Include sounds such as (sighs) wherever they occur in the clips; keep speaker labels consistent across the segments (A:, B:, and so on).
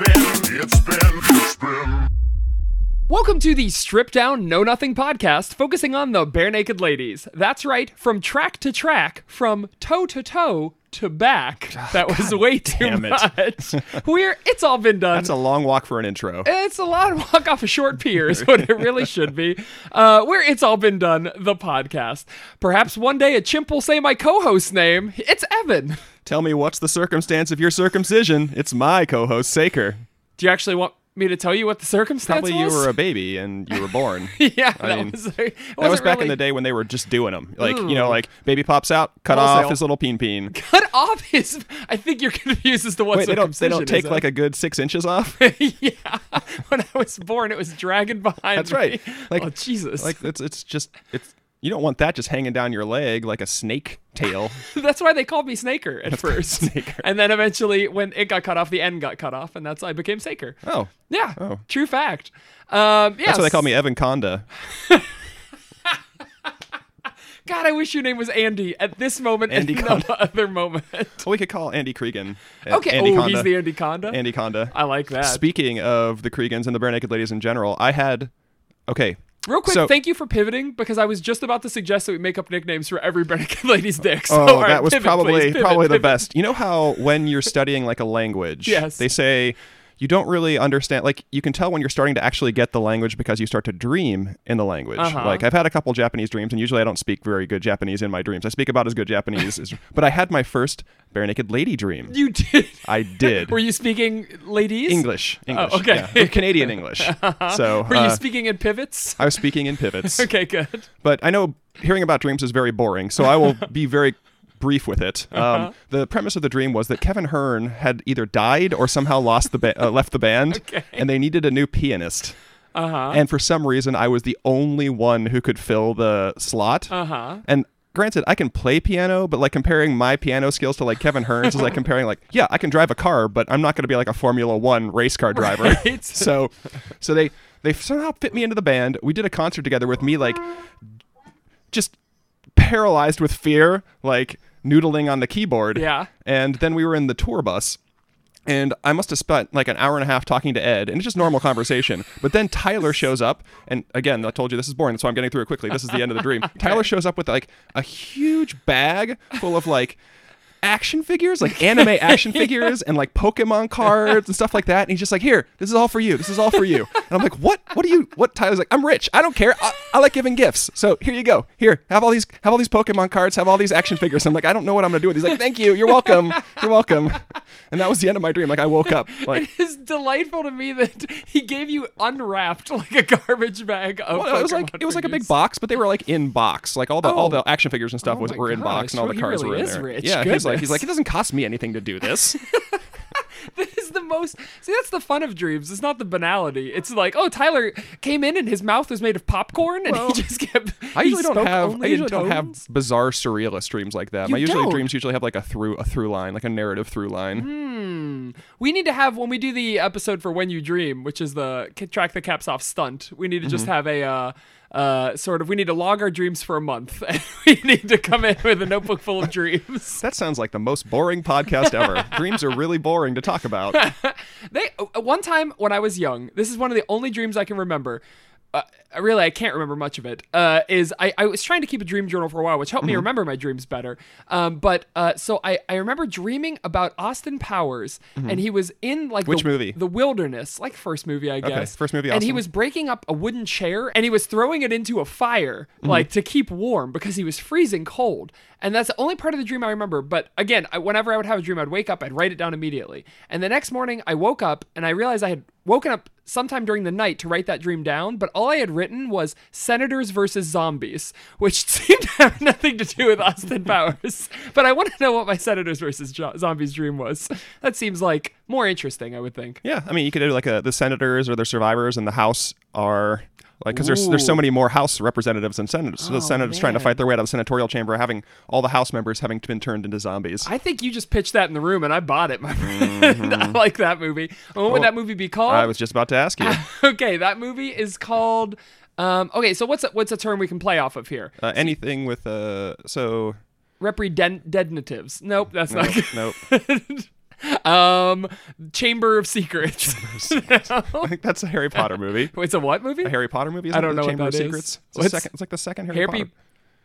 A: It's been, it's been.
B: Welcome to the Strip Down Know Nothing podcast, focusing on the bare naked ladies. That's right, from track to track, from toe to toe
C: (sighs)
B: to back. that was way too
C: damn it.
B: much.
C: (laughs)
B: We're it's all been done.
C: That's a long walk for an intro.
B: it's a lot of walk off a short
C: (laughs)
B: pier is what it really should be. Uh, where it's all been done, the podcast. Perhaps one day a chimp will say my co-host's name. It's Evan.
C: Tell me what's the circumstance of your circumcision? It's my co-host Saker.
B: Do you actually want me to tell you what the circumstance
C: Probably you
B: was?
C: were a baby and you were
B: (laughs)
C: born.
B: yeah,
C: I
B: that
C: mean,
B: was.
C: that
B: That
C: that was back in the day when they were just doing them. Like you know,
B: Ooh.
C: like baby pops out, cut
B: Wholesale.
C: off his little peen peen.
B: (laughs) cut off his. I think you're confused as to what
C: Wait, they don't they don't take
B: circumcision
C: like a good six inches
B: (laughs)
C: off.
B: is, eh? yeah. When I was born, it was dragging behind.
C: That's right.
B: me.
C: Like-
B: oh Jesus,
C: like it's it's just it's you don't want that just hanging down your leg like a snake
B: (laughs)
C: tail.
B: (laughs) that's why they called me Snaker at first.
C: (laughs) Snaker.
B: And then eventually, when it got cut off, the end got cut off, and that's I became Snaker.
C: Oh,
B: Yeah.
C: Oh.
B: True fact. Um, yeah.
C: that's why they call me Evan Conda.
B: God, I wish your name was Andy at this moment
C: Andy
B: and
C: Conda.
B: no (laughs) other moment.
C: Well, we could call Andy Cregan. uh,
B: Okay.
C: Andy
B: oh,
C: Conda.
B: he's the Andy Conda.
C: Andy Conda.
B: I like that.
C: Speaking of the Kriegans and the bare naked ladies in general, I had okay.
B: Real quick,
C: So-
B: thank you for pivoting because I was just about to suggest that we make up nicknames for every Benedict (laughs) lady's dick. So,
C: Oh,
B: all right,
C: that was
B: pivot,
C: probably
B: please, pivot,
C: probably the
B: pivot.
C: best. You know how when you're studying like a language,
B: Yes.
C: they say you don't really understand. Like you can tell when you're starting to actually get the language because you start to dream in the language.
B: Uh-huh.
C: Like I've had a couple Japanese dreams, and usually I don't speak very good Japanese in my dreams. I speak about as good Japanese as, (laughs) but I had my first bare naked lady dream.
B: You did.
C: I did.
B: Were you speaking ladies?
C: English? English?
B: okay. Uh-huh.
C: yeah. Canadian
B: (laughs)
C: English. So
B: Were you
C: uh,
B: speaking in pivots?
C: I was speaking in pivots.
B: (laughs) Okay, good.
C: but I know hearing about dreams is very boring, so I will be very brief with it. Um, The premise of the dream was that Kevin Hearn had either died or somehow lost the ba- uh, left the band,
B: Okay.
C: and they needed a new pianist.
B: Uh huh.
C: And for some reason, I was the only one who could fill the slot.
B: Uh huh.
C: And granted, I can play piano, but like comparing my piano skills to like Kevin Hearn's is like comparing like, yeah, I can drive a car, but I'm not going to be like a Formula One race car driver.
B: Right.
C: (laughs) so, so they they somehow fit me into the band. We did a concert together with me like just paralyzed with fear, like noodling on the keyboard.
B: Yeah.
C: And then we were in the tour bus. And I must have spent like an hour and a half talking to Ed, and it's just normal conversation. But then Tyler shows up, and again, I told you this is boring, so I'm getting through it quickly. This is the end of the dream. Tyler shows up with like a huge bag full of like action figures, like anime
B: (laughs)
C: action figures, and like Pokemon cards and stuff like that. And he's just like, "Here, this is all for you. This is all for you." And I'm like, "What? What do you?" What? Tyler's like, "I'm rich. I don't care. I, I like giving gifts. So here you go. Here, have all these, have all these Pokemon cards, have all these action figures." I'm like, "I don't know what I'm gonna do with." these." He's like, "Thank you. You're welcome. You're welcome." And that was the end of my dream. Like I woke up like.
B: (laughs) It's delightful to me that he gave you unwrapped like a garbage bag of.
C: Well, it was like
B: Pokemon
C: it was like a big
B: figures.
C: box, but they were like in box. Like all the all
B: Oh.
C: the action figures and stuff
B: Oh
C: was
B: my
C: were in
B: gosh,
C: box, and all
B: well,
C: the
B: he
C: cards
B: really
C: were in
B: is
C: there.
B: rich.
C: Yeah, he's like he's
B: Goodness.
C: like it doesn't cost me anything to do this.
B: (laughs) This is the most. See, that's the fun of dreams. It's not the banality. It's like, oh, Tyler came in and his mouth was made of popcorn, and
C: Well,
B: he just kept.
C: I
B: he
C: usually don't
B: spoke
C: have. I
B: only in
C: usually don't have
B: tones.
C: bizarre surrealist dreams like that.
B: You
C: My usually
B: don't? Mm.
C: dreams usually have like a through a through line, like a narrative through line.
B: We need to have when we do the episode for When You Dream, which is the k- track the caps off stunt. We need to
C: Mm-hmm.
B: just have a uh, uh, sort of. We need to log our dreams for a month, (laughs) and we need to come in with a notebook full
C: (laughs)
B: of dreams.
C: That sounds like the most boring podcast ever. (laughs) dreams are really boring to talk (laughs) about.
B: They uh, one time when I was young, this is one of the only dreams I can remember. Uh, really, I can't remember much of it. Uh, is I, I was trying to keep a dream journal for a while, which helped
C: Mm-hmm.
B: me remember my dreams better. Um, but uh, so I, I remember dreaming about Austin Powers, and he was in like
C: Mm-hmm. Which
B: the,
C: movie?
B: The wilderness, like first movie, I guess.
C: first movie,
B: And he
C: Austin.
B: was breaking up a wooden chair, and he was throwing it into a fire,
C: Mm-hmm.
B: like to keep warm because he was freezing cold. And that's the only part of the dream I remember. But again, I, whenever I would have a dream, I'd wake up, I'd write it down immediately. And the next morning, I woke up and I realized I had woken up sometime during the night to write that dream down. But all I had written was senators versus zombies, which (laughs) seemed to have nothing to do
C: (laughs)
B: with Austin Powers. But I want to know what my senators versus jo- zombies dream was. That seems like more interesting, I would think.
C: Yeah, I mean, you could do like a, the senators or the survivors, and the House are like because there's there's so
B: Ooh. Oh,
C: many more House representatives than senators. So the senators trying to fight their way out of the senatorial chamber, having all the House members having been turned into zombies.
B: I think you just pitched that in the room and I bought it, my friend. (laughs) I like that movie. What would that movie be called?
C: Mm-hmm. I was just about to ask you.
B: (laughs) okay, that movie is called. Um, okay, so what's a, what's a term we can play off of here?
C: Uh, anything with uh, so
B: (laughs) Representatives. Nope, that's not (laughs)
C: nope. (laughs) nope.
B: good. (laughs) Um, Chamber of Secrets.
C: (laughs) Like, that's a Harry Potter movie.
B: It's a what movie?
C: A Harry Potter movie? Isn't
B: I don't
C: it
B: know
C: the
B: what
C: Chamber of
B: that is.
C: Secrets? It's, the
B: What's-
C: second, it's like the second Harry,
B: Harry.
C: Potter.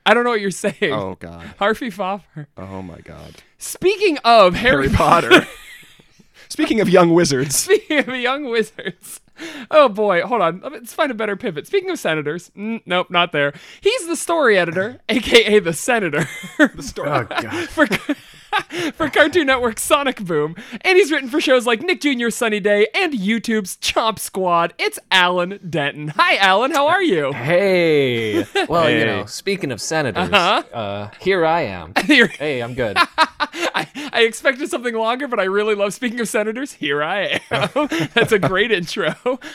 B: I don't know what you're saying.
C: Oh, God.
B: Harvey Foffer.
C: Oh, my God.
B: Speaking of (laughs) Harry,
C: Harry Potter. (laughs) Speaking of young wizards,
B: Speaking of young wizards. Oh boy, hold on. Let's find a better pivot. Speaking of senators, mm, nope, not there. He's the story editor, (laughs) aka the senator. The story (laughs)
D: Oh god.
B: for for Cartoon Network's Sonic Boom, and he's written for shows like Nick Jr.'s Sunny Day and YouTube's Chomp Squad. It's Alan Denton. Hi, Alan. How are you? (laughs)
D: Hey. Well, you
C: Hey.
D: know, speaking of senators,
B: Uh-huh.
D: uh, here I am.
B: Here-
D: Hey, I'm good.
B: I, (laughs) I expected something longer, but I really love speaking of senators. Here I
D: (laughs)
B: am. That's a great intro.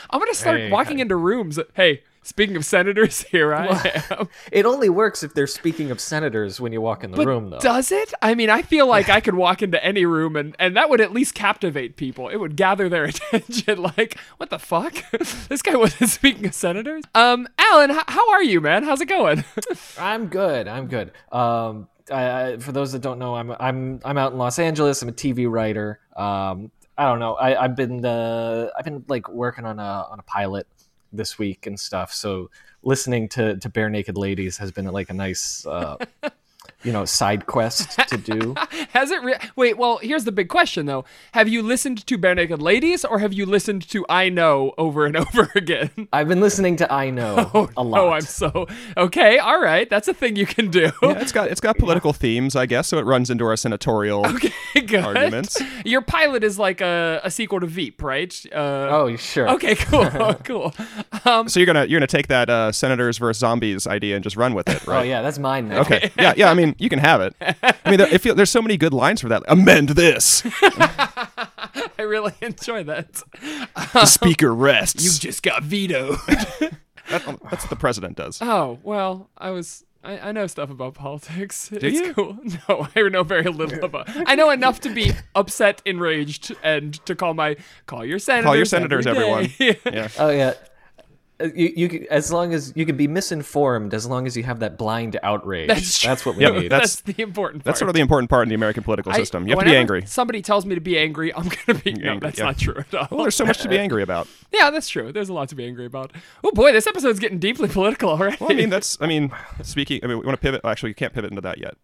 B: I'm gonna start
D: Hey.
B: walking into rooms. Hey, speaking of senators, (laughs) here I am.
D: It only works if they're speaking of senators when you walk in the (laughs) room, though.
B: Does it? I mean, I
D: (laughs)
B: feel like I could walk into any room and, and that would at least captivate people. It would gather their (laughs) attention. Like, what the fuck? (laughs) this guy wasn't (laughs) speaking of senators. Um, Alan, h- how are you, man? How's it going? (laughs)
D: I'm good. I'm good. Um, I, I, for those that don't know, I'm I'm I'm out in Los Angeles. I'm a TV writer. Um, I don't know. I, I've been uh, I've been like working on a on a pilot this week and stuff. So listening to to bare naked ladies has been like a nice.
B: (laughs)
D: Uh, You know, side quest to do.
B: Has it? Re- Wait. Well, here's the big question though. Have you listened to Bare Naked Ladies or have you listened to I Know over and (laughs) over again?
D: I've been listening to I Know a lot.
B: (laughs) Oh, I'm so okay. All right, that's a thing you can do.
C: yeah, it's got it's got political themes, I guess, so it runs into our senatorial.
B: Okay, (laughs) good.
C: Arguments.
B: Your pilot is like a, a sequel to Veep, right? Uh,
D: oh, sure.
B: Okay, cool, cool. Um,
C: So you're gonna you're gonna take that uh, senators versus zombies idea and just run with
B: (laughs)
C: it,
D: Oh
C: right?
D: yeah, that's mine now.
C: Okay. Yeah, yeah. I mean, you can have it. I mean,
B: (laughs)
C: there, if you, there's so many good lines for that. Amend this.
B: I really (laughs) enjoy that.
C: The
B: (laughs)
C: speaker rests.
B: just got vetoed. (laughs)
C: That- um, that's what the president does.
B: oh well, I was. I, I know stuff about politics. it's
C: you?
B: cool. (laughs) No, I know very little about. I know enough to be upset, enraged, and to call my call your senators.
C: Call your senators,
B: every (laughs) day.
C: everyone. Yeah.
D: Oh yeah. Uh, You, you can, as long as you can be misinformed, as long as you have that blind outrage.
B: That's true.
D: what we
C: Yep,
D: need.
B: That's,
C: That's-
B: the important.
C: That's
B: part.
C: sort of the important part in the American political
B: I-
C: system. You have to be
B: whenever
C: angry.
B: Somebody tells me to be angry, I'm gonna be. no,
C: angry,
B: that's
C: yeah.
B: not true at all.
C: Well, there's so much to be angry about.
B: yeah, that's true. There's a lot to be angry about. Oh boy, this episode's getting deeply political already.
C: Well, I mean, that's. I mean, speaking. I mean, we want to pivot. Actually, you can't pivot into that yet.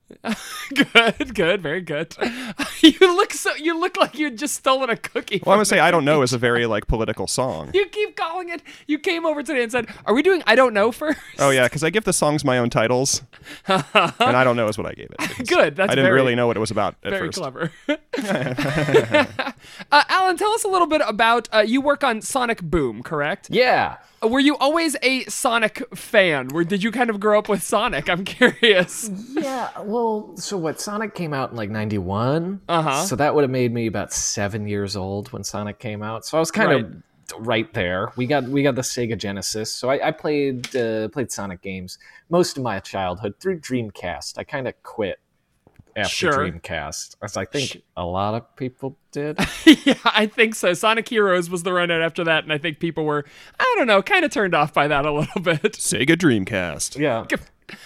B: (laughs) good, good, very good. (laughs) you look so. You look like you had just stolen a cookie.
C: Well, I'm
B: from (laughs)
C: gonna say I don't know is a very like political song.
B: You keep calling it. You came over today and said, "Are we doing I don't know first?
C: Oh yeah, because I give the songs my own titles, and I don't know is what I
B: (laughs)
C: gave it. because
B: Good, that's
C: I didn't
B: very-
C: really know what it was about at
B: (laughs) Very
C: first.
B: clever.
C: (laughs)
B: uh, Alan, tell us a little bit about uh, you work on Sonic Boom, correct?
D: yeah.
B: Uh, Were you always a Sonic fan? Where did you kind of grow up with Sonic?
C: (laughs)
B: I'm curious. (laughs)
D: Yeah. Well, so what? Sonic came out in like '91.
B: Uh-huh.
D: So that would have made me about seven years old when Sonic came out. So I was kind of right there. We got we got the Sega Genesis. So I, I played uh, played Sonic games most of my childhood through Dreamcast. I kind of quit after
B: Sure.
D: Dreamcast, as I think a lot of people
B: (laughs)
D: did.
B: yeah, I think so. Sonic Heroes was the run out after that, and I think people were, I don't know, kind of turned off by that a little (laughs) bit.
C: Sega Dreamcast.
D: yeah.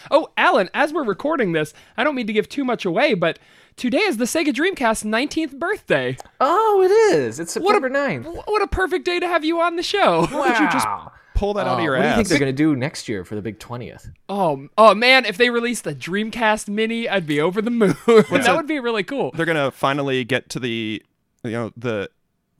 B: Oh, Alan, as we're recording this, I don't mean to give too much away, but today is the Sega Dreamcast's 19th birthday.
D: Oh, it is. It's
B: What a-
D: September 9th.
B: W- What a perfect day to have you on the show.
D: Wow.
C: Pull that out
D: Uh,
C: of your
D: what do you
C: ass.
D: think they're going to do next year for the big 20th?
B: Oh, oh man, if they released the Dreamcast Mini, I'd be over the moon. that
C: it?
B: would be really cool.
C: They're gonna finally get to the, you know, the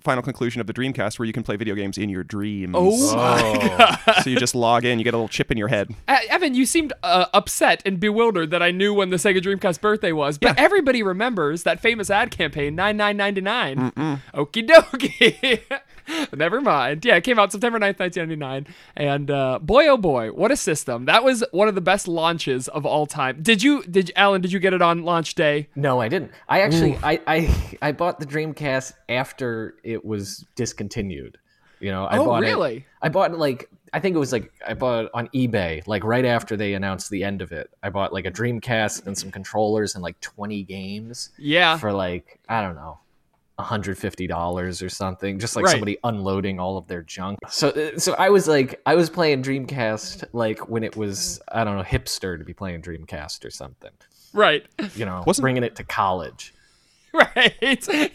C: final conclusion of the Dreamcast where you can play video games in your dreams.
B: (laughs) Oh
C: so you just log in, you get a little chip in your head.
B: E- Evan, you seemed uh, upset and bewildered that I knew when the Sega Dreamcast birthday was, but everybody remembers that famous ad campaign, 9999. Okie dokie. (laughs) Never mind. Yeah, it came out September 9th, 1999. And uh, boy, oh boy, what a system. That was one of the best launches of all time. Did you, did Alan, did you get it on launch day?
D: No, I didn't. I actually, I, I, I bought the Dreamcast after it was discontinued. You know, I
B: Oh,
D: bought
B: really?
D: It, I bought it, like I think it was like I bought it on eBay, like right after they announced the end of it. I bought like a Dreamcast and some controllers and like twenty games.
B: Yeah.
D: For like I don't know. $150 or something just like
B: Right.
D: somebody unloading all of their junk so uh, so i was like i was playing dreamcast like when it was i don't know hipster to be playing dreamcast or something
B: Right.
D: you know
C: Wasn't-
D: bringing it to college
B: (laughs) right?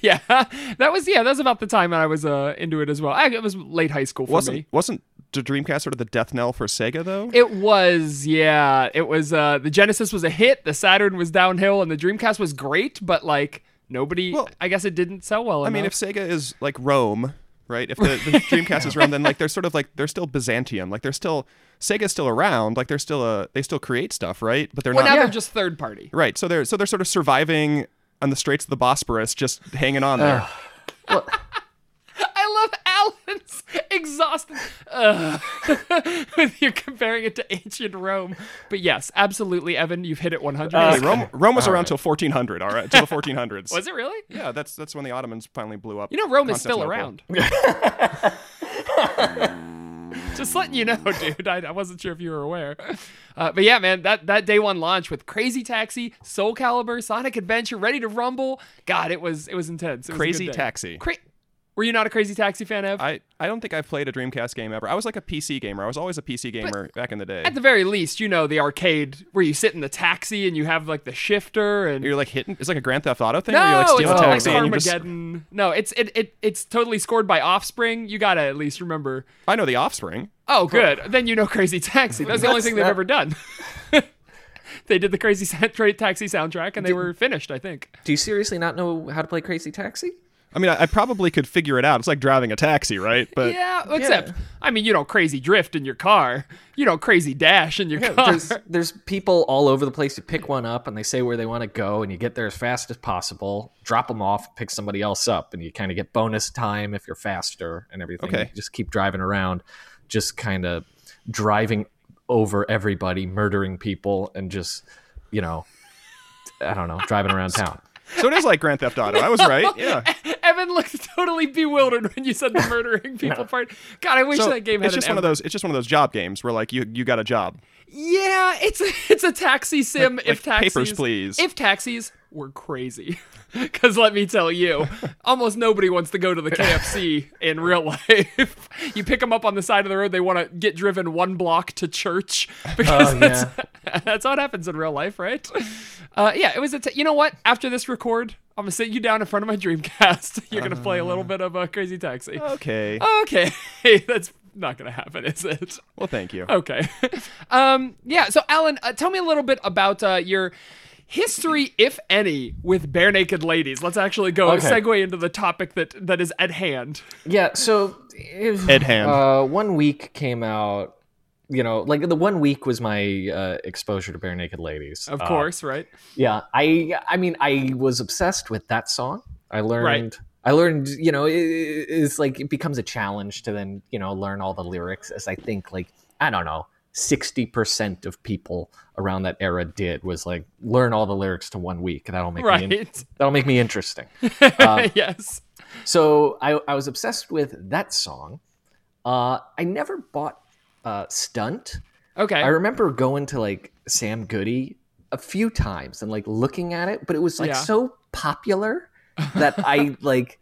B: Yeah, that was yeah. That was about the time that I was uh, into it as well. I, it was late high school for
C: wasn't
B: me.
C: wasn't the Dreamcast sort of the death knell for Sega though?
B: It was, yeah. It was uh the Genesis was a hit, the Saturn was downhill, and the Dreamcast was great, but like nobody
C: Well-
B: I guess it didn't sell well
C: I
B: enough.
C: mean, if Sega is like Rome, right? If the,
B: (laughs)
C: the Dreamcast is Rome, then like they're sort of like they're still Byzantium. Like they're still Sega's still around. Like they're still a they still create stuff, right? But they're
B: well now
C: not
B: they're just third party.
C: right. So they're so they're sort of surviving on the straits of the Bosporus, just hanging on there.
B: I love Alan's (laughs) exhausted Ugh. (laughs) with you comparing it to ancient Rome. But yes, absolutely, Evan, you've hit it one hundred.
C: Hey, Rome, Rome was around till 1400. All right, till the 1400s.
B: was it really?
C: Yeah, that's that's when the Ottomans finally blew up.
B: You know Rome is still
C: Constantinople.
B: around.
C: (laughs)
B: (laughs) Just letting you know, dude. I, I wasn't sure if you were aware. Uh, but yeah, man, that, that day one launch with Crazy Taxi, Soul Calibur, Sonic Adventure, Ready to Rumble. God, it was it was intense. It was a
C: Crazy
B: good day.
C: Taxi.
B: Cra- were you not a Crazy Taxi fan, Ev?
C: I, I don't think I've played a Dreamcast game ever. I was like a PC gamer. I was always a PC gamer back in the day.
B: At the very least, you know the arcade where you sit in the taxi and you have like the shifter and
C: you're like hitting. It's like a Grand Theft Auto thing.
B: No,
C: where you're like
B: it's
C: stealing
B: not like
C: taxi and you just
B: Armageddon. No, it's it, it it's totally scored by Offspring. You gotta at least remember.
C: I know the Offspring.
B: Oh, good. Then you know Crazy Taxi. That's the only
D: That's
B: thing they've
D: not-
B: ever done. (laughs) they did the Crazy Sa- Tra- Taxi soundtrack, and they were finished. I think.
D: Do you seriously not know how to play Crazy Taxi?
C: I mean, I, I probably could figure it out. It's like driving a taxi, right? But
B: yeah, except I mean, you know, Crazy Drift in your car. You know, Crazy Dash in your
C: (laughs)
B: car.
D: There's there's people all over the place. You pick one up and they say where they want to go, and you get there as fast as possible. Drop them off, pick somebody else up, and you kind of get bonus time if you're faster and everything.
C: Okay.
D: You just keep driving around, just kind of driving over everybody, murdering people, and just you know, I don't know, driving
C: (laughs)
D: around town.
C: so it is like Grand Theft Auto. I
B: (laughs)
C: was right. Yeah.
B: (laughs) Evan looked totally bewildered when you said the
C: (laughs)
B: murdering people part. God, I wish
C: So
B: that game had
C: it's just
B: an
C: one of
B: em-
C: those. It's just one of those job games where like you you got a job.
B: Yeah, it's a, it's a taxi sim. if
C: like
B: taxis,
C: Papers, Please.
B: If taxis were crazy, (laughs) because let me tell
C: (laughs)
B: you, almost nobody wants to go to the KFC in real life. you pick them up on the side of the road; they want to get driven one block to church (laughs) because
D: Oh,
B: that's, that's (laughs) what happens in real life, right? Uh, yeah, it was a. T- you know what? After this record, I'm gonna sit you down in front of my Dreamcast. (laughs) You're gonna play a
C: Uh.
B: little bit of a Crazy Taxi. (laughs)
C: Okay.
B: Okay, that's not gonna happen, is it?
C: well, thank you.
B: Okay. (laughs) um, yeah. So, Alan, uh, tell me a little bit about uh, your history, if any, with bare naked ladies. Let's actually go
D: Okay.
B: segue into the topic that that is at hand.
D: Yeah. So if,
C: Ed Hand.
D: Uh, one week came out. You know, like the one week was my uh, exposure to bare naked ladies.
B: Of
D: Uh,
B: course, right?
D: Yeah, I I mean I was obsessed with that song. I learned
B: Right.
D: I learned, you know, it, it's like it becomes a challenge to then, you know, learn all the lyrics as I think like I don't know, 60% of people around that era did was like learn all the lyrics to one week. That'll make me in-
B: Right.
D: that'll make me
B: (laughs)
D: interesting. uh,
B: yes.
D: So I, I was obsessed with that song. Uh, I never bought uh, Stunt.
B: Okay.
D: I remember going to like Sam Goody a few times and like looking at it, but it was like
B: Yeah.
D: so popular that
B: (laughs)
D: I like.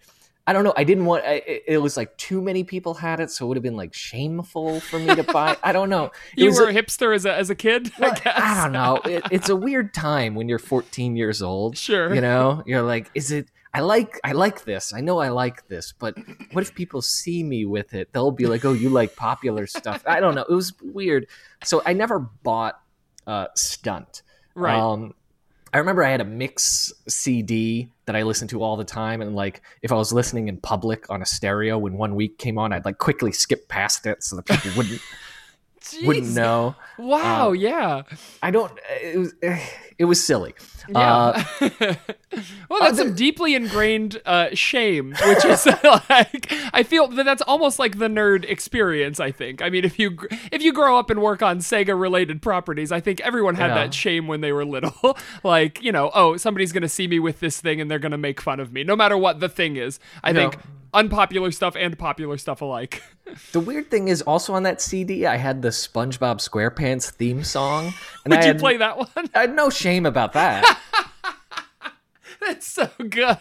D: I don't know. I didn't want. I, it- it was like too many people had it, so it would have been like shameful for me to buy. I don't know. It
B: (laughs) you
D: was
B: were
D: a-
B: a hipster as a as a kid, (laughs) I guess.
D: I don't know. It, it's a weird time when you're 14 years old.
B: Sure. (laughs)
D: You know, you're like, is it? I like, I like this. I know I like this, but what if people see me with it? They'll be like, oh, you like popular stuff. I don't know. It was weird. So I never bought uh, Stunt.
B: Right.
D: Um, I remember I had a mix CD that I listened to all the time, and like if I was listening in public on a stereo, when one week came on, I'd like quickly skip past it so that people
B: (laughs)
D: wouldn't wouldn't
B: Jeez.
D: know. um,
B: Wow. yeah.
D: I don't. It was, eh, it was silly.
B: Yeah.
D: Uh,
B: (laughs) well, that's some deeply ingrained uh, shame, which is (laughs) like I feel that that's almost like the nerd experience. I think. I mean, if you gr- if you grow up and work on Sega related properties, I think everyone had
D: Yeah.
B: that shame when they were little. (laughs) like you know, oh, somebody's gonna see me with this thing and they're gonna make fun of me, no matter what the thing is. I
D: Yeah.
B: think unpopular stuff and popular stuff alike. (laughs)
D: the weird thing is, also on that CD, I had the SpongeBob SquarePants theme song, and I
B: Did you
D: had,
B: play that one?
D: I had no shame about that.
B: (laughs) That's so good.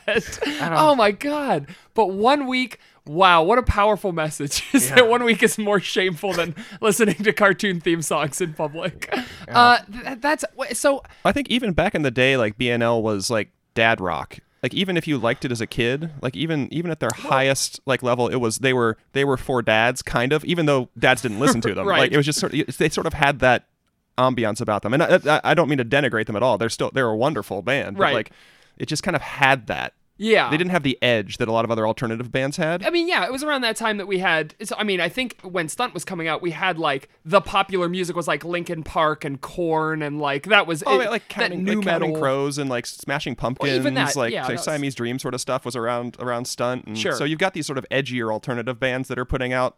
B: Oh my god. But one week, wow, what a powerful message. (laughs) Is that one week is more shameful than (laughs) listening to cartoon theme songs in public. Uh th- that's so
C: I think even back in the day, like BNL was like dad rock. like even if you liked it as a kid, like even even at their highest like level, it was they were they were for dads kind of, even though dads didn't listen
B: (laughs)
C: to them.
B: Right.
C: Like it was just sort of, they sort of had that ambiance about them, and I, I, I don't mean to denigrate them at all. They're still they're a wonderful band, but
B: Right. Ah.
C: like it just kind of had that.
B: Yeah.
C: They didn't have the edge that a lot of other alternative bands had.
B: I mean, yeah, it was around that time that we had. So, I mean, I think when Stunt was coming out, we had like the popular music was like Linkin Park and Corn, and like that was
C: Oh,
B: it-
C: yeah, like counting,
B: that new
C: like
B: metal.
C: Counting crows and like Smashing Pumpkins,
B: even that,
C: like,
B: yeah,
C: like
B: that's-
C: Siamese Dream sort of stuff was around around stunt. And
B: Sure.
C: So you've got these sort of edgier alternative bands that are putting out,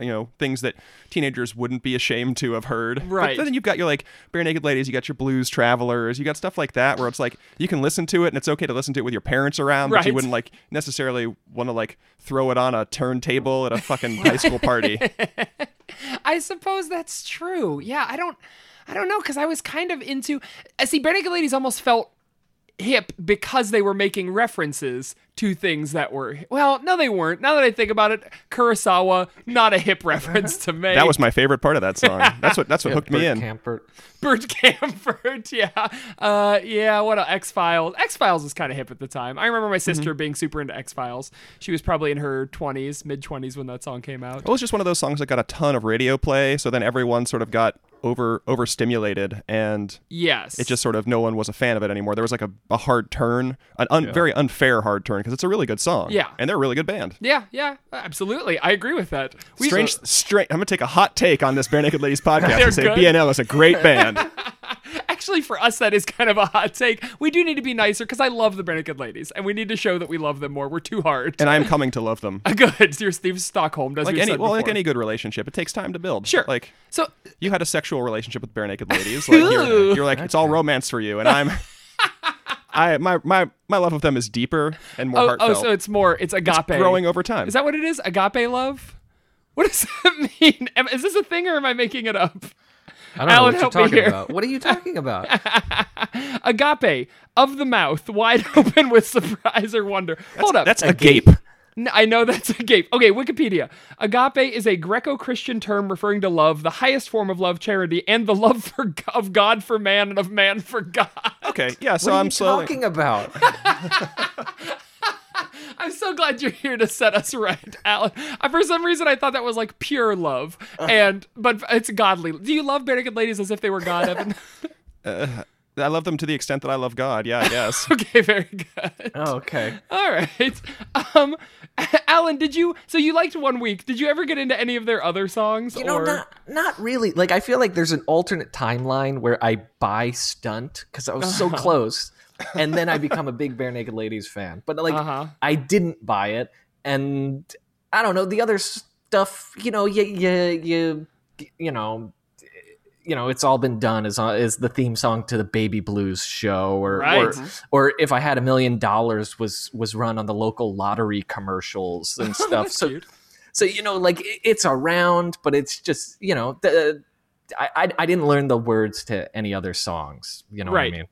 C: you know, things that teenagers wouldn't be ashamed to have heard. But
B: Right.
C: then you've got your like bare naked ladies, you got your blues travelers, you got stuff like that where it's like you can listen to it and it's okay to listen to it with your parents around, but
B: Right.
C: you wouldn't like necessarily want to like throw it on a turntable at a fucking high school
B: (laughs)
C: party.
B: I suppose that's true. Yeah, I don't, I don't know, because I was kind of into. I see. Bare Naked Ladies almost felt hip because they were making references to things that were well, no, they weren't. Now that I think about it, Kurosawa not
C: (laughs)
B: a hip reference to me.
C: That was my favorite part of that song. That's what that's what hooked me
D: Bert
C: in.
D: Kampert.
B: (laughs) Bert Camford, (laughs) yeah. Uh, yeah, what X Files. X Files was kind of hip at the time. I remember my
C: Mm-hmm.
B: sister being super into X Files. She was probably in her 20s, mid 20s when that song came out.
C: Oh, It was just one of those songs that got a ton of radio play, so then everyone sort of got over overstimulated and
B: Yes.
C: it just sort of no one was a fan of it anymore. There was like a, a hard turn, an un, very unfair hard turn because it's a really good song.
B: Yeah.
C: And they're a really good band.
B: Yeah, yeah, absolutely. I agree with that. We-
C: Strange, strange. I'm gonna take a hot take on this Bare Naked
B: (laughs)
C: Ladies podcast
B: They're
C: and say
B: good.
C: BNL is a great
B: (laughs)
C: band.
B: Actually, for us, that is kind of a hot take. We do need to be nicer because I love the Benedict Ladies, and we need to show that we love them more. We're too hard.
C: and I'm coming to love them.
B: (laughs) Good. You're Steve Stockholm, does
C: Like
B: we've
C: any,
B: said
C: well, like
B: before.
C: any good relationship, it takes time to build.
B: Sure.
C: Like
B: So, oh,
C: you had a sexual relationship with bare naked
B: (laughs)
C: ladies. Like you're, you're like it's all romance for you, and I'm, I my my my love of them is deeper and more
B: oh,
C: heartfelt.
B: oh, so it's more, it's agape.
C: growing over time.
B: Is that what it is? Agape love? What does (laughs) that mean? Am- Is this a thing or am I making it up?
D: I don't
B: Alan,
D: know
B: help
D: what
B: me
D: you're talking
B: here.
D: about. What are you talking
B: (laughs)
D: about?
B: Agape of the mouth, wide (laughs) open with surprise or wonder. Hold up.
C: That's a gape.
B: N- I know (laughs) that's a gape. Okay, Wikipedia. Agape is a Greco-Christian term referring to love, the highest form of love, charity, and the love for g- of God for man and of man for (laughs) God.
C: Okay, yeah. So
D: what are
C: I'm
D: you
C: slowly.
D: talking
B: (laughs)
D: about?
B: I'm so glad you're here to set us right, (laughs) Alan. I, for some reason, I thought that was like pure love, and but it's godly. Do you love bare naked ladies as if they were God, Evan? (laughs)
C: I love them to the extent that I love God. Yeah, I guess.
B: okay, very good.
D: Oh, okay.
B: All right. Um, (laughs) Alan, did you? So you liked One Week. Did you ever get into any of their other songs?
D: You know,
B: or-
D: not not really. Like I feel like there's an alternate timeline where I buy Stunt because I was so
B: Uh-huh.
D: close,
B: (laughs)
D: and then I become a big Bare Naked Ladies fan. But like
B: Uh-huh.
D: I didn't buy it, and I don't know the other stuff. You know, you you you you know. You know, it's all been done is is the theme song to the Baby Blues show, or
B: Right.
D: or, or if I had a million dollars was was run on the local lottery commercials
B: (laughs)
D: and stuff.
B: That's
D: so
B: cute.
D: so you know, like i- it's around, but it's just you know, the, I, I I didn't learn the words to any other songs. You know
B: Right.
D: what I mean?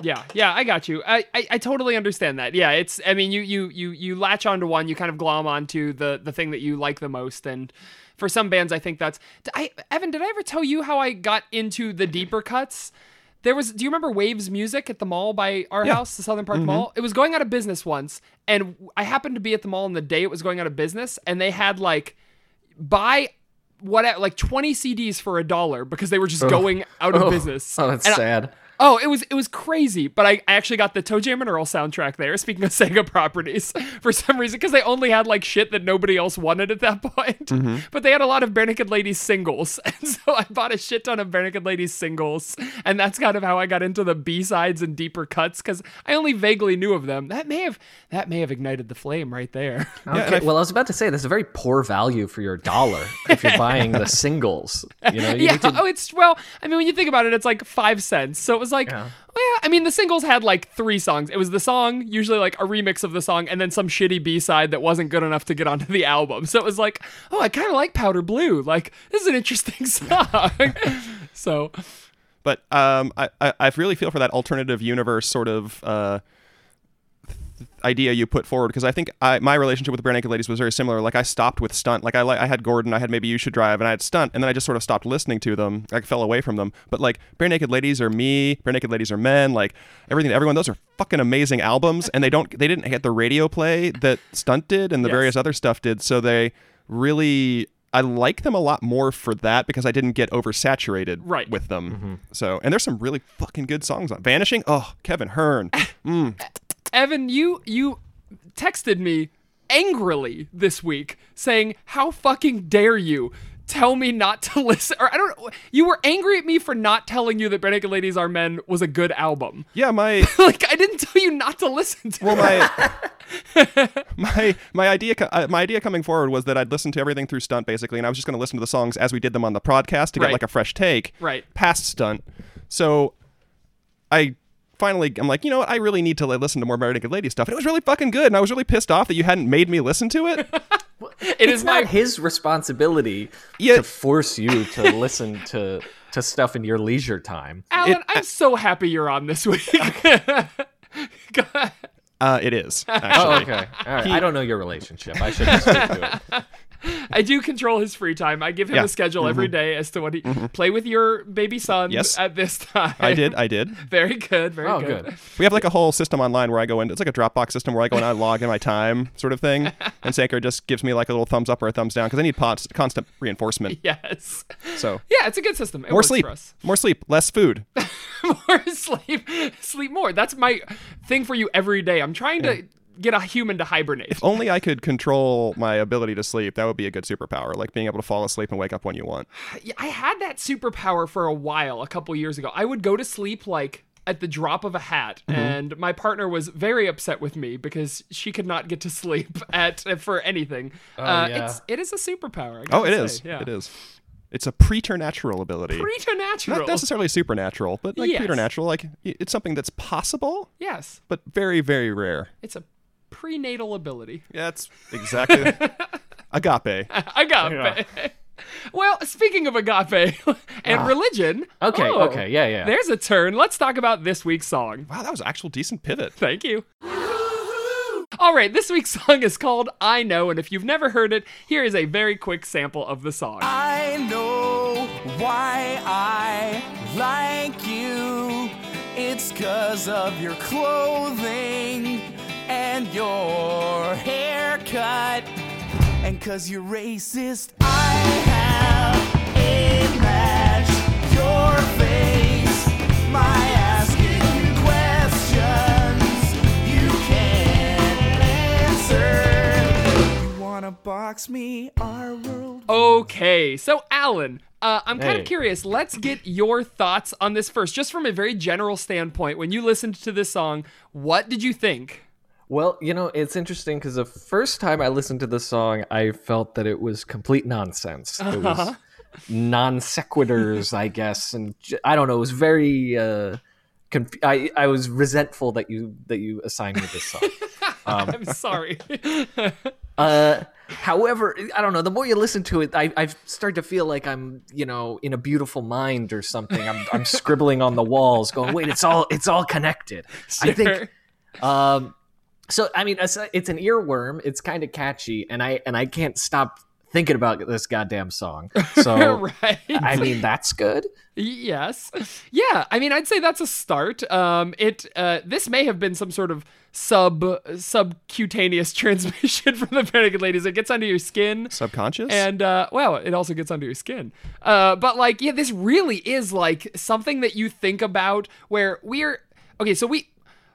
B: Yeah, yeah, I got you. I, I, I totally understand that. Yeah, it's. I mean, you you you you latch onto one, you kind of glom onto the the thing that you like the most, and for some bands, I think that's. D- I Evan, did I ever tell you how I got into the deeper cuts? There was. Do you remember Waves Music at the mall by our house, the Southern Park
D: Mm-hmm.
B: Mall? It was going out of business once, and I happened to be at the mall on the day it was going out of business, and they had like buy what like 20 CDs for a dollar because they were just going out of
D: Oh,
B: business.
D: Oh, that's
B: And I-
D: sad.
B: Oh, it was it was crazy, but I, I actually got the Toe Jam and Earl soundtrack there. Speaking of (laughs) Sega properties, for some reason, because they only had like shit that nobody else wanted at that (laughs) point. But they had a lot of Bare Naked Ladies singles, (laughs) and so I bought a shit ton of Bare Naked Ladies singles, and that's kind of how I got into the B sides and deeper cuts because I only vaguely knew of them. That may have that may have ignited the flame right there. (laughs)
D: okay. well, I was about to say that's a very poor value for your (laughs) dollar if you're buying the singles. You know, you
B: yeah.
D: need to-
B: (laughs) Oh, it's well. I mean, when you think about it, it's like five cents. So it was like, well, yeah. I mean, the singles had like three songs. It was the song, usually like a remix of the song, and then some shitty B side that wasn't good enough to get onto the album. So it was like, oh, I kind of like Powder Blue. Like, this is an interesting (laughs) song. so
C: But um, I, I I really feel for that alternative universe sort of uh, idea you put forward because I think I, my relationship with the Bare Naked Ladies was very similar. Like I stopped with Stunt. Like I li- I had Gordon, I had Maybe You Should Drive, and I had Stunt, and then I just sort of stopped listening to them. I fell away from them. But like Bare Naked Ladies are me, Bare Naked Ladies are men, like everything, everyone. Those are fucking amazing albums, and they don't they didn't get the radio play that Stunt did and the
B: Yes.
C: various other stuff did. So they really. I like them a lot more for that because I didn't get oversaturated
B: Right. Mm-hmm.
C: with them. So, and there's some really fucking good songs on Vanishing. Oh, Kevin Hearn.
B: Evan, you you texted me angrily this week saying, "How fucking dare you tell me not to (laughs) listen?" Or I don't know. You were angry at me for not telling you that Bare Naked Ladies Are Men was a good album.
C: Yeah, my (laughs)
B: (laughs) like I didn't tell you not to listen to.
C: well,
B: it.
C: my
B: (laughs)
C: my my idea co- uh, my idea coming forward was that I'd listen to everything through Stunt basically, and I was just going to listen to the songs as we did them on the podcast to
B: Right.
C: get like a fresh take.
B: Right.
C: Past Stunt, so I finally I'm like, you know what? I really need to like, listen to more Bare Naked Lady stuff. And it was really fucking good, and I was really pissed off that you hadn't made me listen to
B: (laughs)
C: it.
B: it
D: it's
B: is
D: not
B: my
D: his responsibility
C: Yeah.
D: to force you to listen to to stuff in your leisure time.
B: Alan. I'm so happy you're on
C: (laughs)
B: this week. (laughs) God.
C: Uh, it is actually.
D: Oh, okay. All right. I don't know your relationship. I shouldn't speak (laughs) to it.
B: I do control his free time. I give him
C: Yeah. Mm-hmm.
B: a schedule every day as to what he play with your baby son
C: Yes.
B: at this time.
C: I did. I did.
B: (laughs) Very good. Very
D: Oh,
B: good.
D: good.
C: We have like a whole system online where I go in. It's like a Dropbox system where I go and I log in my time, sort of
B: (laughs)
C: thing. And Sanker just gives me like a little thumbs up or a thumbs down because I need pots, constant reinforcement.
B: (laughs) Yes. (laughs)
C: So
B: Yeah, it's a good system. It
C: more
B: works
C: sleep,
B: for us. (laughs)
C: more sleep, less food.
B: more sleep. Sleep more. That's my thing for you every day. I'm trying to get a human to hibernate.
C: If only I could control my ability to sleep. That would be a good superpower, like being able to fall asleep and wake up when you want.
B: Yeah, I had that superpower for a while, a couple years ago. I would go to sleep like at the drop of a hat,
C: Mm-hmm.
B: and my partner was very upset with me because she could not get to sleep (laughs) at for anything. uh,
D: yeah.
B: It's it is a superpower. I
C: Oh, it
B: gotta
C: is.
B: say, Yeah.
C: It is. It's a preternatural ability.
B: Preternatural.
C: Not necessarily supernatural, but like
B: Yes.
C: preternatural. Like y- it's something that's possible,
B: yes,
C: but very, very
B: (laughs)
C: rare.
B: it's a prenatal ability. (laughs)
C: Yeah, that's exactly. Agape.
B: agape. (laughs) Well, speaking of agape (laughs) and
C: Ah.
B: religion.
D: Okay,
B: oh,
D: okay, yeah, yeah.
B: There's a turn. Let's talk about this week's song.
C: Wow, that was an actual decent pivot.
B: Thank you. All right, this week's song is called I Know, and if you've never heard it, here is a very quick sample of the song.
E: I know why I like you. It's cause of your clothing and your haircut. And cause you're racist, I have imagined your face. My asking you questions you can't answer. You wanna box me, our world
B: Okay, so Alan, uh, I'm kind
D: Hey.
B: of curious. Let's get your thoughts on this first, just from a very general standpoint. When you listened to this song, what did you think?
D: Well, you know, it's interesting because the first time I listened to the song, I felt that it was complete nonsense. It was non sequiturs, I guess, and j- I don't know. It was very. Uh, conf- I I was resentful that you that you assigned me this song. Um,
B: (laughs) I'm sorry.
D: Uh, however, I don't know. The more you listen to it, I, I start to feel like I'm, you know, in a beautiful mind or something. I'm, I'm scribbling on the walls, going, "Wait, it's all, it's all connected." I
B: (laughs) Sure.
D: think. Um, so I mean, it's, it's an earworm. It's kind of catchy, and I and I can't stop thinking about this goddamn song. So
B: (laughs) right.
D: I mean, that's good.
B: Yes. Yeah, I mean I'd say that's a start. Um it uh this may have been some sort of sub subcutaneous (laughs) transmission from the Bare Naked Ladies. It gets under your skin.
C: Subconscious?
B: And uh, well, it also gets under your skin. Uh, but like, yeah, this really is like something that you think about where we're okay. So we,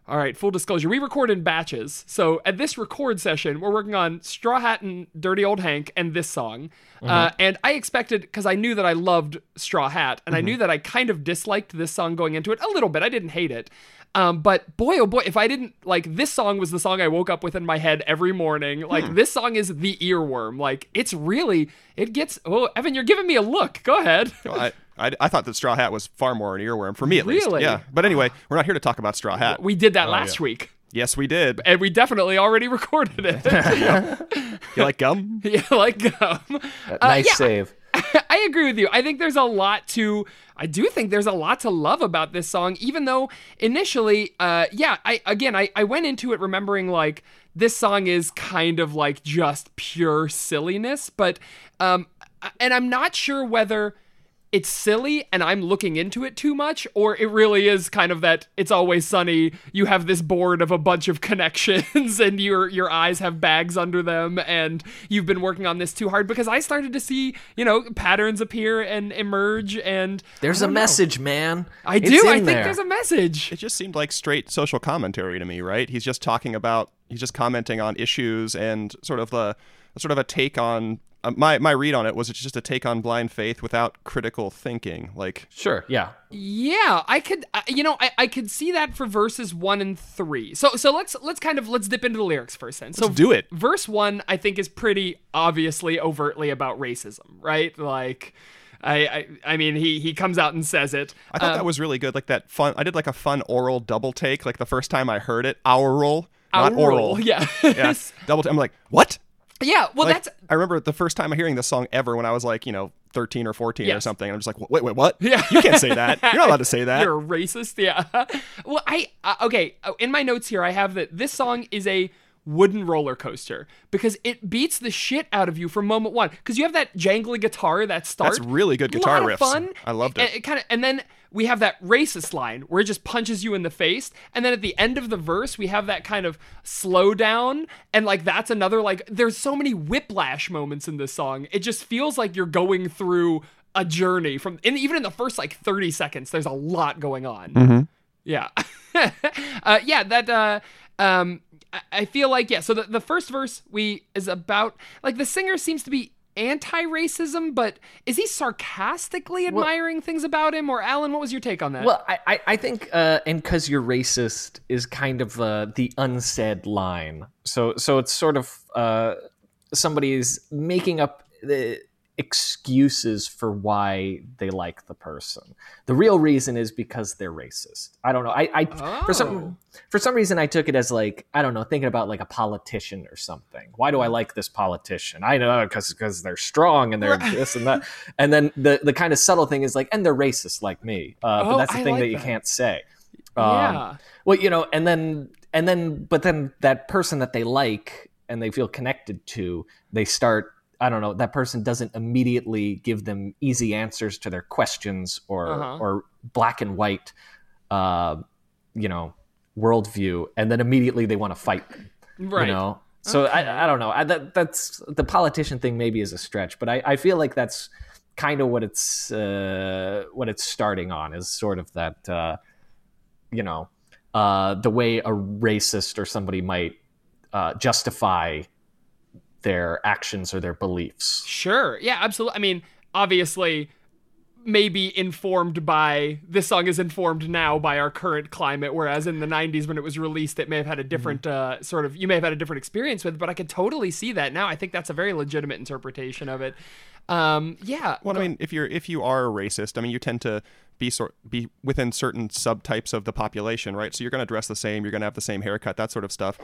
B: all right, full disclosure, we record in batches. So at this record session, we're working on Straw Hat and Dirty Old Hank and this song. Uh, and I expected because I knew that I loved Straw Hat and I knew that I kind of disliked this song going into it a little bit. I didn't hate it. Um, but boy, oh boy, if I didn't like this song was the song I woke up with in my head every morning. Like this song is the earworm. Like it's really it gets. Oh, Evan, you're giving me a look. Go ahead.
C: Well, I, I, I thought that Straw Hat was far more an earworm for me at least.
B: Really?
C: Yeah. But anyway, we're not here to talk about Straw Hat.
B: We did that last week,
C: yes, we
B: (laughs)
C: did.
B: and we definitely already (laughs) recorded it.
C: You like gum?
B: (laughs) yeah, like um, uh,
D: nice
B: yeah,
D: save.
B: I agree with you. I think there's a lot to I do think there's a lot to love about this song, even though initially, uh, yeah, I again I, I went into it remembering like this song is kind of like just pure silliness, but um and I'm not sure whether it's silly and I'm looking into it too much, or it really is kind of that it's always sunny. You have this board of a bunch of (laughs) connections and your your eyes have bags under them and you've been working on this too hard because I started to see, you know, patterns appear and emerge and
D: There's
B: I
D: a
B: don't know.
D: message, man.
B: I do. I think there's a message.
C: It just seemed like straight social commentary to me, right? He's just talking about, he's just commenting on issues and sort of the, sort of a take on. Uh, my my read on it was it's just a take on blind faith without critical thinking. Like
D: Sure. Yeah.
B: Yeah, I could. I- You know, I, I could see that for verses one and three. So so let's let's kind of let's dip into the lyrics first. Then so
C: Let's do it.
B: Verse one, I think, is pretty obviously overtly about racism, right? Like, I I, I mean, he he comes out and says it. Um,
C: I thought that was really good. Like that fun. I did like a fun oral double take. Like the first time I heard it, aural, not
B: (laughs)
C: oral.
B: Yeah.
C: yeah. Double. T- I'm like, what?
B: yeah. Well,
C: Like,
B: that's
C: I remember the first time hearing this song ever when I was like, you know, 13 or 14 or
B: Yes.
C: something. I'm just like, wait, wait, what?
B: Yeah.
C: You can't say that. You're not allowed to
B: (laughs)
C: say that.
B: You're a racist. Yeah. (laughs) Well, I uh, okay. uh, In my notes here, I have that this song is a wooden roller coaster because it beats the shit out of you from moment one. Because you have that jangly guitar that starts.
C: really good guitar
B: Lot of
C: riffs.
B: Fun.
C: I loved it.
B: And, kind of, and then we have that racist line where it just punches you in the face. And then at the end of the verse, we have that kind of slow down. And like that's another like. There's so many whiplash moments in this song. It just feels like you're going through a journey from and even in the first like 30 seconds there's a lot going on yeah (laughs) uh, yeah that uh, um, I- i feel like yeah so the, the first verse we is about like the singer seems to be anti-racism but is he sarcastically admiring things about him or alan what was your take on that
D: Well, I, I, I think, uh, and because you're racist is kind of uh, the unsaid line. So, so it's sort of uh, somebody's making up the excuses for why they like the person. The real reason is because they're racist. I don't know. I, I for some for some reason I took it as like I don't know, thinking about like a politician or something. Why do I like this politician? I know because because they're strong and they're this and that. And then the the kind of subtle thing is like, and they're racist like me. Uh,
B: Oh,
D: but that's the
B: I
D: thing
B: like
D: that you
B: that.
D: can't say. Um,
B: Yeah.
D: Well, you know, and then and then but then that person that they like and they feel connected to, they start I don't know, that person doesn't immediately give them easy answers to their questions or
B: Uh-huh.
D: or black and white uh you know, worldview and then immediately they want to fight them.
B: right
D: You know? So I, I don't know. I, that that's the politician thing maybe is a stretch, but I, I feel like that's kind of what it's uh, what it's starting on is sort of that uh, you know uh, the way a racist or somebody might uh, justify their actions or their beliefs.
B: Sure. Yeah, absolutely. I mean, obviously, maybe informed by this song is informed now by our current climate, whereas in the 90s when it was released, it may have had a different uh, sort of, you may have had a different experience with, but I could totally see that now. I think that's a very legitimate interpretation of it. Um, yeah.
C: Well, I mean, if you're if you are a racist, I mean, you tend to be sort be within certain subtypes of the population, right? So you're going to dress the same, you're going to have the same haircut, that sort of stuff.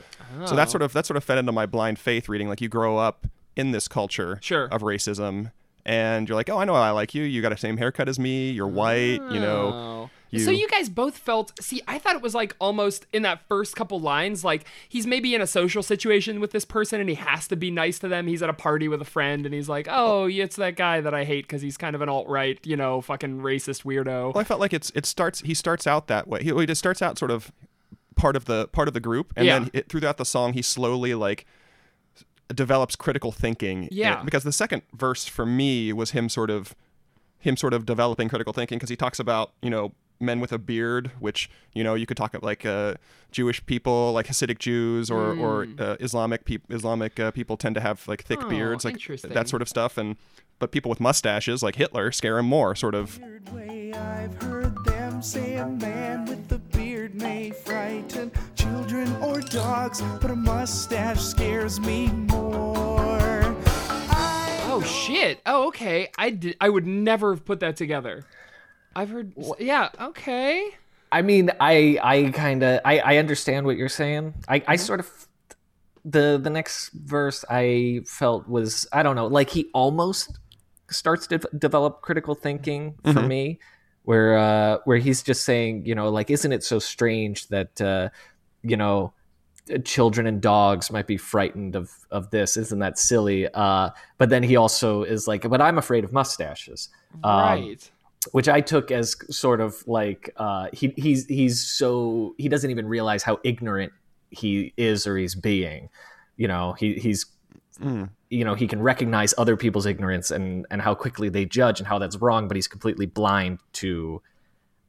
C: So that sort
B: Oh.
C: of that sort of fed into my blind faith reading. Like you grow up in this culture
B: Sure.
C: of racism, and you're like, oh, I know I like you. You got the same haircut as me. You're white. You know.
B: So you guys both felt. See, I thought it was like almost in that first couple lines, like he's maybe in a social situation with this person and he has to be nice to them. He's at a party with a friend and he's like, "Oh, yeah, it's that guy that I hate because he's kind of an alt right, you know, fucking racist weirdo."
C: Well, I felt like it's it starts. He starts out that way. He, he just starts out sort of part of the part of the group, and
B: Yeah.
C: then it, throughout the song, he slowly like develops critical thinking.
B: Yeah.
C: And- because the second verse for me was him sort of him sort of developing critical thinking because he talks about you know men with a beard, which you know you could talk about like uh, Jewish people, like Hasidic Jews, or or uh, Islamic people. Islamic uh, people tend to have like thick
B: Hmm. Oh,
C: beards, like
B: interesting.
C: that sort of stuff, and. But people with mustaches, like Hitler, scare him more. Sort of,
E: Weird way I've heard them say a man with a beard may frighten children or dogs, but a mustache scares me more. I
B: Oh shit. Oh okay. I did. I would never have put that together. I've heard. Yeah. Okay.
D: I mean, I I kind of I, I understand what you're saying. I, I sort of the the next verse I felt was I don't know like he almost starts to develop critical thinking for me, where uh, where he's just saying, you know, like, isn't it so strange that uh, you know children and dogs might be frightened of of this isn't that silly uh but then he also is like but i'm afraid of mustaches Um,
B: right.
D: which I took as sort of like uh, he he's he's so he doesn't even realize how ignorant he is or he's being. You know, he he's
C: Mm.
D: you know he can recognize other people's ignorance and and how quickly they judge and how that's wrong, but he's completely blind to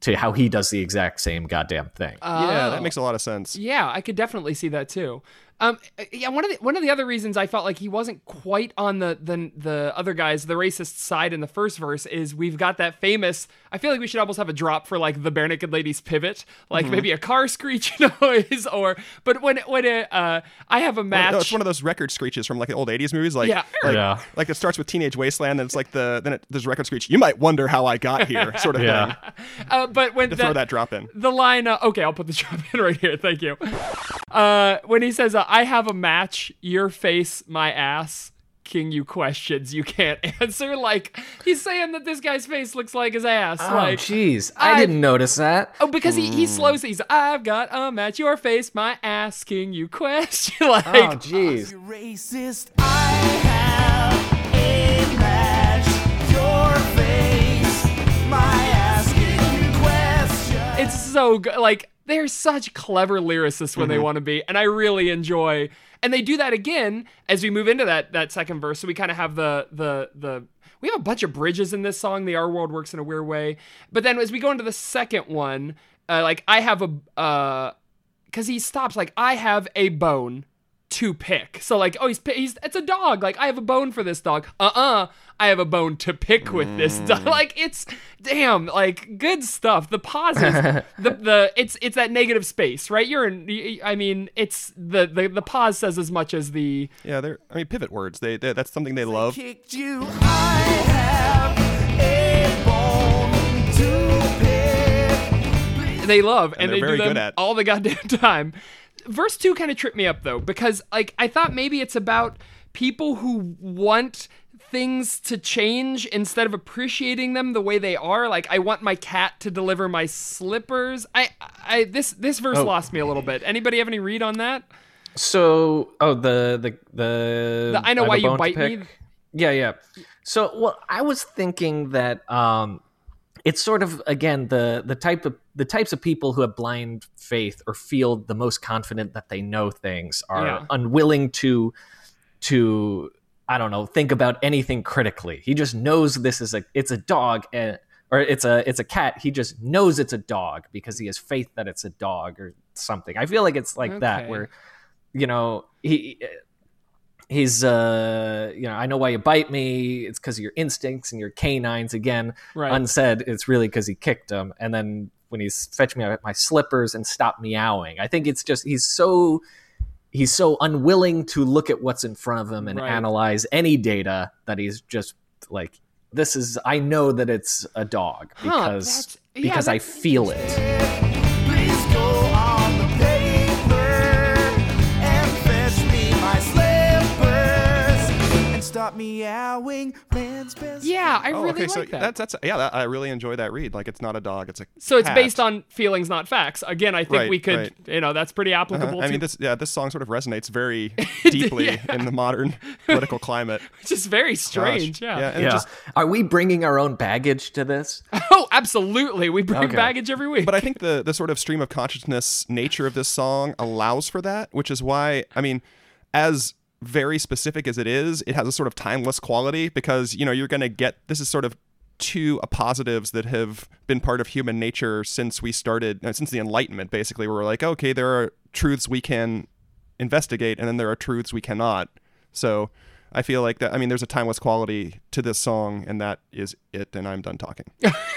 D: to how he does the exact same goddamn thing.
C: Yeah,
B: Oh.
C: that makes a lot of sense.
B: Yeah, I could definitely see that too. Um, yeah, one of the one of the other reasons I felt like he wasn't quite on the the the other guys, the racist side in the first verse is we've got that famous. I feel like we should almost have a drop for like the bare naked ladies pivot, like
C: Mm-hmm.
B: maybe a car screech (laughs) noise or. But when when it, uh, I have a match.
C: No, it's one of those record screeches from like the old '80s movies, like
B: Yeah.
C: like,
D: Yeah.
C: like it starts with Teenage Wasteland, and it's like the then it, there's a record screech. You might wonder how I got
B: (laughs)
C: here, sort of thing.
B: uh, but when
C: To
B: the-
C: throw that drop in.
B: the line uh, okay i'll put the (laughs) drop in right here thank you uh, when he says uh, i have a match your face my ass king you questions you can't (laughs) answer like he's saying that this guy's face looks like his ass
D: Oh,
B: like
D: jeez, I,
B: I-
D: didn't notice that.
B: Oh, because he, he slows. He's I've got a match. Your face, my ass, king you question. (laughs) like,
D: Oh, jeez.
B: (laughs)
E: You're racist. I have a match. Your face. My asking you questions.
B: It's so good. Like they're such clever lyricists when they want to be, and I really enjoy. And they do that again as we move into that that second verse. So we kind of have the the the we have a bunch of bridges in this song. The Our World works in a weird way, but then as we go into the second one, uh, like I have a uh, because he stops like I have a bone to pick. So like, oh, he's pi- he's it's a dog. Like I have a bone for this dog. Uh uh I have a bone to pick with this dog. (laughs) Like it's damn like good stuff. The pauses, the the it's it's that negative space, right? You're in. y- y- I mean, it's the the the pause says as much as the
C: Yeah, they're I mean pivot words. They, they that's something they love.
E: Kicked you. I have a bone to pick.
B: they love and,
C: And
B: they
C: they're very
B: do them
C: good at.
B: all the goddamn (laughs) time. Verse two kind of tripped me up though because like I thought maybe it's about people who want things to change instead of appreciating them the way they are. Like I want my cat to deliver my slippers. I I this this verse
D: Oh.
B: lost me a little bit. Anybody have any read on that?
D: So, oh, the the the,
B: The I know
D: have
B: why
D: a
B: you
D: bone to
B: bite me.
D: pick? Yeah, yeah. So, well, I was thinking that um, it's sort of again the the type of the types of people who have blind faith or feel the most confident that they know things are
B: Yeah.
D: unwilling to to I don't know think about anything critically. He just knows this is a it's a dog and or it's a it's a cat. He just knows it's a dog because he has faith that it's a dog or something. I feel like it's like that
B: Okay.
D: where you know he he's uh you know i know why you bite me it's because of your instincts and your canines again
B: Right.
D: unsaid it's really because he kicked him and then when he's fetch me out my slippers and stop meowing i think it's just he's so he's so unwilling to look at what's in front of him and
B: Right.
D: analyze any data that he's just like this is i know that it's a dog
B: Huh,
D: because
B: that's- yeah,
D: because i
B: that's
D: feel it
E: Please go on the paper and fetch me my slippers and stop meowing. Man's best
B: yeah, I
C: Oh,
B: really
C: okay,
B: like
C: so
B: that.
C: that's that's yeah, that, I really enjoy that read. Like it's not a dog, it's a
B: so it's
C: cat.
B: based on feelings, not facts. Again, I think
C: Right,
B: we could,
C: right.
B: you know, that's pretty
C: Uh-huh.
B: applicable
C: I
B: to (laughs)
C: mean this yeah, this song sort of resonates very deeply in the
B: (laughs)
C: modern political climate.
B: which is very strange.
C: Gosh.
B: yeah.
C: and it
D: yeah.
C: just
D: are we bringing our own baggage to this
B: Oh, absolutely. We bring
D: Okay.
B: baggage every week.
C: But I think the the sort of stream of consciousness nature of this song allows for that, which is why I mean, as very specific as it is, it has a sort of timeless quality because you know you're gonna get this is sort of two uh, positives that have been part of human nature since we started uh, since the Enlightenment. Basically, where we're like, okay, there are truths we can investigate, and then there are truths we cannot. So. I feel like that. I mean, there's a timeless quality to this song, and that is it. And I'm done talking.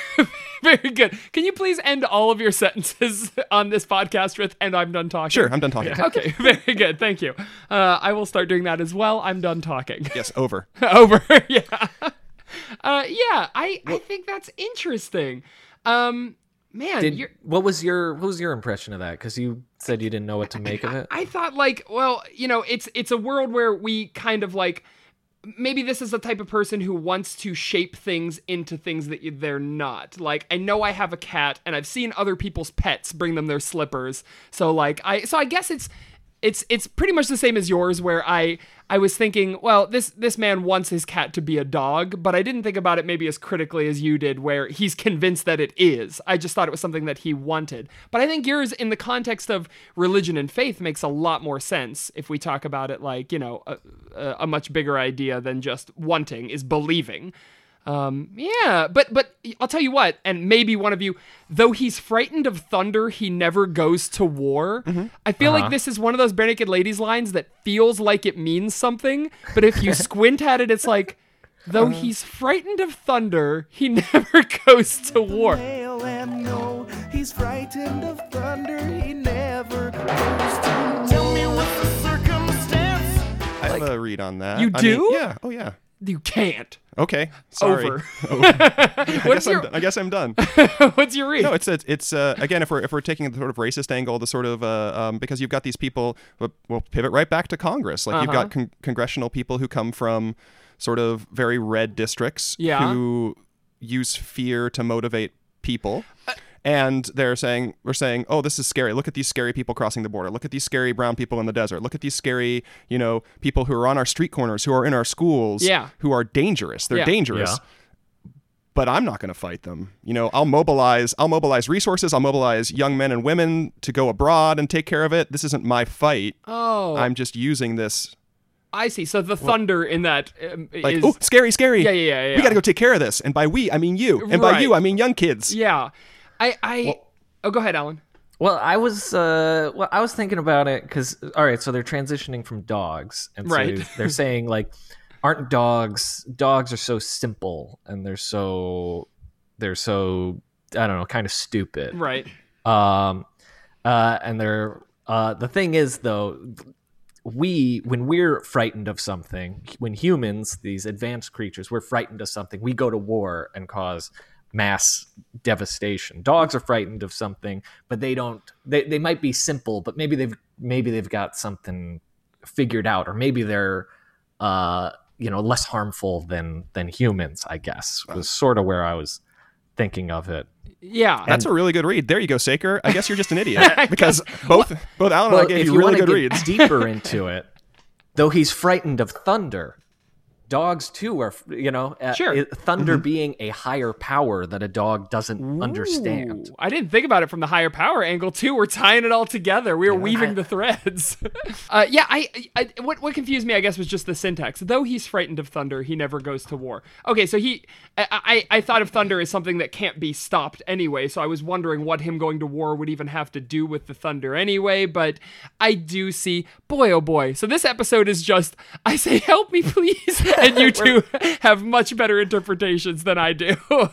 B: (laughs) Very good. Can you please end all of your sentences (laughs) on this podcast with "and I'm done talking"?
C: Sure, I'm done (laughs) talking.
B: Okay. (laughs) Very good. Thank you. Uh, I will start doing that as well. I'm done talking. (laughs)
C: Yes, over.
B: Over. (laughs) yeah. Uh, yeah. I I think that's interesting. Um, man,
D: Did-
B: you're.
D: what was your what was your impression of that? Because you said you didn't know what to make of it.
B: I thought like, well, you know, it's it's a world where we kind of like maybe this is the type of person who wants to shape things into things that you- they're not. Like I know I have a cat and I've seen other people's pets bring them their slippers. So like I so I guess it's it's it's pretty much the same as yours where I I was thinking, well, this this man wants his cat to be a dog, but I didn't think about it maybe as critically as you did where he's convinced that it is. I just thought it was something that he wanted. But I think yours in the context of religion and faith makes a lot more sense if we talk about it like, you know, a, a, a much bigger idea than just wanting is believing. Um, yeah, but but I'll tell you what, and maybe one of you, though he's frightened of thunder, he never goes to war.
C: Mm-hmm.
B: I feel
C: Uh-huh.
B: like this is one of those bare naked ladies lines that feels like it means something, but if
C: (laughs)
B: you squint at it, it's like, though
C: Uh-huh.
B: he's frightened of thunder, he (laughs) never goes to war.
E: Hail and no, he's frightened of thunder. He never goes to Tell me what's the circumstance.
C: I have a read on that.
B: You
C: I mean,
B: do?
C: yeah. Oh yeah.
B: You can't.
C: Okay. Sorry. (laughs) Oh,
B: Over.
C: I,
B: What's
C: guess I'm
B: your
C: done. I guess I'm done.
B: (laughs) What's your read?
C: No, it's it's, it's uh, again if we're if we're taking the sort of racist angle, the sort of uh, um, because you've got these people. We'll we'll pivot right back to Congress. Like you've
B: Uh-huh.
C: got con- congressional people who come from sort of very red districts
B: Yeah.
C: who use fear to motivate people. and they're saying we're saying, "Oh, this is scary. Look at these scary people crossing the border. Look at these scary brown people in the desert. Look at these scary, you know, people who are on our street corners, who are in our schools,
B: Yeah.
C: who are dangerous. They're
B: Yeah.
C: dangerous."
F: Yeah.
C: but I'm not going to fight them. You know, I'll mobilize, I'll mobilize resources, I'll mobilize young men and women to go abroad and take care of it. This isn't my fight.
B: oh, i
C: I'm just using this
B: see. So the thunder in that um,
C: like,
B: is
C: oh, scary, scary.
B: Yeah, yeah, yeah, yeah.
C: We got to go take care of this. And by we, I mean you. And by
B: Right.
C: you, I mean young kids.
B: yeah. I I oh, go ahead, Alan.
D: Well, I was uh, well, I was thinking about it because all right, so they're transitioning from dogs, and so
B: Right.
D: they're saying like, aren't dogs? Dogs are so simple, and they're so they're so I don't know, kind of stupid,
B: Right.
D: Um, uh, and they're uh, the thing is though, we when we're frightened of something, when humans, these advanced creatures, we're frightened of something, we go to war and cause mass devastation. Dogs are frightened of something, but they don't. They they might be simple, but maybe they've maybe they've got something figured out, or maybe they're. Uh, you know, less harmful than than humans, I guess, was sort of where I was thinking of it.
B: Yeah.
C: That's a really good read. There you go, Saker. I guess you're just an
B: (laughs)
C: idiot because both both Alan and I gave
D: if
C: you,
D: you
C: really
D: wanna
C: good
D: get
C: (laughs) reads.
D: deeper into it, though he's frightened of thunder. Dogs too are, you know, uh,
B: Sure.
D: it- thunder being a higher power that a dog doesn't understand.
B: Ooh, I didn't think about it from the higher power angle too. We're tying it all together. We are weaving the threads. (laughs) uh, yeah, I, I what what confused me, I guess, was just the syntax. Though he's frightened of thunder, he never goes to war. Okay, so he, I, I, I thought of thunder as something that can't be stopped anyway. So I was wondering what him going to war would even have to do with the thunder anyway. But I do see, boy, oh boy. So this episode is just, I say, help me, please, (laughs) and you two have much better interpretations than I do. (laughs)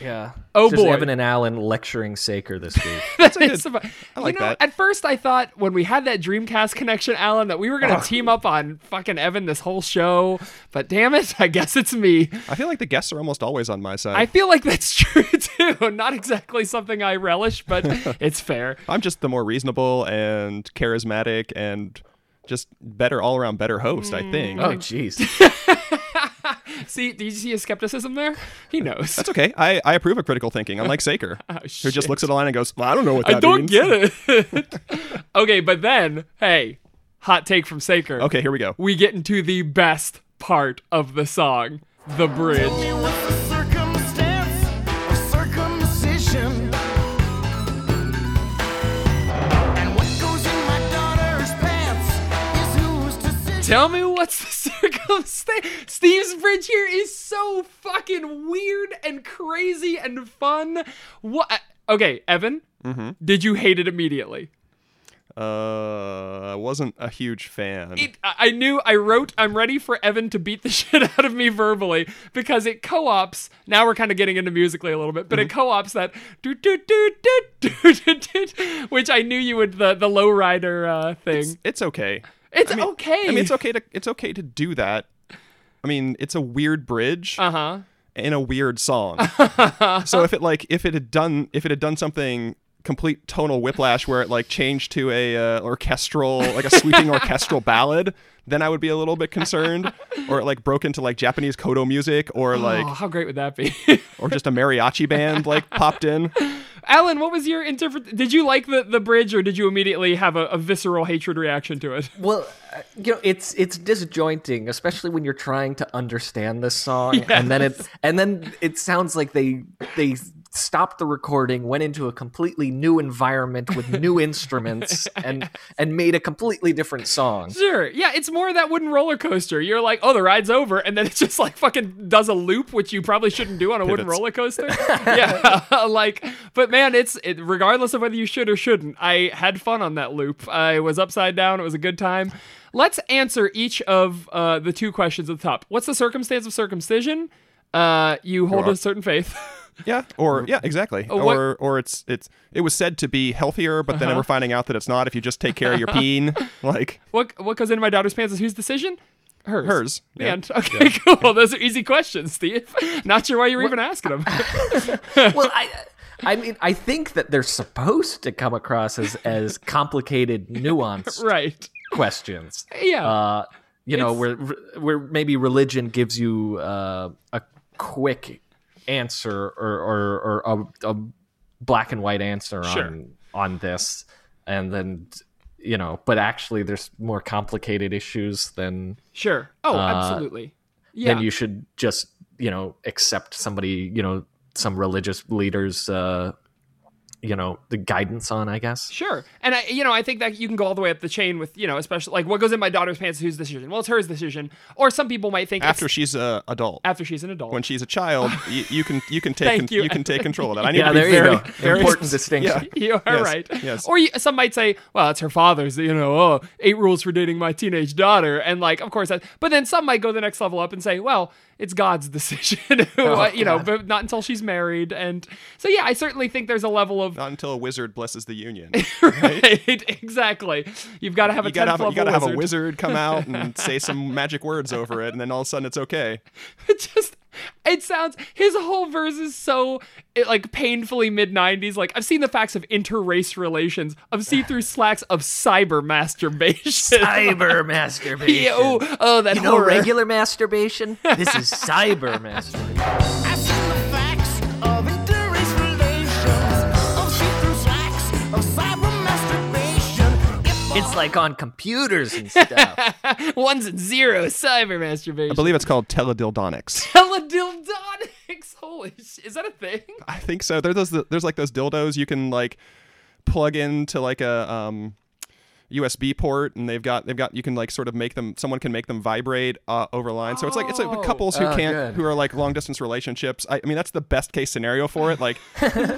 D: Yeah.
B: Oh,
D: It's just
B: boy.
D: Evan and Alan lecturing Saker this week.
B: (laughs) It's about-
C: like
B: you know,
C: that.
B: At first, I thought when we had that Dreamcast connection, Alan, that we were
C: Oh.
B: gonna team up on fucking Evan this whole show. But damn it, I guess it's me.
C: I feel like the guests are almost always on my
B: I
C: side.
B: feel like that's (laughs) true too. Not exactly something I relish, but
C: (laughs)
B: it's fair.
C: I'm just the more reasonable and charismatic and just better all around better host. I think.
D: oh, jeez.
B: See, did you see his skepticism there? He knows.
C: It's okay. I, I approve of critical thinking,
B: (laughs)
C: unlike Saker, who
B: Oh, shit.
C: just looks at a line and goes, well, I don't know what that
B: (laughs) I
C: means."
B: don't get it. (laughs) okay, but then, hey, hot take from Saker.
C: Okay, here we go.
B: We get into the best part of the song, the bridge.
E: Tell me what's the circumstance of circumcision. And what goes in my daughter's pants is whose decision.
B: Tell me what's the (laughs) circumstance. Steve's bridge here is so fucking weird and crazy and fun. What? Okay, Evan,
C: Mm-hmm.
B: did you hate it immediately?
C: Uh, I wasn't a huge fan.
B: It, I I knew I wrote, I'm ready for Evan to beat the (laughs) shit out of me verbally because it co ops. Now we're kind of getting into musically a little bit, but it
C: Mm-hmm.
B: co ops that do, do, do, do, do, do, do, which I knew you would, the, the lowrider uh, thing. It's,
C: it's okay. I mean,
B: okay.
C: I mean, it's okay to it's okay to do that. I mean, it's a weird bridge
B: Uh huh. (laughs)
C: in a weird song. so if it like if it had done if it had done something complete tonal whiplash where it like changed to a uh, orchestral like a
B: (laughs)
C: sweeping orchestral ballad then i would be a little bit concerned or it like broke into like japanese kodo music or like
B: oh, how great would that be? (laughs)
C: or just a mariachi band like popped in
B: Alan, what was your interpret? Did you like the, the bridge, or did you immediately have a, a visceral hatred reaction to it?
D: Well, uh, you know, it's it's disjointing, especially when you're trying to understand this song, and then it and then it sounds like they they stopped the recording, went into a completely new environment with
B: (laughs)
D: new instruments, and and made a completely different song.
B: (laughs) Sure. Yeah, it's more that wooden roller coaster. You're like, oh, the ride's over, and then it just like fucking does a loop, which you probably shouldn't do on a wooden
C: Pivots. (laughs)
B: roller coaster. yeah, (laughs) like, but man, it's it, regardless of whether you should or shouldn't. I had fun on that loop. I was upside down. It was a good time. Let's answer each of uh, the two questions at the top. What's the circumstance of circumcision? Uh, you hold
C: You're
B: a certain faith. (laughs)
C: yeah or yeah exactly
B: Oh, what- Uh-huh.
C: or or it's it's it was said to be healthier but then we're finding out that it's not if you just take care of your
B: (laughs)
C: peen like
B: what what goes into my daughter's pants is whose decision? Hers.
C: Hers, yeah.
B: And (laughs) okay, cool. Those are easy questions, Steve. (laughs) Not sure why you're even asking them.
D: well, I. I mean, I think that they're supposed to come across as, as complicated, nuanced
B: (laughs) (laughs) right.
D: questions.
B: Yeah.
D: uh, you know,
B: It's-
D: where where maybe religion gives you uh, a quick answer or or, or a, a black and white answer
B: Sure.
D: on on this, and then you know, but actually, there's more complicated issues than
B: Sure. Oh,
D: Uh,
B: absolutely. Yeah.
D: than you should just you know accept somebody you know some religious leaders. Uh, you know the guidance on i guess
B: Sure. And I you know, I think that you can go all the way up the chain with, you know, especially like what goes in my daughter's pants is whose decision. Well, it's hers decision. Or some people might think
C: after
B: it's,
C: she's a adult
B: after she's an adult.
C: when she's a
B: (laughs)
C: child you, you can you can take
B: Thank
C: con-
B: you.
C: you. can take control of that i need
D: yeah
C: to be
D: there
C: very,
D: you go
C: very
D: important
C: yeah.
D: distinction
B: (laughs) you are
C: Yes,
B: right.
C: yes.
B: Or you, some might say, well, it's her father's, you know, oh, eight rules for dating my teenage daughter. And like, of course, that, but then some might go the next level up and say, well, it's God's (laughs) decision,
C: Oh,
B: you know, but not until she's married. And so, yeah, I certainly think there's a level
C: (laughs)
B: of,
C: not until a wizard blesses the
B: (laughs)
C: union
B: right, exactly. You've got to have
C: Oh, you
B: a
C: gotta,
B: 10th
C: have a,
B: level
C: you gotta have a wizard come
B: (laughs)
C: out and say some magic words over it, and then all of a sudden it's okay.
B: It (laughs) just it sounds his whole verse is so it, like painfully mid 90s like i've seen the facts of inter-race relations of
C: (sighs)
B: see-through slacks of cyber masturbation
D: cyber masturbation
B: Yeah, oh, oh that
D: You know
B: horror.
D: regular masturbation? (laughs) This is cyber masturbation.
F: I see the facts of interrace relations, of see-through slacks, of cyber masturbation.
D: It's like on computers (laughs) and stuff.
B: (laughs) ones and zeros cyber masturbation
C: I believe it's called teledildonics.
B: teledildonics (laughs) holy sh- is that a thing
C: I think so. There's those, there's like those dildos you can like plug into like a um, USB port, and they've got they've got you can like sort of make them. Someone can make them vibrate uh, over line. So it's like it's like
B: Oh.
C: couples who
D: Oh,
C: can't
D: good.
C: who are like long distance relationships. I, I mean that's the best case scenario for it.
B: (laughs)
C: Like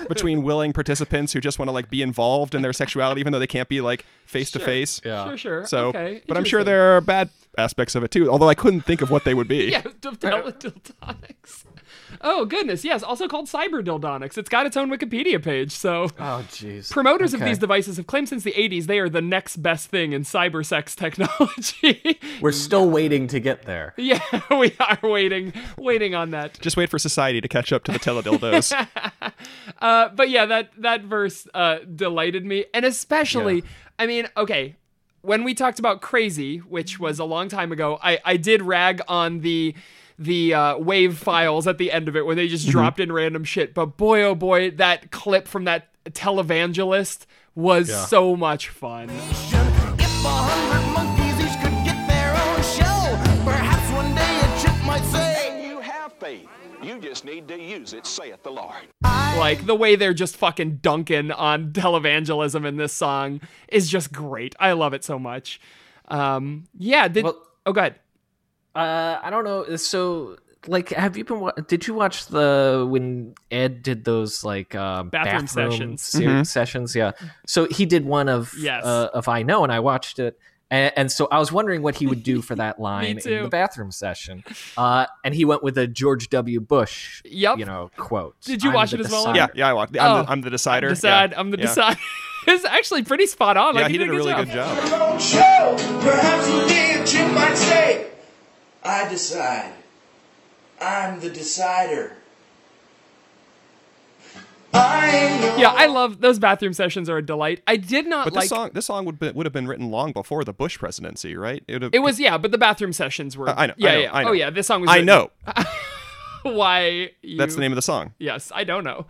C: between willing participants who just want to like be involved in their sexuality, even though they can't be like face to face.
D: (laughs) Yeah.
B: sure sure
C: So,
B: okay
C: but I'm sure
B: interesting.
C: there are bad aspects of it too. Although I couldn't think of what they would be.
B: (laughs) yeah d- teledildonics (laughs) oh goodness yes also called cyber dildonics it's got its own wikipedia page so
D: (laughs) Oh, jeez.
B: Promoters of
D: Okay.
B: these devices have claimed since the 80s they are the next best thing in cyber sex technology. (laughs)
D: We're still waiting to get there.
B: yeah, (laughs) we are waiting, waiting on that.
C: Just wait for society to catch up to the
B: (laughs)
C: teledildos.
B: Uh, but yeah, that that verse uh, delighted me, and especially, I mean, okay, when we talked about Crazy, which was a long time ago, I I did rag on the the uh, wave files at the end of it when they just dropped in random shit. But boy, oh boy, that clip from that televangelist was so much fun.
F: If a hundred monkeys each could get their own show, perhaps one day a chick might say.
G: You have faith. You just need to use it, saith the Lord.
B: Like the way they're just fucking dunking on (laughs) televangelism in this song is just great. I love it so much. Um, yeah. Did,
D: Well-
B: oh, god.
D: Uh, I don't know. So, like, have you been? Wa- did you watch the when Ed did those like uh,
B: Bathroom
D: bathroom,
B: sessions. Mm-hmm.
D: ser- sessions? Yeah. So he did one of
B: Yes.
D: uh, of I know, and I watched it. And, and so I was wondering what he would do for
B: (laughs)
D: that line
B: too.
D: in the bathroom session. Uh, and he went with a George W. Bush,
B: Yep.
D: you know, quote.
B: Did you
D: "I'm
B: watch
D: the
B: it as well, Ed?
C: yeah,
D: decider."
C: yeah, I walked. I'm,
B: Oh.
C: the, I'm the decider.
B: Decide.
C: Yeah.
B: I'm the
C: Yeah.
B: decide. (laughs) it's actually pretty spot on.
C: Yeah,
B: like,
C: he did a really good job.
F: Own show, perhaps one day a chick might say. I decide. I'm the decider. I
B: Yeah, I love those bathroom sessions are a delight. I did not
C: But this
B: like
C: song, this song would be, would have been written long before the Bush presidency, right? It, would have,
B: it was yeah, but the bathroom sessions were
C: Uh, I know.
B: Yeah,
C: I know,
B: yeah.
C: I know.
B: Oh yeah, this song was
C: I
B: written-
C: know.
B: (laughs) why you,
C: That's the name of the song.
B: Yes, I don't know.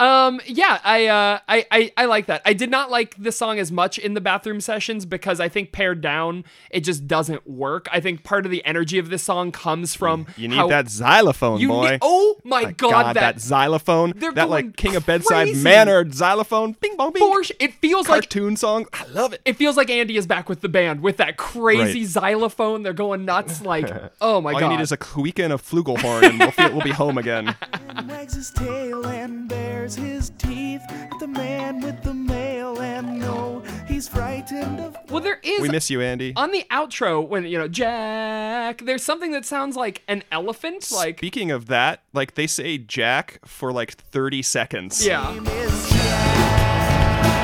B: Um, yeah, I, uh, I, I, I like that. I did not like this song as much in the bathroom sessions because I think pared down, it just doesn't work. I think part of the energy of this song comes from
C: You need
B: how-
C: that xylophone,
B: You
C: boy.
B: need, oh my,
C: My
B: god,
C: God,
B: that,
C: that xylophone,
B: They're
C: that
B: going
C: like King of Bedside
B: crazy.
C: Manor xylophone, bing bong bing,
B: Porsche- It feels like
C: cartoon song. Ah, I love it.
B: it feels like Andy is back with the band with that crazy xylophone. They're going nuts.
C: (laughs)
B: Like, oh my
C: All
B: god,
C: you need is a cuica and a
B: (laughs)
C: flugelhorn, and we'll, feel, we'll be home again.
E: and wags his tail and bares his teeth at the man with the mail and no he's frightened of
B: well, there is
C: We miss you, Andy.
B: on the outro when you know Jack. There's something that sounds like an elephant, like
C: Speaking of that, like they say Jack for like 30 seconds.
B: yeah.
E: him is Jack.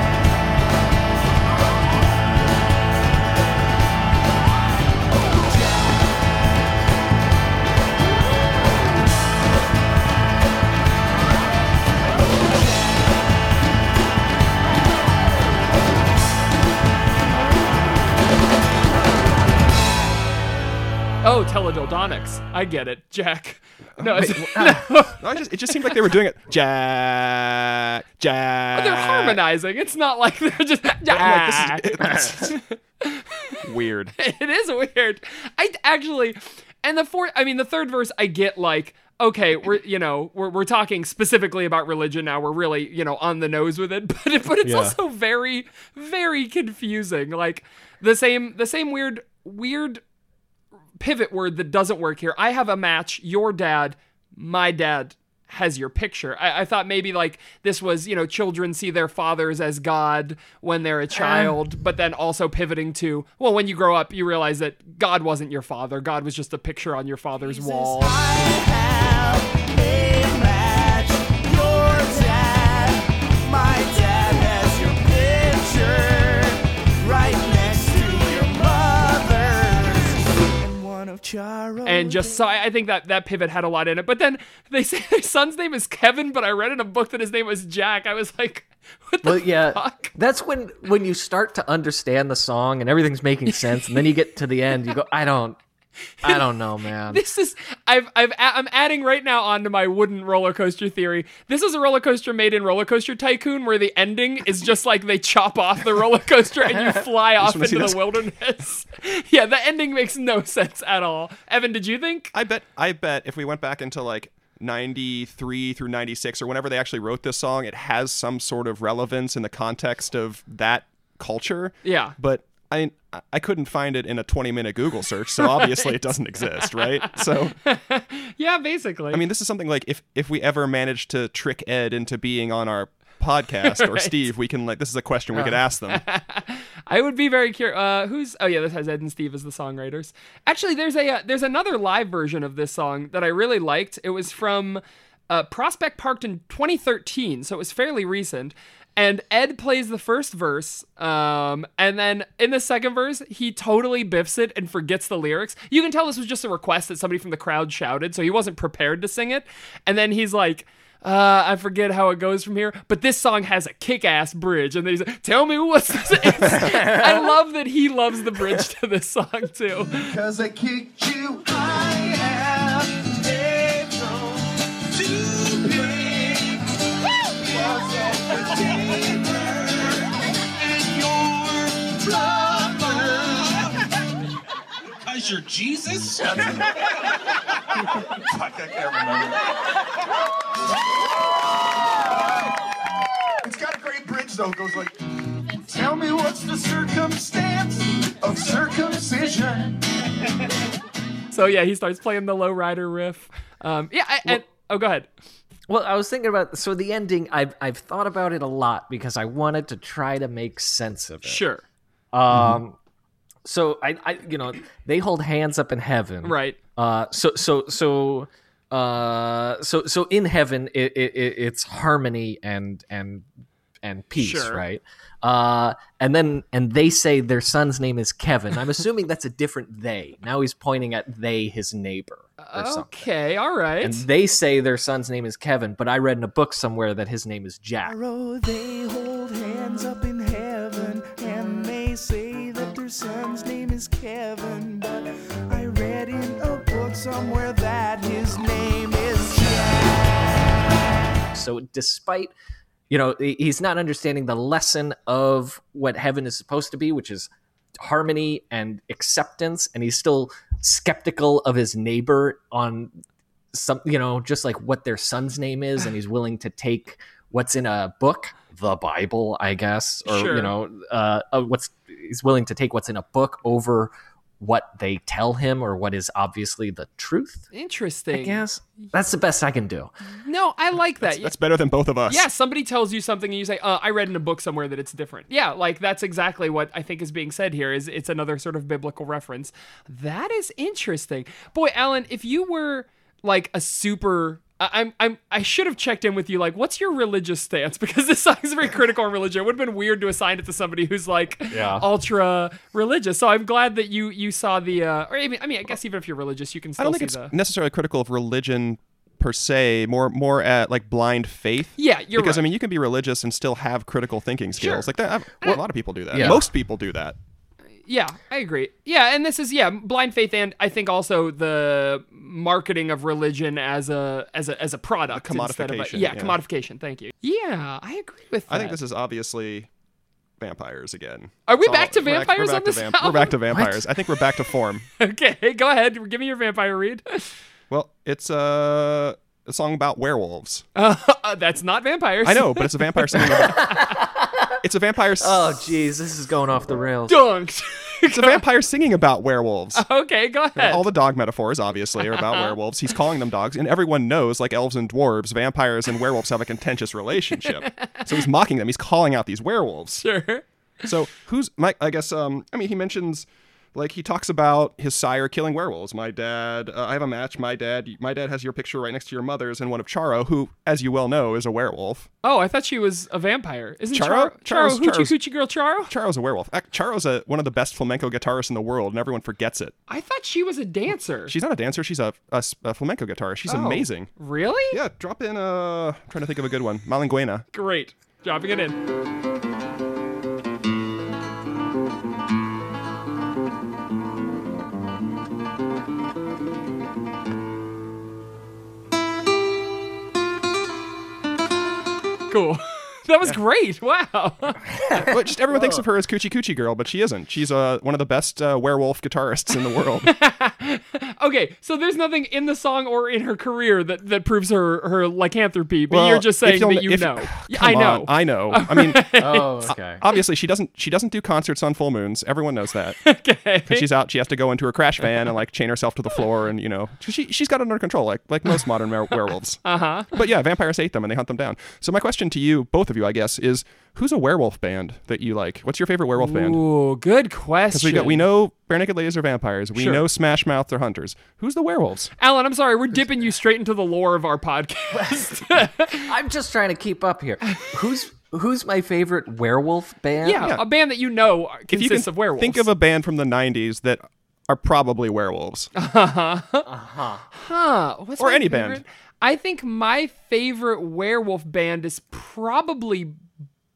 B: Oh, teledildonics. I get it, Jack. (laughs) No, it's,
C: No, I just, it just seemed like they were doing it. Jack, Jack.
B: Oh, they're harmonizing. It's not like they're just.
C: I'm Ah. like,
B: (laughs)
C: this is- Weird.
B: it is weird. I actually, and the fourth, I mean, the third verse, I get like, okay, we're you know we're we're talking specifically about religion now. We're really you know on the nose with it, (laughs) but it, but it's
D: Yeah.
B: also very very confusing. Like the same the same weird weird pivot word that doesn't work here. I have a match. Your dad, my dad has your picture. I, I thought maybe like this was, you know, children see their fathers as God when they're a child, but then also pivoting to, well, when you grow up, you realize that God wasn't your father. God was just a picture on your father's wall. and just so I, I think that that pivot had a lot in it. But then they say (laughs) their son's name is Kevin, but I read in a book that his name was Jack. I was like, (laughs) what the
D: Well, yeah,
B: fuck?
D: that's when when you start to understand the song and everything's making sense, and then you get to the end, you go, I don't, I don't know, man.
B: This is I've I've a- I'm adding right now onto my wooden roller coaster theory. This is a roller coaster made in Roller Coaster Tycoon, where the ending is just like they chop off the roller coaster
C: (laughs)
B: and you fly off
C: wanna see
B: into the
C: this.
B: wilderness. (laughs) yeah, the ending makes no sense at all. Evan, did you think?
C: I bet I bet if we went back into like 93 through 96 or whenever they actually wrote this song, it has some sort of relevance in the context of that culture.
B: Yeah.
C: But I I couldn't find it in a 20 minute Google search,
B: (laughs)
C: so obviously it doesn't exist, right? So
B: Yeah, basically.
C: I mean, this is something like if if we ever manage to trick Ed into being on our podcast
B: (laughs)
C: or Steve, we can like this is a question
B: Uh.
C: we could ask them.
B: I would be very curious. Uh, who's? Oh yeah, this has Ed and Steve as the songwriters. Actually, there's a uh, there's another live version of this song that I really liked. It was from uh, Prospect Park in 2013, so it was fairly recent. And Ed plays the first verse, um, and then in the second verse, he totally biffs it and forgets the lyrics. You can tell this was just a request that somebody from the crowd shouted, so he wasn't prepared to sing it. And then he's like, uh, I forget how it goes from here, but this song has a kick-ass bridge, and then he's like, "Tell me what's." (laughs) This? It's, I love that he loves the bridge to this song too.
F: Cause I kicked you high and they've gone too big. Was at the table and you're trouble. Cause you're Jesus? Fuck, I can't remember. It's got a great bridge though. It goes like, Tell me what's the circumstance of circumcision?
B: So yeah, he starts playing the low rider riff. Um, yeah, I, and, oh, go ahead.
D: Well, I was thinking about so the ending. I've I've thought about it a lot because I wanted to try to make sense of it.
B: Sure, Mm-hmm.
D: Um, so I, I, you know, they hold hands up in heaven,
B: right.
D: Uh, so so so uh so so in heaven it, it, it it's harmony and and and peace,
B: Sure.
D: right? Uh, and then and they say their son's name is Kevin. I'm assuming that's a different they. Now he's pointing at they, his neighbor, or something.
B: Okay, all right.
D: And they say their son's name is Kevin, but I read in a book somewhere that his name is Jack.
E: Tomorrow they hold hands up in heaven and they say that their son's name is Kevin. But I read in a book somewhere that his name is Jack.
D: So despite you know he- he's not understanding the lesson of what heaven is supposed to be, which is harmony and acceptance, and he's still skeptical of his neighbor on some you know just like what their son's name is, and he's willing to take what's in a book, the Bible, I guess, or
B: Sure.
D: you know uh, uh, what's he's willing to take what's in a book over what they tell him or what is obviously the truth.
B: Interesting.
D: I guess that's the best I can do.
B: No, I like that.
C: That's better than both of us.
B: yeah, somebody tells you something and you say, uh, "I read in a book somewhere that it's different." Yeah, like that's exactly what I think is being said here. Is it's another sort of biblical reference. That is interesting, boy, Alan. If you were like a super, I- I'm, I'm, I should have checked in with you. Like, what's your religious stance? (laughs) Because this song is very critical on religion. It would have been weird to assign it to somebody who's like ultra religious. So I'm glad that you you saw the. Uh, or I mean, I mean, I guess even if you're religious, you can
C: I
B: still
C: don't think
B: see
C: it's
B: the.
C: necessarily critical of religion per se, more more at like blind faith.
B: Yeah, you're
C: because I
B: right.
C: mean you can be religious and still have critical thinking skills. Like that, I've, a lot of people do that.
D: Yeah.
C: Most people do that.
B: Yeah, I agree. Yeah, and this is yeah, blind faith and I think also the marketing of religion as a as a as a product instead of a,
C: commodification,
B: yeah,
C: yeah.
B: commodification. Thank you. Yeah, I agree with that.
C: I think this is obviously vampires again.
B: Are we
C: It's
B: back to
C: we're back-
B: vampires
C: we're back
B: on
C: to
B: this
C: vamp-
B: album?
C: We're back to vampires. I think we're back to
B: (laughs)
C: form.
B: okay. Go ahead, give me your vampire read. (laughs)
C: Well, it's uh, a song about werewolves.
B: Uh, that's not vampires.
C: I know, but it's a vampire singing
B: (laughs)
C: about. It's a vampire. s-
D: Oh, jeez, this is going off the
B: (laughs)
D: rails.
B: Dunked.
C: (laughs) it's a vampire singing about werewolves.
B: (laughs) okay, go ahead.
C: All the dog metaphors, obviously, are
B: (laughs)
C: about werewolves. He's calling them dogs, and everyone knows, like elves and dwarves, vampires and werewolves have a contentious relationship. so he's mocking them. He's calling out these werewolves.
B: sure.
C: So who's my? I guess. Um. I mean, he mentions. Like he talks about his sire killing werewolves. My dad, uh, I have a match. My dad, my dad has your picture right next to your mother's and one of Charo, who, as you well know, is a werewolf.
B: Oh, I thought she was a vampire. Isn't
C: Charo?
B: Charo Charo,
C: Charo's-
B: Hoochie
C: Charo's-
B: Coochie Girl Charo?
C: Charo's a werewolf. Ac- Charo's a, one of the best flamenco guitarists in the world, and everyone forgets it.
B: I thought she was a dancer.
C: She's not a dancer. She's a, a s- a flamenco guitarist. She's
B: Oh.
C: amazing.
B: really?
C: Yeah, drop in. Uh, I'm trying to think of a good one.
B: (laughs)
C: Malinguena.
B: Great. Dropping it in. Cool. (laughs) That was great. Wow. (laughs)
C: Well, just everyone thinks of her as Coochie Coochie Girl, but she isn't. She's uh, one of the best uh, werewolf guitarists in the
B: (laughs)
C: world.
B: Okay, so there's nothing in the song or in her career that, that proves her, her lycanthropy, but
C: Well,
B: you're just
C: if
B: saying
C: you'll-
B: that you
C: if- (sighs) (laughs)
B: know. Yeah,
C: Come
B: I know.
C: on, I know. I mean,
D: Oh, okay.
C: obviously she doesn't. She doesn't do concerts on full moons. Everyone knows that.
B: (laughs) okay.
C: If she's out, she has to go into her crash van and like chain herself to the floor, and you know she she's got it under control, like like most modern were-
B: (laughs)
C: werewolves. Uh
B: Uh-huh.
C: huh. But yeah, vampires hate them and they hunt them down. So my question to you, both of you, I guess, is who's a werewolf band that you like? What's your favorite werewolf band?
B: Ooh, good question.
C: Because we got we know bare naked ladies are vampires. We
B: Sure.
C: know Smash Mouth are hunters. Who's the werewolves?
B: Alan, I'm sorry, we're dipping you straight into the lore of our podcast.
D: I'm just trying to keep up here. Who's who's my favorite werewolf band?
B: yeah, a band that you know are-
C: If you
B: consists
C: can
B: of werewolves.
C: think of a band from the '90s that are probably werewolves.
B: huh, Oh, what's
C: or
B: my
C: any band.
B: favorite? I think my favorite werewolf band is probably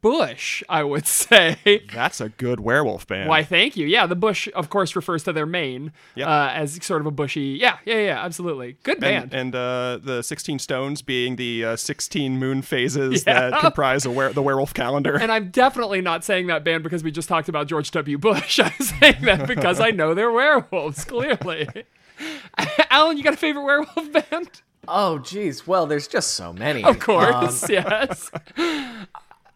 B: Bush. I would (laughs) say.
C: (laughs) That's a good werewolf band.
B: Why? Thank you. Yeah, the Bush, of course, refers to their mane
C: Yep.
B: uh, as sort of a bushy. Yeah, yeah, yeah. Absolutely, good band.
C: and, and uh, the 16 stones being the uh, 16 moon phases
B: (laughs)
C: that comprise a were- the werewolf calendar. (laughs)
B: And I'm definitely not saying that band because we just talked about George W. Bush. (laughs) I'm saying that because I know they're werewolves, clearly. (laughs) Alan, you got a favorite werewolf band?
D: Oh, geez. Well, there's just so many. Um,
B: Of course, yes.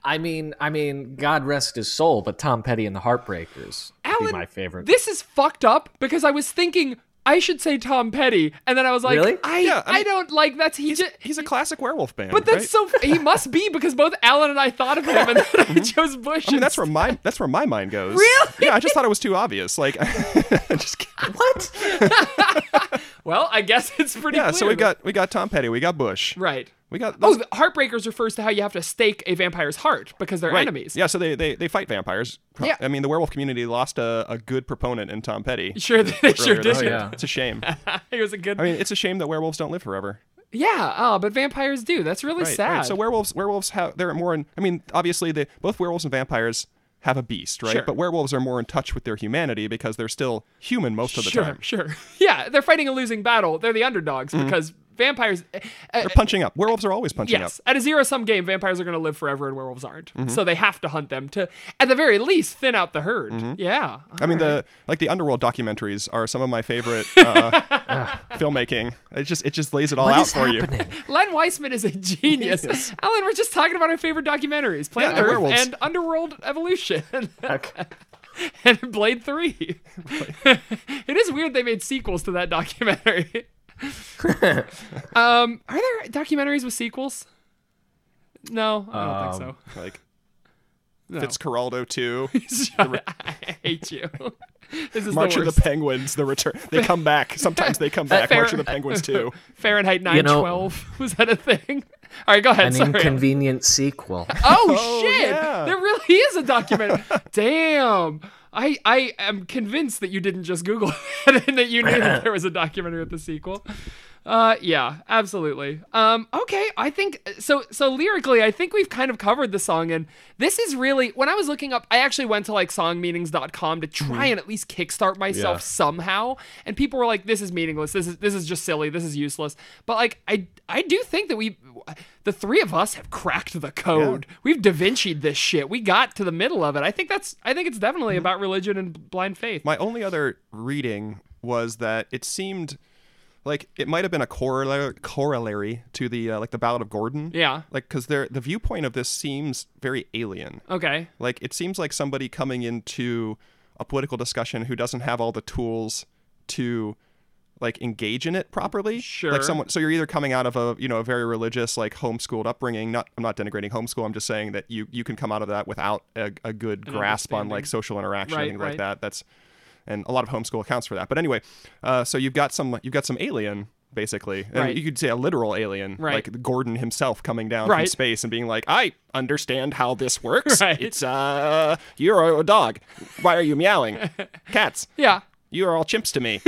D: I mean, I mean, God rest his soul, but Tom Petty and the Heartbreakers would
B: Alan,
D: be my favorite.
B: This is fucked up because I was thinking I should say Tom Petty, and then I was like,
D: Really?
B: I,
C: Yeah, I
B: I,
C: mean,
B: don't like that's he just.
C: He's a classic werewolf band.
B: But
C: right?
B: that's so. He must be because both Alan and I thought of him, and then
C: (laughs)
B: I chose Bush.
C: I mean,
B: and-
C: that's where my that's where my mind goes.
B: (laughs) Really?
C: (laughs) Yeah, I just thought it was too obvious. Like, I just kidding.
D: what?
B: Well, I guess it's pretty.
C: Yeah,
B: clear.
C: so we got we got Tom Petty, we got Bush,
B: right.
C: We got
B: Oh,
C: those-
B: the heartbreakers refers to how you have to stake a vampire's heart because they're
C: right.
B: enemies.
C: Yeah, so they, they they fight vampires.
B: Yeah.
C: I mean the werewolf community lost a, a good proponent in Tom Petty.
B: (laughs) Sure, they sure
C: earlier
B: did.
C: this year.
D: Oh, yeah.
C: It's a shame.
B: (laughs) It was a good.
C: I mean, it's a shame that werewolves don't live forever.
B: yeah, oh, but vampires do. That's really
C: Right,
B: sad.
C: right. So werewolves, werewolves have they're more. In, I mean, obviously, they both werewolves and vampires have a beast, right?
B: Sure.
C: But werewolves are more in touch with their humanity because they're still human most of the
B: sure,
C: time. Mm-hmm.
B: sure. (laughs) Yeah, they're fighting a losing battle. They're the underdogs because vampires. uh, uh,
C: They're punching up. Werewolves are always punching
B: Yes,
C: up.
B: at a zero sum game, vampires are going to live forever and werewolves aren't.
C: Mm-hmm.
B: So they have to hunt them to, at the very least, thin out the herd.
C: Mm-hmm.
B: Yeah.
C: I mean, the like the underworld documentaries are some of my
B: (laughs)
C: favorite uh, filmmaking. It just it just lays it all
D: What
C: out
D: is
C: for you.
D: happening?
B: Len Weissman is
C: (laughs)
B: a genius. Alan, we're just talking about our favorite documentaries Planet
C: Yeah,
B: Earth
C: werewolves.
B: and Underworld
C: (laughs)
B: Evolution
D: Okay.
B: (laughs) and Blade 3. (laughs) it is weird they made sequels to that
C: (laughs)
B: documentary. um, are there documentaries with sequels? No, I don't think so.
C: Like
B: No.
C: Fitzcarraldo two,
B: (laughs) I hate you. (laughs) This is
C: March
B: the
C: of
B: worst.
C: the Penguins, the return. They come
B: (laughs)
C: back. Sometimes they come back.
B: Fair-
C: March of the Penguins
B: (laughs)
C: two.
B: Fahrenheit 912. (laughs) Was that a thing? All right, go ahead.
D: An
B: Sorry.
D: inconvenient sequel.
B: oh,
C: Oh,
B: shit!
C: yeah.
B: There really is a documentary. (laughs) Damn. I, I am convinced that you didn't just Google (laughs) it and that you knew that there was a documentary with the sequel. Uh, yeah, absolutely. Um, okay, I think so. So lyrically, I think we've kind of covered the song, and this is really when I was looking up. I actually went to like songmeanings.com to try and at least kickstart myself
D: Yeah.
B: somehow, and people were like, "This is meaningless. This is this is just silly. This is useless." But like, I I do think that we, the three of us, have cracked the code. We've Da Vinci'd this shit. We got to the middle of it. I think that's. I think it's definitely about religion and blind faith.
C: My only other reading was that it seemed like it might have been a corollary, corollary to the uh, like the Ballad of Gordon.
B: Yeah.
C: Like cuz the viewpoint of this seems very alien.
B: okay.
C: Like it seems like somebody coming into a political discussion who doesn't have all the tools to like engage in it properly.
B: Sure.
C: Like someone so you're either coming out of a, you know, a very religious like homeschooled upbringing. Not I'm not denigrating homeschool. I'm just saying that you you can come out of that without a, a good grasp on like social interaction
B: Right,
C: and things
B: right.
C: like that. That's and a lot of homeschool accounts for that. But anyway, uh, so you've got some you've got some alien basically. And
B: Right.
C: you could say a literal alien
B: Right.
C: like Gordon himself coming down from
B: Right.
C: space and being like, "I understand how this works.
B: (laughs) Right.
C: It's uh, you're a dog. Why are you
B: (laughs)
C: meowing? Cats,
B: Yeah.
C: you are all chimps to
B: (laughs)
C: me.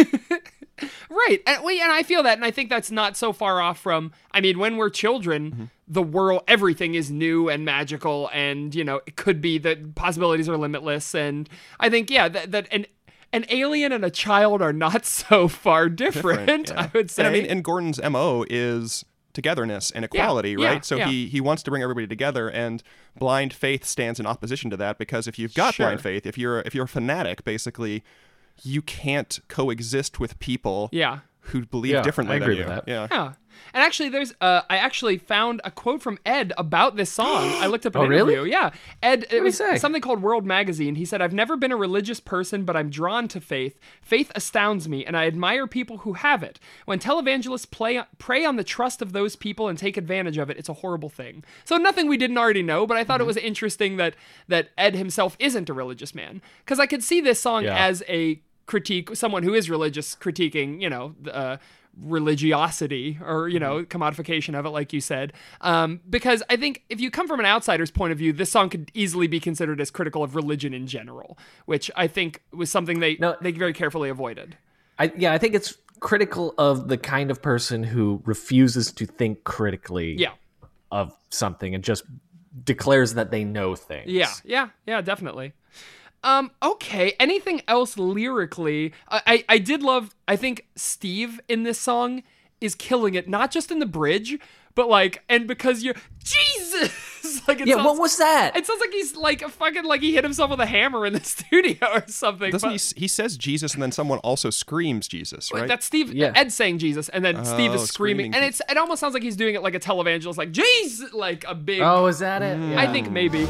B: Right. And we and I feel that and I think that's not so far off from I mean when we're children
C: Mm-hmm.
B: the world everything is new and magical and you know it could be that possibilities are limitless and I think yeah that that an an alien and a child are not (laughs) so far different, I would say.
C: And I mean, and Gordon's mo is togetherness and equality,
B: yeah,
C: right? so
B: yeah.
C: he he wants to bring everybody together, and blind faith stands in opposition to that because if you've got blind faith, if you're if you're a fanatic, basically, you can't coexist with people.
B: yeah.
C: Who believe
D: Yeah,
C: differently
D: I agree
C: than
D: with
C: you.
D: that.
C: Yeah.
B: (laughs) Yeah. And actually, there's uh, I actually found a quote from Ed about this song. I looked up
D: (gasps)
B: an
D: Oh, really?
B: interview. Yeah, Ed. It was
D: say?
B: something called World Magazine. He said, "I've never been a religious person, but I'm drawn to faith. Faith astounds me, and I admire people who have it. When televangelists play, prey on the trust of those people and take advantage of it, it's a horrible thing. So nothing we didn't already know, but I thought it
D: Mm-hmm.
B: was interesting that that Ed himself isn't a religious man because I could see this song
D: Yeah.
B: as a critique someone who is religious critiquing you know the, uh, religiosity or you know commodification of it like you said um, because i think if you come from an outsider's point of view this song could easily be considered as critical of religion in general which i think was something they
D: No.
B: they very carefully avoided
D: I, yeah, I think it's critical of the kind of person who refuses to think critically
B: yeah
D: of something and just declares that they know things.
B: Yeah, yeah, yeah, definitely. Um, okay. Anything else lyrically? I, I, I did love. I think Steve in this song is killing it, not just in the bridge, but like, and because you're Jesus, (laughs) like, it
D: Yeah,
B: sounds,
D: what was that?
B: It sounds like he's like a fucking like he hit himself with a hammer in the (laughs) studio or something.
C: Doesn't
B: but-
C: he? s- He says Jesus, and then someone also screams Jesus, right?
B: That's Steve.
D: Yeah.
B: Ed saying Jesus, and then Steve
C: Oh,
B: is screaming,
C: screaming
B: and it's it almost sounds like he's doing it like a televangelist, like Jesus, like a big.
D: Oh, is that it? Yeah.
B: Mm. I think maybe.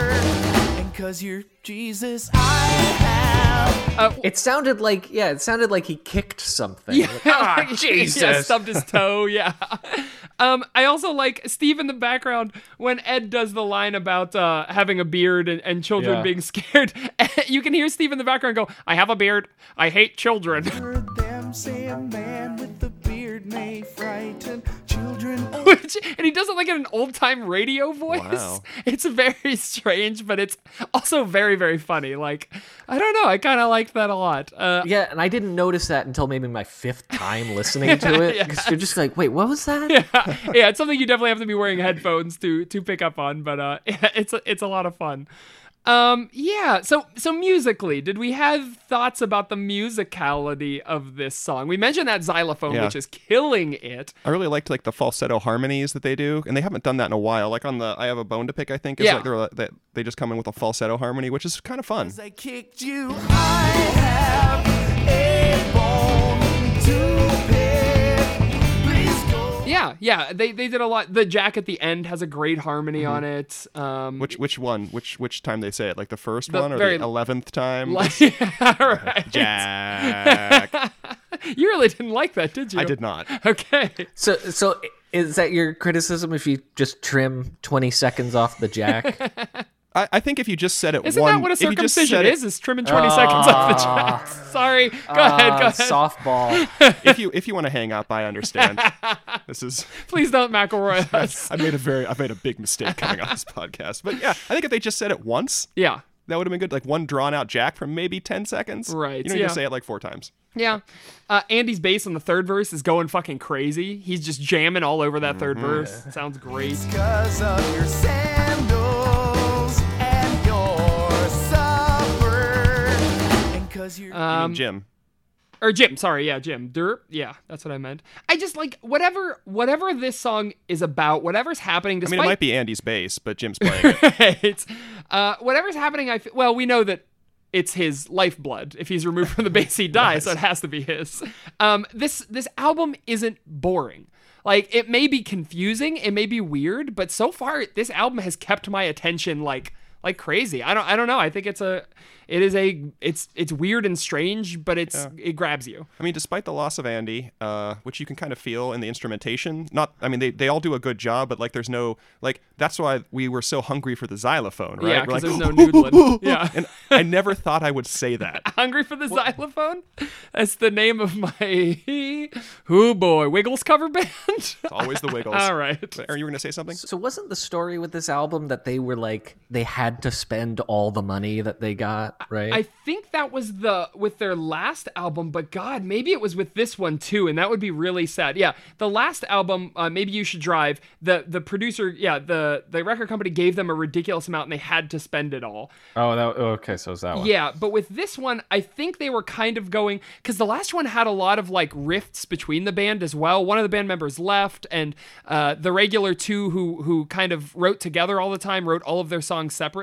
E: And cause you're Jesus, I have.
B: Uh,
D: it sounded like yeah, it sounded like he kicked something. (laughs)
B: (laughs) Like, Yeah, stubbed his toe. Yeah. (laughs) Um, I also like Steve in the background when Ed does the line about uh, having a beard and, and children
D: Yeah.
B: (laughs) being scared. you can hear Steve in the background go, "I have a beard. I hate children." (laughs)
E: Heard them Sandman with the beard may frighten children. or
B: Which, and he does it like in an old time radio voice. (laughs)
C: Wow.
B: It's very strange, but it's also very, very funny. Like, I don't know. I kind of liked that a lot. Uh,
D: Yeah, and I didn't notice that until maybe my fifth time listening to it. Because you're just like, wait, what was that?
B: (laughs) yeah, it's something you definitely have to be wearing headphones to to pick up on, but uh, (laughs) it's a, it's a lot of fun. Um, yeah. So so musically, did we have thoughts about the musicality of this song? We mentioned that xylophone,
C: Yeah.
B: which is killing it.
C: I really liked like the falsetto harmonies that they do, and they haven't done that in a while. Like on the "I Have a Bone to Pick," I think is
B: Yeah.
C: like they're, they they just come in with a falsetto harmony, which is kind of fun.
E: I kicked you. I have a bone to pick. Please go.
B: Yeah, yeah. They they did a lot. The jack at the end has a great harmony on it. Um,
C: Mm-hmm. Which which one? Which which time they say it? Like the first
B: The
C: one or
B: very-
C: the eleventh
B: (laughs)
C: time?
B: (laughs) like, yeah,
C: (laughs)
B: right.
C: Jack.
B: (laughs) You really didn't like that, did you?
C: I did not.
B: Okay.
D: So, so is that your criticism if you just trim 20 seconds off the
B: (laughs)
D: jack?
C: I, I think if you just said it
B: Isn't
C: one,
B: that what a
C: if you just said
B: circumcision
C: it- Ah.
B: is? Is trimming 20 seconds off the jack? (laughs) Sorry. Go ahead. Go
D: Uh,
B: ahead.
D: softball.
B: (laughs)
C: if you if you want to hang up, I understand. this is
B: Please don't
C: (laughs)
B: McElroy us.
C: I made a very I made a big mistake coming on this podcast, but yeah, I think if they just said it once,
B: yeah.
C: that would have been good. Like one drawn out jack for maybe ten seconds.
B: Right,
C: You don't need
B: yeah.
C: to say it like four times.
B: Yeah. Uh, Andy's bass on the third verse is going fucking crazy. He's just jamming all over that
C: Mm-hmm.
B: third verse. Sounds great.
E: Because of your sandals and your supper. And because you're.
C: I mean,
B: Um,
C: Jim.
B: Or Jim, sorry, yeah, Jim. Derp. Yeah, that's what I meant. I just like whatever whatever this song is about, whatever's happening
C: I
B: despite
C: mean, it might be Andy's bass, but Jim's playing it.
B: (laughs) right. Uh, whatever's happening, I feel, well, we know that it's his lifeblood. If he's removed
C: (laughs)
B: from the base, he dies, so it has to be his. Um, this this album isn't boring. Like it may be confusing, it may be weird, but so far this album has kept my attention like like crazy. I don't I don't know. I think it's a it is a it's it's weird and strange, but it's it grabs you.
C: I mean, despite the loss of Andy, uh, which you can kind of feel in the instrumentation, not, I mean, they, they all do a good job, but like, there's no, like, that's why we were so hungry for the xylophone, right?
B: Yeah,
C: We're
B: because
C: like, (laughs)
B: there's no noodling. yeah. (laughs)
C: and I never thought I would say that.
B: Hungry for the xylophone? That's the name of my (laughs) Who boy Wiggles cover band. (laughs)
C: Always the Wiggles.
B: All right.
C: Aaron, you were going to say something?
D: So wasn't the story with this album that they were like they had to spend all the money that they got, right?
B: I think that was the with their last album, but God, maybe it was with this one too, and that would be really sad. Yeah, the last album, uh, maybe you should drive. The the producer, yeah, the the record company gave them a ridiculous amount, and they had to spend it all.
D: oh, that, okay, so is that one?
B: (laughs) Yeah, but with this one, I think they were kind of going because the last one had a lot of like rifts between the band as well. One of the band members left, and uh, the regular two who who kind of wrote together all the time wrote all of their songs separately.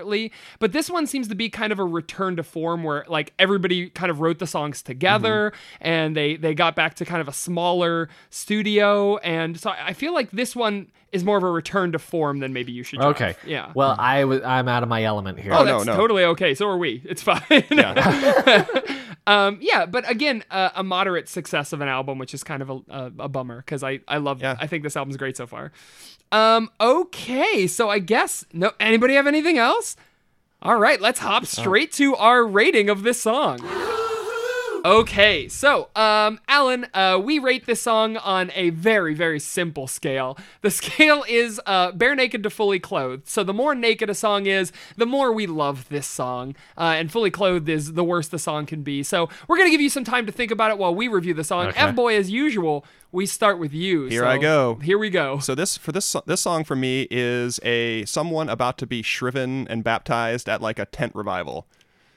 B: But this one seems to be kind of a return to form where like everybody kind of wrote the songs together, and they they got back to kind of a smaller studio, and so I I feel like this one is more of a return to form than maybe you should. Drive.
D: Okay.
B: Yeah.
D: Well, I was I'm out of my element here.
C: Oh,
B: Oh,
C: no,
B: that's
C: no.
B: totally okay. So are we. It's (laughs) fine. um, yeah, but again, uh, a moderate success of an album, which is kind of a, a, a bummer because I, I love,
C: Yeah.
B: I think this album's great so far. Um, okay, so I guess, no, anybody have anything else? All right, let's hop straight to our rating of this song. Okay, so um, Alan, uh, we rate this song on a very, very simple scale. The scale is uh, bare naked to fully clothed. So the more naked a song is, the more we love this song, uh, and fully clothed is the worse the song can be. So we're gonna give you some time to think about it while we review the song. F boy, as usual, we start with you.
C: Here
B: so
C: I go.
B: Here we go.
C: So this for this so- this song for me is a someone about to be shriven and baptized at like a tent revival.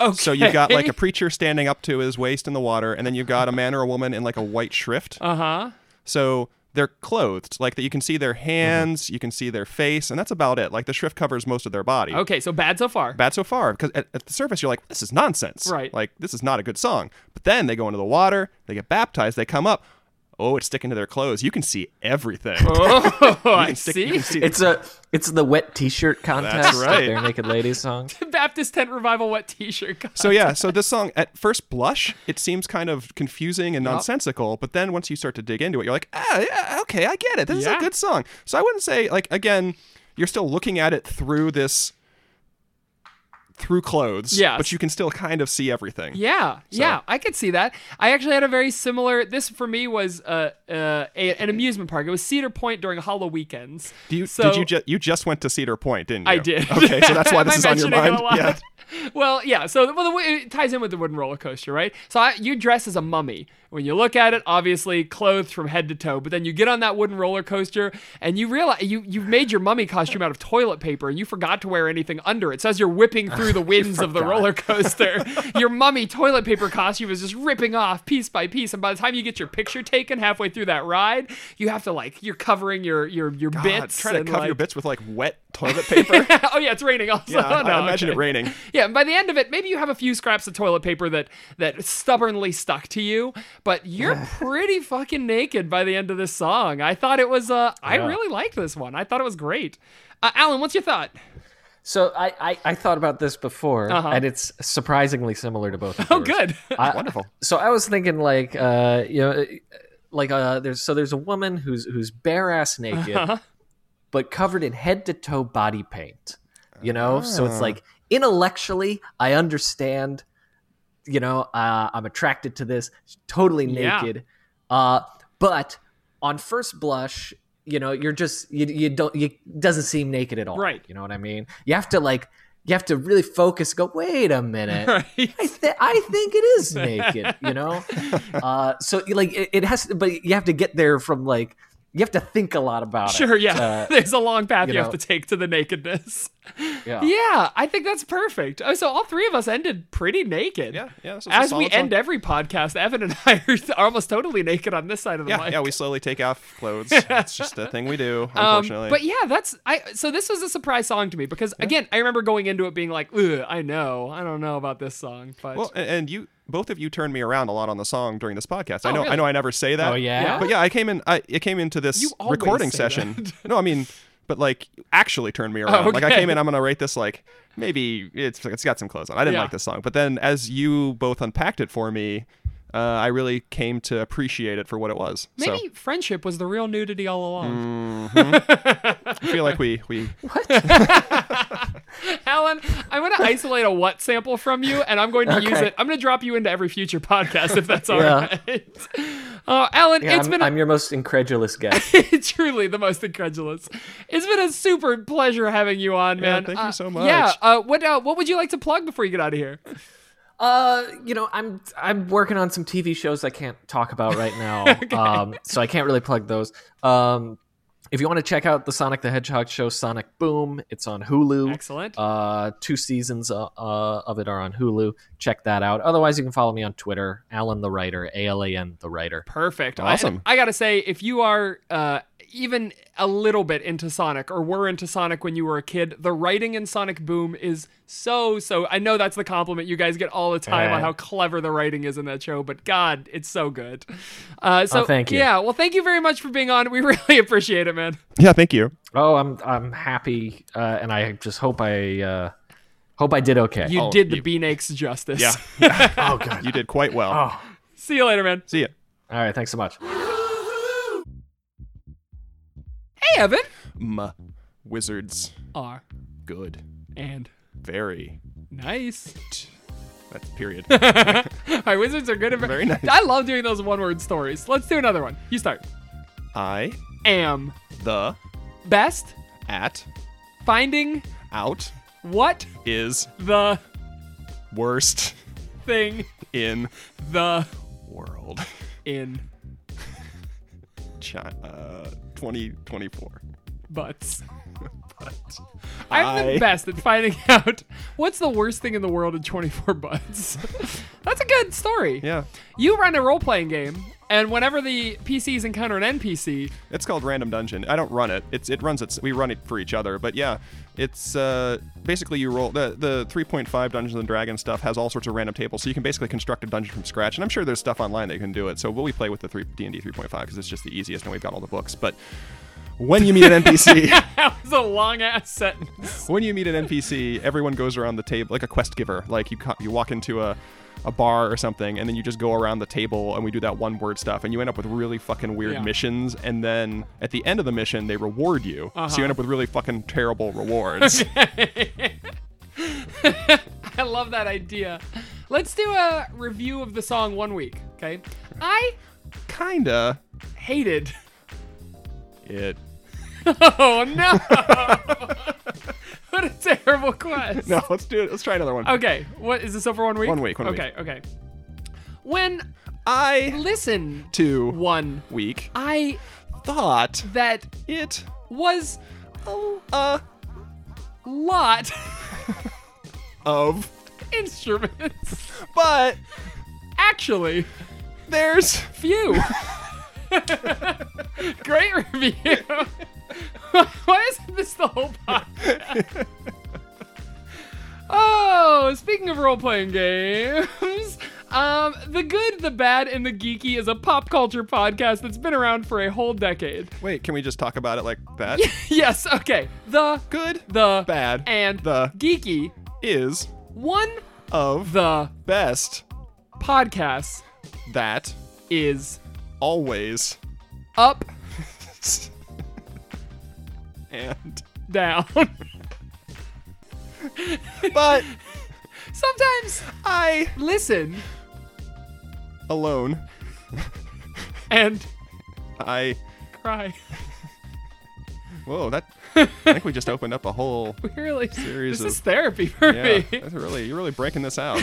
B: Okay.
C: So you've got like a preacher standing up to his waist in the water, and then you've got a man or a woman in like a white shrift. Uh huh.
B: Uh-huh.
C: So they're clothed, like that. You can see their hands, you can see their face, and that's about it. Like the shrift covers most of their body.
B: okay, so bad so far.
C: Bad so far because at, at the surface you're like, this is nonsense.
B: Right.
C: Like this is not a good song. But then they go into the water, they get baptized, they come up. Oh, it's sticking to their clothes. You can see everything.
B: Oh, I
C: can stick- (laughs) you
B: see.
C: can see
D: It's a it's the wet t-shirt contest.
C: right.
D: Bare naked ladies song.
B: (laughs) Baptist Tent Revival wet T-shirt.
C: So yeah, so this song at first blush it seems kind of confusing and nonsensical, but then once you start to dig into it, you're like, ah, yeah, okay, I get it. This is
B: Yeah.
C: a good song. So I wouldn't say like again, you're still looking at it through this through clothes.
B: Yes.
C: But you can still kind of see everything.
B: Yeah, yeah, I could see that. I actually had a very similar. This for me was uh, uh, a, an amusement park. It was Cedar Point during Hollow weekends.
C: Do you,
B: So-
C: did you just you just went to Cedar Point, didn't you?
B: I did.
C: Okay, so that's why this is
B: (laughs) Am I
C: on your
B: mentioning
C: mind.
B: it a lot?
C: Yeah.
B: Well, yeah. So well, the, wo- it ties in with the wooden roller coaster, right? So I, you dress as a mummy. When you look at it, obviously clothed from head to toe, but then you get on that wooden roller coaster and you realize you you've made your mummy costume out of toilet paper and you forgot to wear anything under it. So as
C: (laughs)
B: you're whipping through the winds of the roller coaster, your mummy toilet paper costume is just ripping off piece by piece. And by the time you get your picture taken halfway through that ride, you have to like you're covering your your your
C: God,
B: (laughs) bits.
C: try to
B: and,
C: cover your
B: like-
C: bits with like wet (laughs) toilet paper.
B: (laughs) oh yeah, it's raining also.
C: Yeah,
B: Oh, no,
C: I imagine
B: okay.
C: it
B: (laughs)
C: raining.
B: Yeah, and by the end of it, maybe you have a few scraps of toilet paper that that stubbornly stuck to you, but
C: (sighs)
B: you're pretty fucking naked by the end of this song. I thought it was. Uh, I really liked this one. I thought it was great. Uh, Alan, what's your thought?
D: So I, I, I thought about this before,
B: Uh-huh.
D: and it's surprisingly similar to both. Of
B: Oh,
D: yours.
C: (laughs)
B: good. (laughs)
D: I-
C: Wonderful.
D: So I was thinking, like, uh, you know, like uh, there's so there's a woman who's who's bare ass naked,
B: Uh-huh.
D: but covered in head to toe body paint. You know, so it's
B: Ah.
D: like intellectually, I understand. You know, uh, I'm attracted to this. She's totally
B: Yeah.
D: naked, uh, but on first blush, you know, you're just you you don't you doesn't seem naked at all.
B: Right.
D: You know what I mean? You have to like you have to really focus. Go wait a minute.
B: Right.
D: I, th- I think it is
B: (laughs)
D: naked, you know? Uh, so, like, it, it has, but you have to get there from, like, you have to think a lot about it.
B: Sure, yeah.
D: Uh,
B: (laughs) There's a long path you,
D: you
B: have
D: know.
B: to take to the
C: (laughs)
B: nakedness.
D: yeah.
B: Yeah, I think that's perfect. Oh, so all three of us ended pretty naked.
C: Yeah, yeah, this was a
B: As we
C: solid song.
B: end every podcast, Evan and I (laughs) are almost totally naked on this side of the
C: Yeah,
B: mic.
C: yeah, we slowly take off
B: (laughs)
C: clothes. it's just a thing we do,
B: Um,
C: unfortunately.
B: but yeah, that's I. So this was a surprise song to me because again, I remember going into it being like, Ugh, I know, I don't know about this song, but
C: Well, and, and you both of you turned me around a lot on the song during this podcast. I
B: Oh,
C: know,
B: really?
C: I know, I never say that.
D: Oh, yeah?
B: Yeah.
C: But yeah, I came in. I it came into this
B: You always
C: recording
B: say
C: session.
B: that.
C: (laughs)
B: Oh,
C: no, I mean, but like actually turned me around. Like I
B: okay.
C: came in, I'm gonna rate this like maybe it's it's got some clothes on. I didn't
B: Yeah.
C: like this song, but then as you both unpacked it for me, uh, I really came to appreciate it for what it was.
B: maybe
C: So Mm.
B: friendship was the real nudity all along.
C: I feel like we we
B: (laughs) Alan,
C: (laughs)
B: I'm gonna isolate a what sample from you, and I'm going to use
D: Okay.
B: it. I'm gonna drop you into every future podcast
C: (laughs)
B: if that's all
D: Yeah.
B: right. (laughs) Uh, Alan,
D: Yeah,
B: it's
D: I'm,
B: been
D: I'm your most incredulous guest.
B: (laughs) truly the most incredulous. It's been a super pleasure having you on, man.
C: thank you
B: Uh,
C: so much.
B: Yeah, uh, what uh, what would you like to plug before you get out of here?
D: uh, you know, I'm I'm working on some TV shows I can't talk about
B: (laughs)
D: right now, um, so I can't really plug those. Um, if you want to check out the Sonic the Hedgehog show, Sonic Boom, it's on Hulu.
B: Excellent.
D: Uh, two seasons uh, uh, of it are on Hulu. Check that out. Otherwise, you can follow me on Twitter, Alan the Writer, A L A N the Writer.
B: Perfect.
C: Awesome.
B: I, I gotta say, if you are uh, even a little bit into Sonic or were into Sonic when you were a kid, the writing in Sonic Boom is so so. I know that's the compliment you guys get all the time
C: Eh.
B: on
D: Yeah.
B: how clever the writing is in that show, but God, it's so good. Uh, so
D: Oh, thank you.
B: Yeah. Well, thank you very much for being on. We (laughs) really appreciate it, man.
C: yeah. Thank you.
D: Oh, I'm I'm happy, uh, and I just hope I uh, hope I did okay.
B: You
C: Oh,
B: did the
C: you-
B: Bean Aches justice.
C: (laughs) Yeah.
D: Oh, god.
C: You did quite well.
B: (laughs)
D: Oh.
B: See you later, man.
C: See ya.
D: All right, thanks so much.
B: Hey, Evan.
C: M- wizards
B: R
C: good
B: and
C: very (laughs)
B: nice.
C: that's period.
B: My wizards are good at
C: Very nice.
B: I love doing those one-word stories. Let's do another one. You start.
C: I
B: am
C: the
B: best
C: at
B: finding
C: out
B: what
C: is
B: the
C: worst
B: thing
C: in
B: the
C: world.
B: in
C: China, uh, 2024.
B: butts.
C: But
B: I'm the
C: I-
B: best at finding (laughs) out what's the worst thing in the world in 24 butts. (laughs) That's a good story.
C: yeah,
B: You run a role-playing game, and whenever the PCs encounter an NPC,
C: it's called Random Dungeon. I don't run it. It's it runs it. We run it for each other. But yeah, it's uh, basically you roll the the 3.5 Dungeons and Dragons stuff has all sorts of random tables, so you can basically construct a dungeon from scratch. And I'm sure there's stuff online that you can do it. So will we play with the three D&D 3.5 because it's just the easiest and we've got all the books. But when you meet an NPC.
B: (laughs) that was a long-ass sentence. (laughs)
C: when you meet an NPC, everyone goes around the table like a quest giver. Like you co- you walk into a a bar or something, and then you just go around the table and we do that one word stuff, and you end up with really fucking weird
B: Yeah.
C: missions. And then at the end of the mission, they reward
B: Uh-huh. (laughs)
C: you, so you end up with really fucking terrible rewards.
B: I love that idea. Let's do a review of the song one week, okay? I
C: Kinda.
B: hated.
C: It.
B: (laughs) Oh no! what a terrible quest.
C: No, let's do it. Let's try another one.
B: Okay, what is this over one week?
C: One week, one week.
B: okay, okay. When
C: I
B: listen
C: to
B: one,
C: week
B: I
C: thought
B: that
C: it
B: was
C: uh
B: lot (laughs)
C: of,
B: instruments.
C: but
B: Actually,
C: there's (laughs)
B: few. Great review. (laughs) Why isn't this
C: (laughs)
B: the whole podcast? oh, speaking of role-playing games, um, the good, the bad, and the geeky is a pop culture podcast that's been around for a whole decade. (laughs)
C: wait. Can we just talk about it like that?
B: yes, okay. The
C: Good.
B: the
C: Bad.
B: and
C: the
B: geeky
C: is
B: one
C: of
B: the
C: best
B: podcast
C: that
B: is
C: always
B: up
C: and
B: down. (laughs)
C: but
B: Sometimes
C: I
B: listen
C: alone
B: and
C: I (laughs)
B: cry. (laughs)
C: whoa that I think we just opened up a whole
B: Really,
C: Series
B: this is
C: of-
B: therapy for
C: yeah
B: me.
C: that's really you're really breaking this out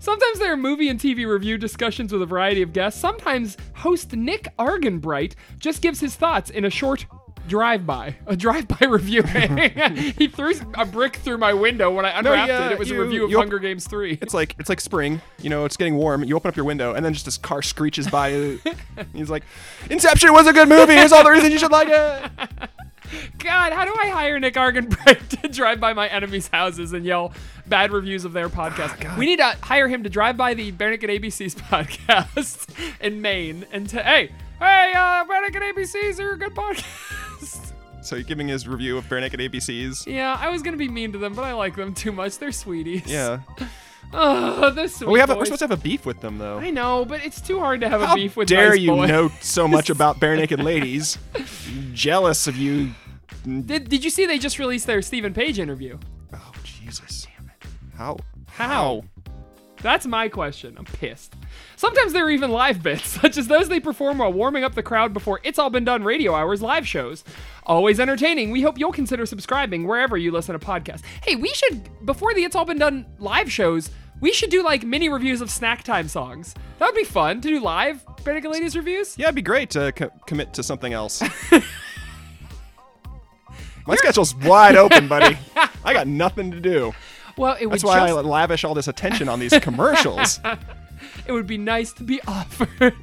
B: Sometimes there are movie and TV review discussions with a variety of guests. Sometimes host Nick Argenbright just gives his thoughts in a short drive-by, a
C: (laughs)
B: drive-by (laughs) review. he threw a brick through my window when I unwrapped
C: yeah,
B: it. It was
C: you-
B: a review of
C: you op-
B: Hunger Games Three.
C: it's like it's like spring you know it's getting warm you open up your window and then just this car screeches by and he's like Inception was a good movie here's all the reasons you should like it
B: God, how do I hire Nick Argenbright (laughs) to drive by my enemies' houses and yell bad reviews of their
C: Ah,
B: podcast? we need to hire him to drive by the Bernicket ABC's (laughs) podcast in Maine and to hey, hey, uh, Bernicket ABC's are a good podcast. (laughs)
C: so you're giving his review of Bare Naked ABCs
B: yeah, I was gonna be mean to them, but I like them too much. They're sweeties.
C: yeah
B: (laughs) Ugh, they're sweet.
C: we have a, we're
B: boys.
C: supposed to have a beef with them though
B: I know, but it's too hard to have
C: How
B: a beef with
C: dare
B: nice
C: you
B: boys.
C: know so
B: (laughs)
C: much about bare naked ladies? Jealous of you.
B: Did, did you see they just released their Stephen Page interview?
C: Oh Jesus! Damn it! How? How?
B: That's my question. I'm pissed. Sometimes there are even live bits, (laughs) such as those they perform while warming up the crowd before It's All Been Done radio hours live shows. Always entertaining. We hope you'll consider subscribing wherever you listen to podcasts. Hey, we should, before the It's All Been Done live shows, we should do like mini reviews of snack time songs. That would be fun to do live Benedict Ladies reviews.
C: Yeah, it'd be great to co- commit to something
B: (laughs)
C: else. My schedule's wide open, buddy.
B: (laughs)
C: I got nothing to do.
B: Well, it would
C: That's why I
B: just-
C: lavish all this attention on these
B: (laughs)
C: commercials.
B: it would be nice to be (laughs) offered.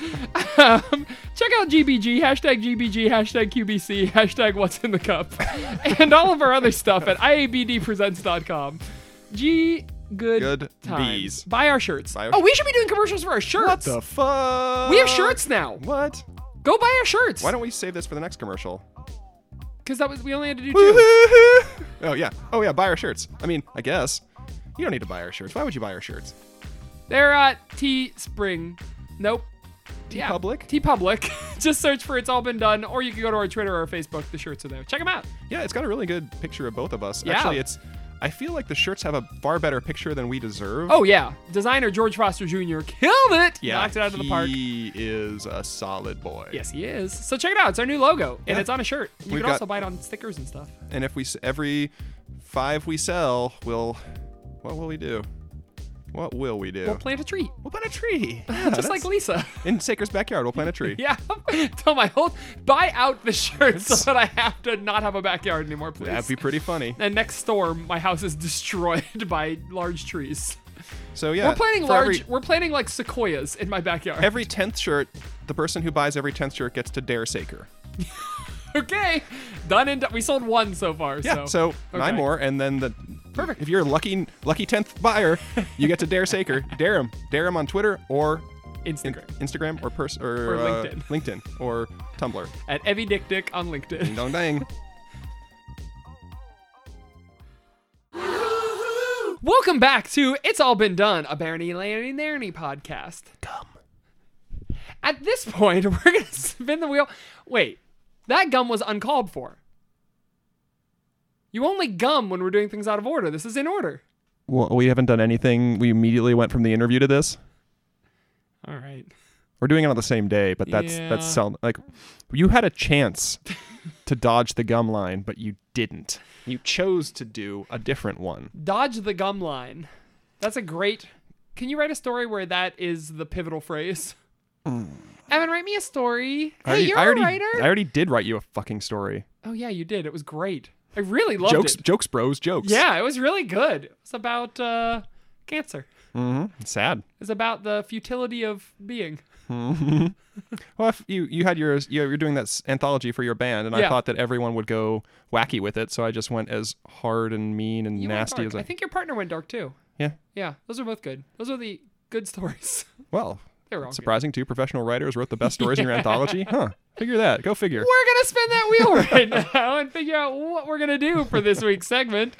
B: um, check out GBG, hashtag GBG, hashtag QBC, hashtag what's in the cup, (laughs) and all of our other stuff at iabdpresents.com. G good,
C: Good
B: times.
C: bees.
B: Buy our shirts.
C: Buy our-
B: oh, we should be doing commercials for our
C: what
B: shirts.
C: the fuck?
B: we have shirts now.
C: What?
B: Go buy our shirts.
C: Why don't we save this for the next commercial?
B: Because that was we only had to do two.
C: Woo-hoo-hoo. Oh yeah. Oh yeah. Buy our shirts. I mean, I guess you don't need to buy our shirts. Why would you buy our shirts?
B: They're at T Spring. Nope. T
C: Public?
B: T Public. (laughs) Just search for It's All Been Done, or you can go to our Twitter or our Facebook. The shirts are there. Check them out.
C: Yeah, it's got a really good picture of both of us.
B: Yeah.
C: Actually, it's. I feel like the shirts have a far better picture than we deserve.
B: Oh yeah, designer George Foster Jr. killed it.
C: yeah,
B: knocked it out of the park.
C: He is a solid boy.
B: Yes, he is. So check it out. It's our new logo, and
C: Yeah.
B: it's on a shirt. You
C: We've
B: can
C: got-
B: also buy it on stickers and stuff.
C: And if we s- every five we sell, we'll. What will we do? What will we do?
B: We'll plant a tree,
C: We'll plant a tree. Yeah,
B: (laughs) just like
C: that's-
B: Lisa.
C: in Saker's backyard. We'll
B: (laughs)
C: plant a tree.
B: yeah. Tell my whole buy out the shirt so that I have to not have a backyard anymore, please.
C: That'd be pretty funny.
B: and next storm, my house is (laughs) destroyed by large trees.
C: So yeah,
B: we're planting
C: Uh, for
B: large.
C: every-
B: We're planting like sequoias in my backyard.
C: Every tenth shirt, the person who buys every tenth shirt gets to dare Saker.
B: (laughs) okay, done and done. we sold one so far.
C: Yeah. So, nine
B: okay.
C: more, and then the perfect. If you're a lucky, lucky tenth buyer, you get to dare
B: (laughs)
C: Saker. dare him. Dare him on Twitter or in-
B: Instagram
C: Instagram or pers- or,
B: Or
C: uh,
B: LinkedIn.
C: LinkedIn or Tumblr.
B: at Evie Dick Dick on LinkedIn.
C: Ding dong
B: (laughs)
C: dang.
B: Welcome back to It's All Been Done, a Barney Lanny Narny podcast. Gum. At this point, (laughs) we're going to spin the wheel. Wait, that gum was uncalled for. You only gum when we're doing things out of order. This is in order.
C: well, we haven't done anything. We immediately went from the interview to this.
B: All right.
C: We're doing it on the same day, but that's that's
B: Yeah.
C: sel- like you had a
B: (laughs)
C: chance to dodge the gum line, but you didn't. You chose to do a different one.
B: Dodge the gum line. That's a great. Can you write a story where that is the pivotal phrase? Evan, write me a story.
C: Mm. I
B: hey,
C: already-
B: you're
C: I already,
B: a writer.
C: I already did write you a fucking story.
B: oh yeah, you did. It was great. I really loved
C: jokes,
B: it.
C: jokes, bros, jokes.
B: Yeah, it was really good. It was about uh, cancer.
C: It's sad.
B: It's about the futility of being.
C: Well, if you you had yours. You you're doing that s- anthology for your band, and I
B: Yeah.
C: thought that everyone would go wacky with it, so I just went as hard and mean and
B: You went
C: nasty
B: dark.
C: as I.
B: I think your partner went dark too.
C: yeah.
B: Yeah, those are both good. Those are the good stories. (laughs)
C: Well,
B: They're all good.
C: surprising. Two professional writers wrote the best stories in your
B: (laughs)
C: anthology. Huh? Figure that. Go figure.
B: we're gonna spin that wheel (laughs) right now and figure out what we're gonna do for this week's segment.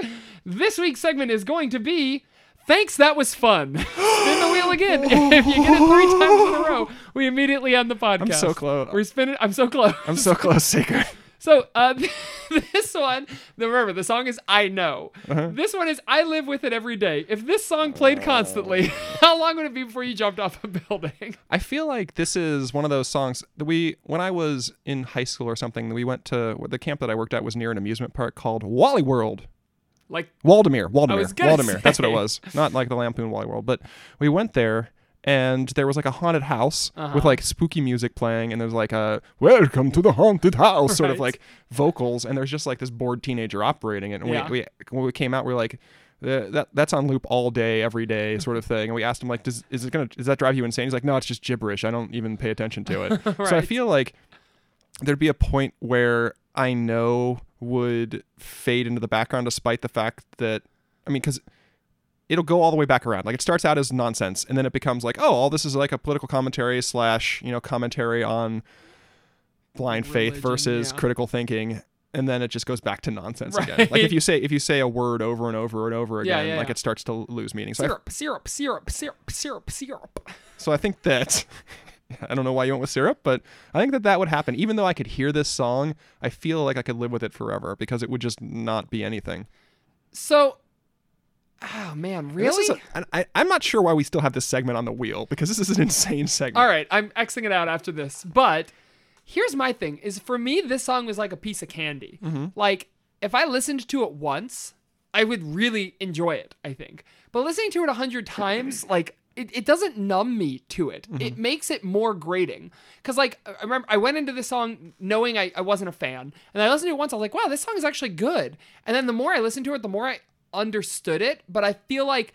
B: This week's segment is going to be Thanks, that was fun. (gasps) Spin the wheel again. (laughs) if you get it three times in a row, we immediately end the podcast.
C: I'm so close.
B: We're spinning. I'm so close.
C: I'm
B: (laughs)
C: so close, Seeker.
B: So uh, (laughs) this one, remember the song is "I Know."
C: Uh-huh.
B: This one is "I Live with It Every Day." If this song
C: Oh.
B: played constantly, (laughs) how long would it be before you jumped off a (laughs) building?
C: I feel like this is one of those songs that we, when I was in high school or something, we went to the camp that I worked at was near an amusement park called Wally World.
B: Like
C: Waldemere, Waldemere,
B: was gonna
C: Waldemere. That's what it
B: say.
C: was. Not like the Lampoon Wally World, but we went there and there was like a haunted house
B: Uh-huh.
C: with like spooky music playing and there's like a welcome to the haunted house sort of
B: Right.
C: like vocals and there's just like this bored teenager operating it and
B: Yeah.
C: we, we when we came out we are like "Th- that that's on loop all day every day sort of thing and we asked him like does is it gonna does that drive you insane he's like no it's just gibberish i don't even pay attention to
B: (laughs)
C: it so i
B: Right.
C: feel like there'd be a point where I know would fade into the background despite the fact that I mean cuz it'll go all the way back around. Like it starts out as nonsense and then it becomes like, oh, all this is like a political commentary slash, you know, commentary on blind faith
B: Religion,
C: versus
B: yeah.
C: critical thinking. And then it just goes back to nonsense again. Like if
B: (laughs)
C: you say if you say a word over and over and over
B: Yeah,
C: again,
B: yeah,
C: like
B: yeah.
C: it starts to lose meaning. So I,
B: syrup, syrup, syrup, syrup, syrup, syrup.
C: so I think that (laughs) I don't know why you went with syrup, but I think that that would happen. Even though I could hear this song, I feel like I could live with it forever because it would just not be anything.
B: So, oh man,
C: And This is
B: really?
C: a, and I, I'm not sure why we still have this segment on the wheel because this is an (laughs) insane segment.
B: All right, I'm Xing it out after this. But here's my thing: is for me, this song was like a piece of candy. Like if I listened to it once, I would really enjoy it. I think, but listening to it a hundred times, like. It, it doesn't numb me to it. It makes it more grating. Cause like I remember I went into this song knowing I, I wasn't a fan. And I listened to it once, I was like, wow, this song is actually good. And then the more I listened to it, the more I understood it. But I feel like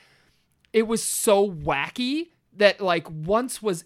B: it was so wacky that like once was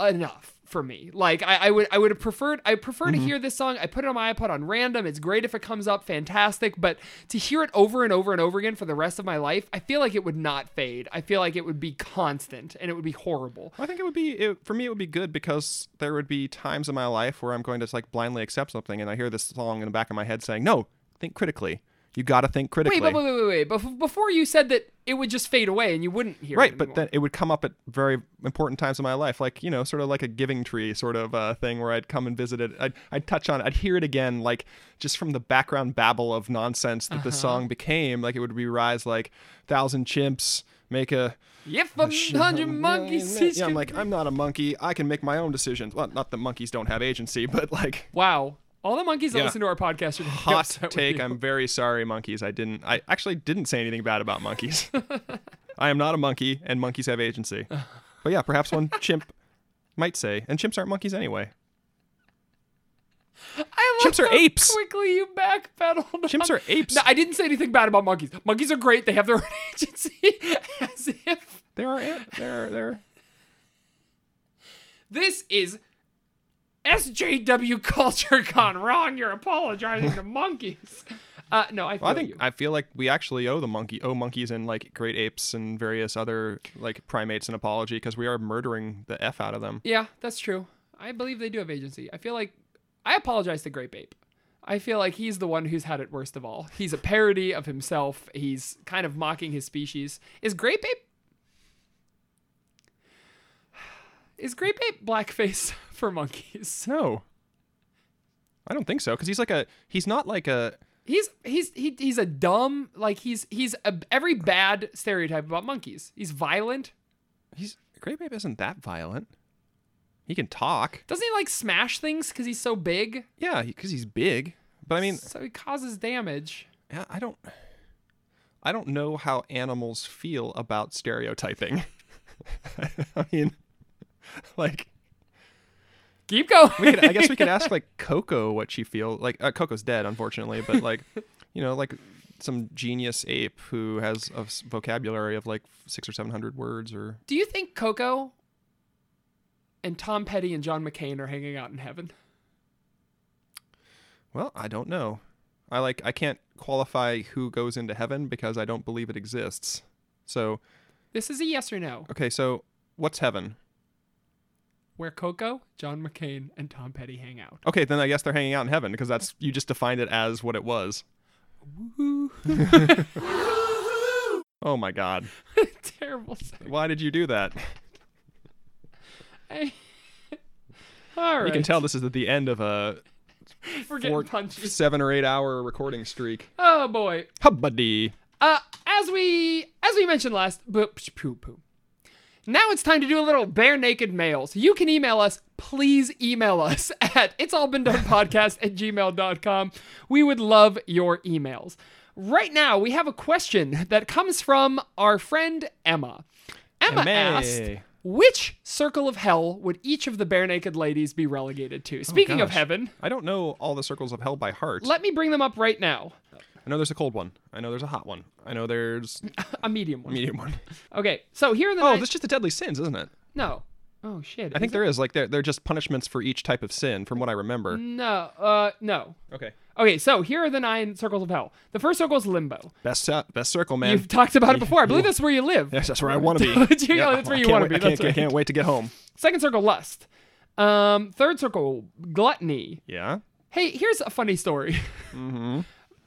B: enough for me. Like I, I would I would have preferred I prefer
C: Mm-hmm.
B: to hear this song. I put it on my iPod on random. It's great if it comes up, fantastic. But to hear it over and over and over again for the rest of my life, I feel like it would not fade. I feel like it would be constant and it would be horrible.
C: I think it would be it, for me. It would be good because there would be times in my life where I'm going to like blindly accept something, and I hear this song in the back of my head saying, "No, think critically. You got to think critically."
B: Wait, but wait, wait, wait, wait. Bef- Before you said that it would just fade away and you wouldn't hear
C: right
B: it.
C: but
B: anymore.
C: then it would come up at very important times in my life like you know sort of like a giving tree sort of uh, thing where i'd come and visit it I'd, I'd touch on it i'd hear it again like just from the background babble of nonsense that the
B: Uh-huh.
C: song became like it would be rise like thousand chimps make a
B: if a hundred monkeys each
C: yeah i'm
B: can-
C: like i'm not a monkey i can make my own decisions well not that monkeys don't have agency (laughs) but like
B: Wow. All the monkeys that
C: Yeah.
B: listen to our podcast are gonna be
C: hot
B: upset with
C: take
B: you.
C: i'm very sorry monkeys i didn't i actually didn't say anything bad about
B: (laughs)
C: monkeys i am not a monkey and monkeys have agency but yeah perhaps one chimp might say and chimps aren't monkeys anyway
B: I love
C: Chimps are
B: how
C: apes.
B: Quickly, you backpedaled.
C: Chimps
B: on-
C: are apes.
B: No, I didn't say anything bad about monkeys. Monkeys are great. They have their own (laughs) agency. As if
C: there are ant- there are
B: (laughs)
C: there
B: this is SJW culture gone wrong. You're apologizing to monkeys. Uh, no, I feel
C: well, i think
B: you.
C: i feel like we actually owe the monkey owe monkeys and like great apes and various other like primates an apology because we are murdering the f out of them
B: yeah, that's true. I believe they do have agency. I feel like I apologize to Grape Ape. I feel like he's the one who's had it worst of all. He's a parody of himself. He's kind of mocking his species. Is Grape Ape Is Grape Ape blackface (laughs) for monkeys?
C: no i don't think so because he's like a he's not like a
B: He's he's he, he's a dumb like he's he's a, every bad stereotype about monkeys. He's violent.
C: He's Great Ape isn't that violent. He can talk.
B: Doesn't he like smash things because he's so big?
C: Yeah, because he's big. But I mean,
B: So he causes damage.
C: yeah, I don't. I don't know how animals feel about stereotyping. (laughs) I mean, like
B: Keep going.
C: we could, I guess we could ask like Coco what she feels like. Uh, Coco's dead, unfortunately, but like, you know, like some genius ape who has a s- vocabulary of like six or seven hundred words, or
B: Do you think Coco and Tom Petty and John McCain are hanging out in heaven?
C: well, I don't know. I like I can't qualify who goes into heaven because I don't believe it exists. So
B: This is a yes or no.
C: okay, so what's heaven?
B: Where Coco, John McCain, and Tom Petty hang out.
C: Okay, then I guess they're hanging out in heaven because that's you just defined it as what it was. oh my god.
B: (laughs) Terrible. (laughs) song.
C: Why did you do that?
B: I- All right.
C: You can tell this is at the end of a
B: (laughs) We're getting
C: four-
B: punchy.
C: seven or eight hour recording streak.
B: Oh boy.
C: Hubbuddy.
B: Uh, as we as we mentioned last, but poo poo. Now it's time to do a little bare naked mails. You can email us. Please email us (laughs) at it's all been done podcast at gmail.com. We would love your emails. Right now, we have a question that comes from our friend Emma. Emma
C: Emma.
B: asked, which circle of hell would each of the bare naked ladies be relegated to? Speaking of
C: Oh, gosh.
B: heaven,
C: I don't know all the circles of hell by heart.
B: let me bring them up right now.
C: I know there's a cold one. I know there's a hot one. I know
B: (laughs)
C: there's
B: A medium one.
C: a medium one.
B: Okay, so here are the
C: Oh,
B: nine-
C: this is just the deadly sins, isn't it?
B: No. Oh shit.
C: I think there is like they're, they're just punishments for each type of sin, from what I remember.
B: no. Uh, no.
C: Okay.
B: Okay, so here are the nine circles of hell. The first circle is limbo.
C: Best ci- best circle, man.
B: You've talked about it before. I believe
C: you-
B: that's where you live.
C: Yes, (laughs)
B: (laughs)
C: that's where I want to be.
B: You know, that's where
C: I
B: you
C: can't
B: wanna
C: wait-
B: be,
C: I can't,
B: that's right.
C: I can't wait to get home.
B: Second circle, lust. Um, third circle, gluttony.
C: Yeah.
B: Hey, here's a funny story.
C: Mm-hmm.
B: (laughs)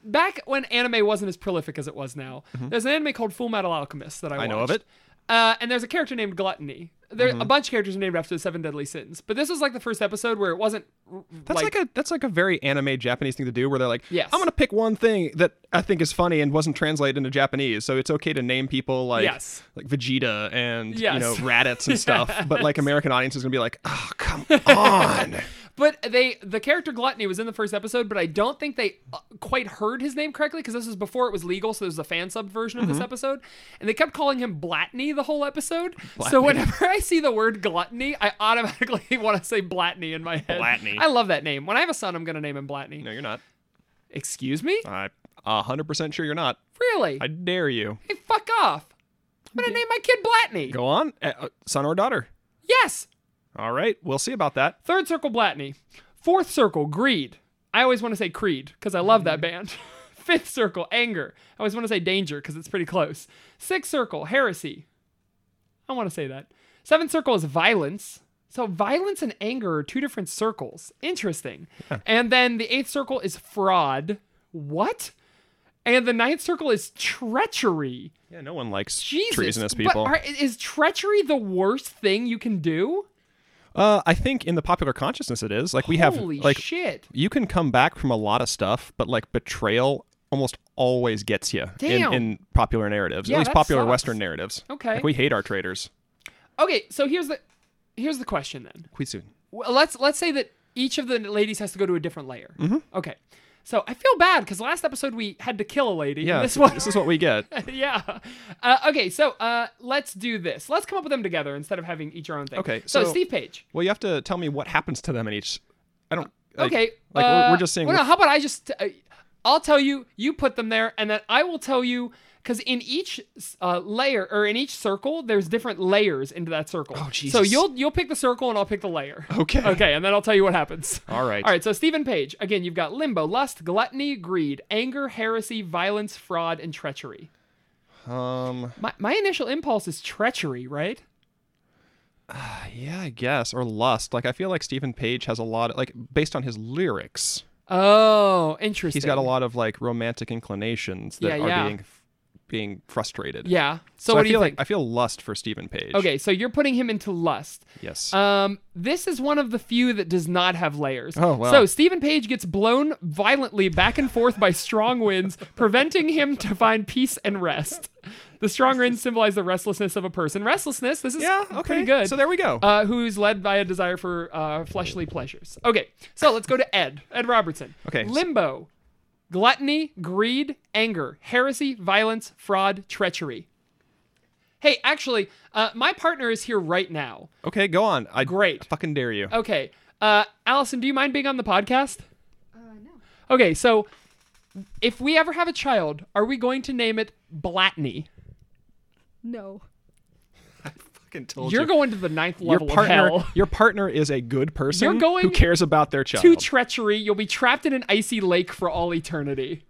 B: Back when anime wasn't as prolific as it was now, there's an anime called Full Metal Alchemist that I,
C: Mm-hmm. I know of it.
B: watched.
C: Mm-hmm.
B: Uh, and there's a character named Gluttony. There a bunch of characters are named after the seven deadly sins, but this was like the first episode where it wasn't. r-
C: That's like, a that's like a very anime Japanese thing to do, where they're like,
B: Yes.
C: I'm gonna pick one thing that I think is funny and wasn't translated into Japanese, so it's okay to name people like
B: Yes.
C: like Vegeta and you know
B: Yes.
C: Raditz
B: (laughs)
C: and stuff, but like American audience is gonna be like, oh come on,
B: But they the character Gluttony was in the first episode, but I don't think they uh, quite heard his name correctly because this was before it was legal, so there was a fan sub version of
C: Mm-hmm.
B: this episode, and they kept calling him Blatney the whole episode. So whenever (laughs) I see the word gluttony, I automatically (laughs) want to say Blatney in my head.
C: Blatney.
B: I love that name. When I have a son, I'm gonna name him Blatney.
C: no you're not.
B: Excuse me?
C: I'm hundred percent sure you're not.
B: really?
C: I dare you.
B: hey, fuck off! I'm gonna name my kid Blatney.
C: Go on, Uh, uh, son or daughter.
B: Yes.
C: All right, we'll see about that.
B: Third circle, Blatney. Fourth circle, greed. I always want to say Creed because I love that
C: Mm-hmm.
B: band. (laughs) Fifth circle, anger. I always want to say danger because it's pretty close. Sixth circle, heresy. I want to say that. Seventh circle is violence. So violence and anger are two different circles. Interesting. And then the eighth circle is fraud. What? And the ninth circle is treachery.
C: Yeah, no one likes
B: Jesus.
C: treasonous
B: What
C: people.
B: are- is treachery the worst thing you can do?
C: uh, I think in the popular consciousness, it is like we have
B: Holy
C: like
B: shit.
C: you can come back from a lot of stuff, but like betrayal almost always gets you
B: Damn.
C: in, in popular narratives,
B: Yeah,
C: at least
B: that
C: popular
B: sucks.
C: Western narratives.
B: Okay.
C: Like we hate our traitors.
B: Okay, so here's the here's the question then.
C: Quite
B: (laughs)
C: soon.
B: Well, let's let's say that each of the ladies has to go to a different layer.
C: Mm-hmm.
B: Okay, so I feel bad because last episode we had to kill a lady. and
C: Yeah.
B: this one.
C: this is what we
B: (laughs)
C: get.
B: yeah. Uh, okay, so uh, let's do this. Let's come up with them together instead of having each our own thing.
C: Okay,
B: So,
C: so-
B: Steve Page.
C: Well, you have to tell me what happens to them in each. I don't. Like,
B: okay.
C: Like we're,
B: uh,
C: we're just saying.
B: Well, no, how about I just? Uh, I'll tell you. You put them there, and then I will tell you. Because in each uh, layer or in each circle, there's different layers into that circle. Oh So
C: Jesus. Oh,
B: you'll you'll pick the circle, and I'll pick the layer.
C: Okay.
B: (laughs) Okay, and then I'll tell you what happens.
C: All right.
B: All right. So Stephen Page. Again, you've got limbo, lust, gluttony, greed, anger, heresy, violence, fraud, and treachery.
C: Um.
B: My my initial impulse is treachery, right?
C: Yeah, I guess. Or lust. Like I feel like Stephen Page has a lot. Of, like based on his lyrics,
B: Oh, interesting.
C: he's got a lot of like romantic inclinations that
B: Yeah,
C: are
B: yeah.
C: being being frustrated.
B: Yeah. So,
C: So,
B: what
C: I
B: do
C: feel
B: you
C: like
B: think?
C: I feel lust for Stephen Page.
B: okay, so you're putting him into lust.
C: Yes.
B: Um, this is one of the few that does not have layers.
C: Oh, wow.
B: So Stephen Page gets blown violently back and forth by strong winds, preventing him to find peace and rest. The strong winds symbolize the restlessness of a person. Restlessness. This is
C: yeah. Okay.
B: pretty good.
C: So there we go.
B: Uh, who's led by a desire for uh, fleshly pleasures. Okay, so let's go to Ed. Ed Robertson.
C: Okay.
B: Limbo, gluttony, greed, anger, heresy, violence, fraud, treachery. Hey, actually, uh, my partner is here right now.
C: okay. Go on. I
B: Great.
C: Fucking dare you.
B: Okay. Uh, Allison, do you mind being on the podcast? Uh, no. Okay, so if we ever have a child, are we going to name it Blatney?
H: No.
C: Fucking told
B: You're
C: you.
B: going to the ninth
C: Your
B: level
C: partner.
B: of hell.
C: (laughs) Your partner is a good person.
B: You're going
C: who cares about their child.
B: Too treachery. You'll be trapped in an icy lake for all eternity.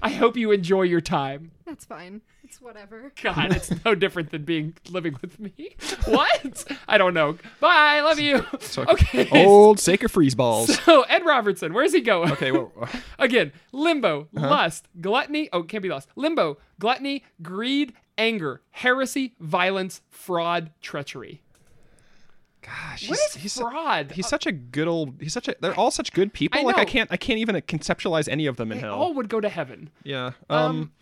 B: I hope you enjoy your time.
H: That's fine. It's whatever.
B: God, it's
C: (laughs)
B: no different than being living with me. What? I don't know. Bye. Love you. (laughs) okay.
C: Old Saker freeze balls.
B: (laughs) So Ed Robertson, where's he going?
C: Oh. okay. Uh-huh. Well, uh,
B: Again, limbo, lust, gluttony. Oh, can't be lost. Limbo, gluttony, greed, anger, heresy, violence, fraud, treachery.
C: gosh,
B: What
C: he's-
B: is
C: he's-
B: fraud? Uh,
C: He's such a good old. He's such a. They're all such good people.
B: I
C: like I
B: know. oh,
C: can't. I can't even conceptualize any of them in hell.
B: all would go to heaven.
C: Yeah. Um.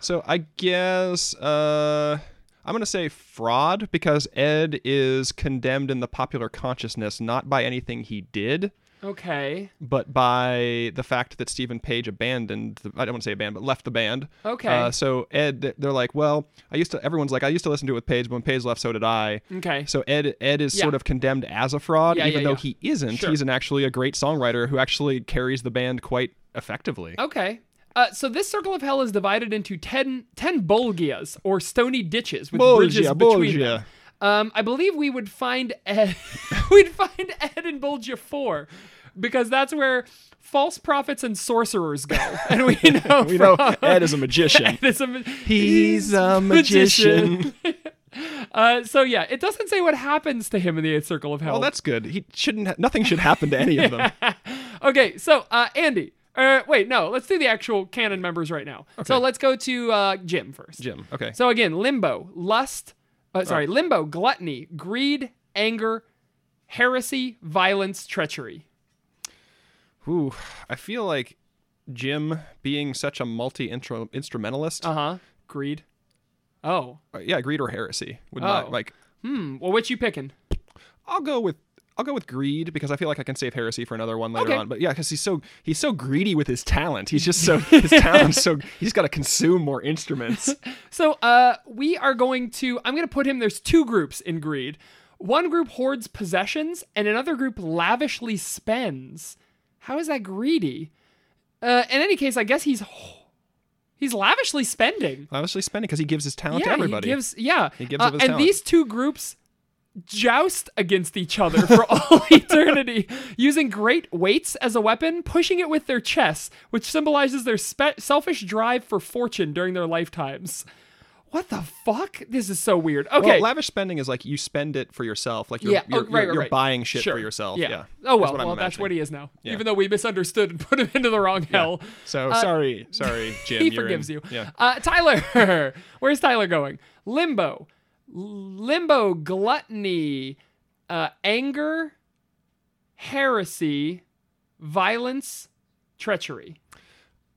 C: so I guess uh, I'm gonna say fraud because Ed is condemned in the popular consciousness not by anything he did,
B: Okay.
C: but by the fact that Stephen Page abandoned. The, I don't want to say abandoned, but left the band.
B: Okay.
C: Uh, so Ed, they're like, well, I used to. Everyone's like, I used to listen to it with Page, but when Page left, so did I.
B: Okay.
C: So Ed Ed is
B: Yeah.
C: sort of condemned as a fraud,
B: Yeah,
C: even
B: yeah,
C: though
B: yeah.
C: he isn't.
B: Sure.
C: He's an actually a great songwriter who actually carries the band quite effectively.
B: Okay. Uh, so this circle of hell is divided into 10, 10 bolgias or stony ditches with bridges
C: Bolgia,
B: between them.
C: bolgia.
B: Um, I believe we would find Ed, (laughs) we'd find Ed in Bolgia four, because that's where false prophets and
C: (laughs)
B: sorcerers go, and we (laughs) know
C: We know
B: from-
C: Ed is a magician.
B: Ed is a ma-
C: He's a
B: (laughs) uh, so yeah, it doesn't say what happens to him in the eighth circle of hell.
C: Well, Oh, that's good. He shouldn't. Ha- nothing should happen to any of
B: (laughs)
C: them.
B: okay, so uh, Andy. Uh, wait, no, let's do the actual canon members right now. So let's go to uh, Jim first.
C: Jim. Okay.
B: So again, limbo, lust, uh, sorry, limbo, gluttony, greed, anger, heresy, violence, treachery.
C: Ooh, I feel like Jim being such a multi instrumentalist. uh,
B: Uh huh. Greed. Oh,
C: yeah, greed or heresy would not
B: Oh.
C: like.
B: hmm. Well, which you picking?
C: I'll go with. I'll go with greed because I feel like I can save heresy for another one later
B: Okay.
C: on. But yeah, because he's so he's so greedy with his talent. He's just
B: (laughs)
C: so his talent's so he's got to consume more instruments.
B: So, uh, we are going to. I'm going to put him. There's two groups in greed. One group hoards possessions, and another group lavishly spends. How is that greedy? Uh, in any case, I guess he's he's lavishly spending.
C: Obviously, spending because he gives his talent to
B: he
C: everybody.
B: gives- yeah, he
C: gives of his
B: and
C: talent.
B: these two groups joust against each other for (laughs) all eternity, using great weights as a weapon, pushing it with their chests, which symbolizes their spe- selfish drive for fortune during their lifetimes. What the fuck? This is so weird. Okay.
C: Well, lavish spending is like you spend it for yourself. Like you're,
B: yeah,
C: you're,
B: oh, right,
C: you're-
B: right,
C: you're
B: right.
C: buying shit
B: Sure.
C: for yourself.
B: Yeah.
C: Yeah.
B: Oh well,
C: what I'm
B: well that's what
C: imagining.
B: he is now.
C: Yeah.
B: Even though we misunderstood and (laughs) put him into the wrong hell.
C: So
B: (laughs)
C: sorry, sorry, Jim.
B: Uh, he
C: you're in-
B: forgives you.
C: Yeah.
B: Uh, Tyler, (laughs) where's Tyler going? Limbo, limbo, gluttony, uh, anger, heresy, violence, treachery.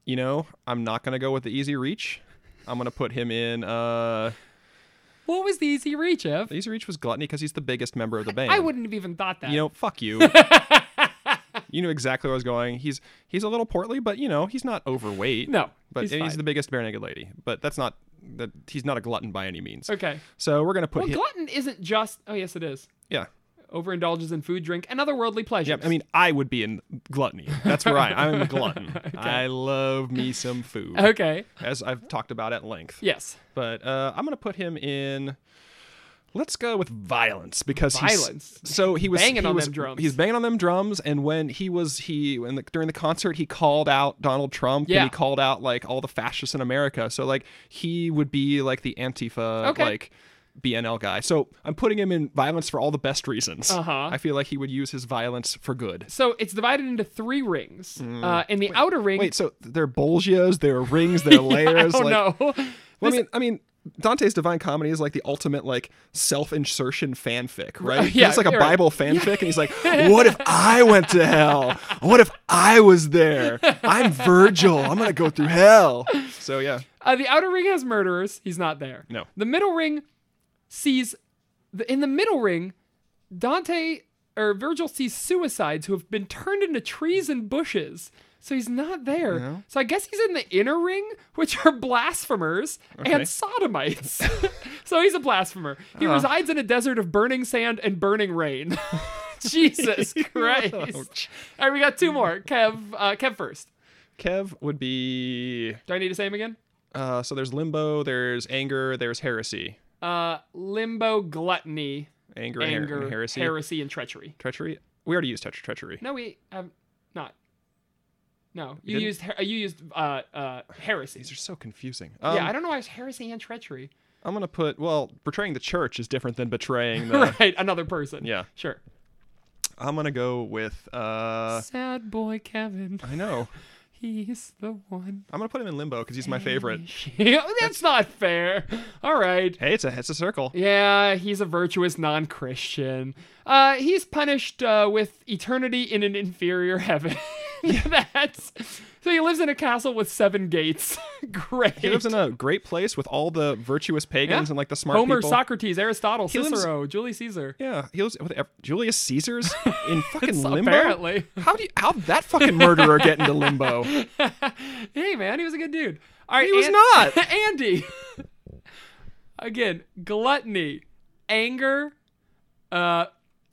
C: You know, I'm not gonna go with the easy reach. I'm gonna put him in. Uh,
B: What was the easy reach of?
C: the easy reach was gluttony because he's the biggest member of the band.
B: I wouldn't have even thought that.
C: You know, fuck
B: (laughs)
C: you. you knew exactly where I was going. He's he's a little portly, but you know, he's not overweight.
B: No,
C: But
B: he's
C: and
B: fine.
C: the biggest bare naked lady. But that's not that he's not a glutton by any means.
B: okay.
C: So we're gonna put
B: Well,
C: him.
B: glutton isn't just. Oh yes, it is.
C: yeah.
B: Overindulges in food, drink, and other worldly pleasures.
C: Yep. I mean, I would be in gluttony. That's where I. I'm a
B: (laughs)
C: glutton. I love me some food,
B: Okay.
C: as I've talked about at length.
B: Yes.
C: But uh, I'm gonna put him in. Let's go with violence because he's-
B: Violence.
C: so he was
B: Banging
C: he
B: on
C: was-
B: them drums.
C: He's banging on them drums, and when he was he when the, during the concert, he called out Donald Trump
B: Yeah.
C: and he called out like all the fascists in America. So like he would be like the Antifa
B: Okay.
C: like BNL guy. So I'm putting him in violence for all the best reasons.
B: Uh-huh.
C: I feel like he would use his violence for good.
B: So it's divided into three
C: Hmm.
B: rings. Uh, in the outer ring,
C: Wait, so they're bolgias, they're rings, they're
B: (laughs) I
C: layers.
B: don't
C: like,
B: know.
C: Well, I mean, I mean, Dante's Divine Comedy is like the ultimate like self-insertion fanfic, right? 'Cause
B: (laughs) yeah,
C: it's like a
B: you're right.
C: Bible fanfic, and
B: (laughs)
C: he's like, "What if I went to hell? What if I was there? I'm Virgil. I'm gonna go through hell." So yeah,
B: Uh, the outer ring has murderers. He's not there.
C: No.
B: The middle ring sees, the, in the middle ring, Dante or Virgil sees suicides who have been turned into trees and bushes. So he's not there. So I guess he's in the inner ring, which are blasphemers
C: Okay. Ah.
B: and sodomites. (laughs) so he's a blasphemer. He resides in a desert of burning sand and burning rain. (laughs) Jesus
C: (laughs)
B: Christ! All right, we got two more. Kev, uh, Kev first.
C: Kev would be.
B: Do I need to say him again?
C: Uh, so there's limbo, there's anger, there's heresy,
B: Uh, limbo, gluttony,
C: anger, and her-
B: anger,
C: and heresy,
B: heresy. and treachery.
C: treachery. We already used tre- treachery.
B: No, we have not. No, you,
C: didn't?
B: used her- you used uh uh heresy.
C: These are so confusing. Um,
B: yeah, I don't know why it's heresy and treachery.
C: I'm gonna put. Well, betraying the church is different than betraying the.
B: right, another person.
C: yeah.
B: sure.
C: (laughs) I'm gonna go with. Uh,
B: Sad boy Kevin,
C: I know.
B: he's the
C: (laughs)
B: one.
C: I'm gonna put him in limbo because he's my favorite.
B: That's not fair. All right.
C: Hey, it's a it's a circle.
B: Yeah, he's a virtuous non-Christian. Uh, he's punished uh, with eternity in an inferior heaven. (laughs) That's so he lives in a castle with seven gates. (laughs) Great.
C: He lives in a great place with all the virtuous pagans and like the smart
B: Homer,
C: people.
B: Socrates, Aristotle,
C: lives-
B: Cicero, Julius Caesar.
C: Yeah, he lives with ev- Julius Caesar's (laughs) in fucking
B: It's (laughs)
C: limbo.
B: apparently.
C: how do you, how'd that fucking murderer get into (laughs) limbo?
B: Hey man, he was a good dude. All right,
C: He was
B: An-
C: not.
B: (laughs) Andy. Again, gluttony, anger. Uh,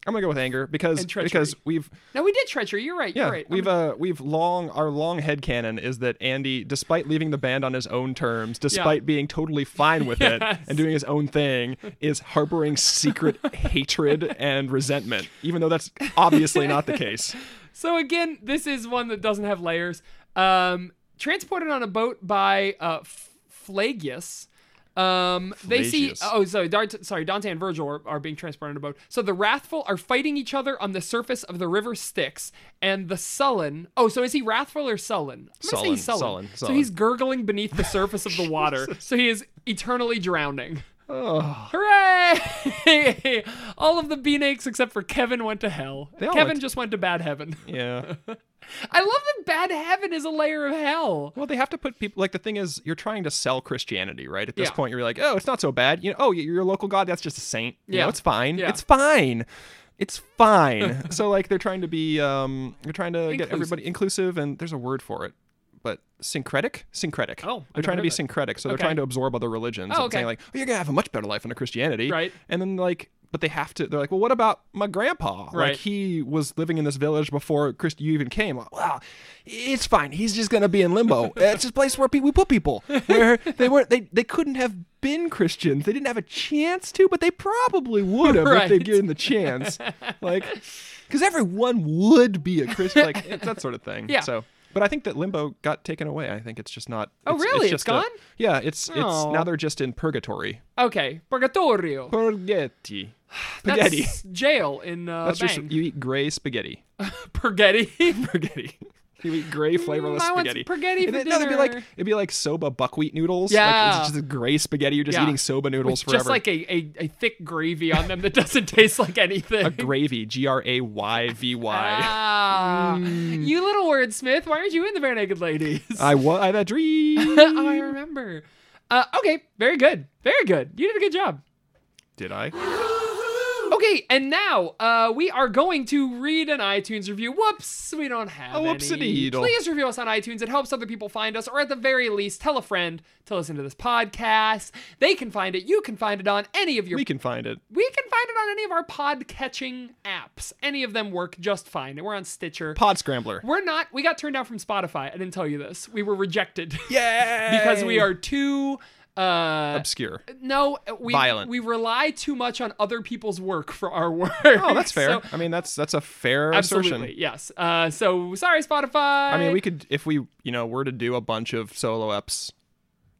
C: I'm gonna go with anger because
B: And treachery.
C: because we've
B: no, we did treachery. You're right.
C: yeah
B: You're right. I'm
C: we've uh we've long our long headcanon is that Andy, despite leaving the band on his own terms, despite being totally fine with it
B: (laughs) Yes.
C: and doing his own thing, is harboring secret (laughs) hatred and resentment, even though that's obviously not the case.
B: So again, this is one that doesn't have layers. Um, transported on a boat by uh, F- Phlagius. Um, they see.
C: Phlagius.
B: Oh, so Dart, sorry, Dante and Virgil are, are being transported on a boat. So the wrathful are fighting each other on the surface of the river Styx, and the sullen. Oh, so is he wrathful or sullen? I'm gonna say he's
C: Sullen,
B: sullen.
C: sullen,
B: So
C: sullen.
B: he's gurgling beneath the
C: (laughs)
B: surface of the water. so he is eternally drowning. Hooray! (laughs) All of the bean aches except for Kevin went to hell.
C: all
B: Kevin
C: went to-
B: just went to bad heaven.
C: Yeah.
B: I love that bad heaven is a layer of hell.
C: Well, they have to put people like the thing is you're trying to sell Christianity, right? At this
B: Yeah.
C: point, you're like, oh, it's not so bad. You know, oh, y- you're a local god. That's just a saint. You
B: Yeah.
C: know, it's fine.
B: Yeah.
C: It's fine. It's
B: (laughs)
C: fine. so like they're trying to be, um, they're trying to get
B: Inclusive.
C: everybody inclusive, and there's a word for it, but syncretic, syncretic.
B: Oh, I
C: they're
B: never
C: trying to
B: heard
C: be
B: that.
C: syncretic, so they're
B: Okay.
C: trying to absorb other religions.
B: Oh,
C: and saying
B: okay.
C: like, oh, you're gonna have a much better life under Christianity,
B: Right.
C: And then like. But they have to. They're like, well, what about my grandpa?
B: Right.
C: Like he was living in this village before Christ you even came. Like, wow, it's fine. He's just gonna be in
B: (laughs)
C: limbo. it's a place where pe- we put people where they weren't. They they couldn't have been Christians. They didn't have a chance to, but they probably would have if they
B: Right.
C: given the chance. Like, because everyone would be a Christian. Like
B: (laughs)
C: it- that sort of thing.
B: Yeah.
C: So. But I think that limbo got taken away. I think it's just not.
B: Oh,
C: it's,
B: really?
C: It's,
B: It's
C: just a-
B: gone?
C: yeah, it's it's
B: Oh.
C: now they're just in purgatory.
B: Okay, purgatorio.
C: Purgeti. Spaghetti.
B: That's jail in uh,
C: That's just
B: Bang.
C: you eat gray spaghetti.
B: (laughs) Purgetti.
C: spaghetti. You eat
B: (laughs)
C: gray flavorless
B: Mm, I want
C: spaghetti.
B: spaghetti
C: And
B: for
C: then- no, it'd be like
B: dinner.
C: it'd be like soba buckwheat noodles. Like,
B: Yeah.
C: it's just gray spaghetti. You're just
B: Yeah.
C: eating soba noodles
B: With
C: forever.
B: Just like a, a, a thick gravy on them that doesn't taste like anything.
C: a (laughs) gravy. G R A Y V Y.
B: (laughs) Ah, you little wordsmith, why aren't you in the Bare Naked Ladies?
C: Mm.
B: Oh,
C: I wa- I had a dream.
B: (laughs) I remember. Uh, okay, very good, very good. You did a good job.
C: Did I?
B: Okay, and now uh, we are going to read an iTunes review. Whoops, we don't have
C: Oh, whoopsie
B: any.
C: deedle.
B: Please review us on iTunes. It helps other people find us, or at the very least, tell a friend to listen to this podcast. They can find it. You can find it on any of your.
C: We can find it.
B: We can find it on any of our pod catching apps. Any of them work just fine. We're on Stitcher.
C: Pod scrambler.
B: We're not. We got turned down from Spotify. I didn't tell you this. We were rejected. (laughs)
C: Yeah.
B: because we are too. Uh, (laughs)
C: obscure.
B: no, we
C: Violent.
B: we rely too much on other people's work for our work.
C: Oh,
B: (laughs)
C: that's fair. I mean, that's that's a fair
B: absolutely,
C: assertion.
B: yes. Uh, so sorry, Spotify.
C: I mean, we could if we you know were to do a bunch of solo eps,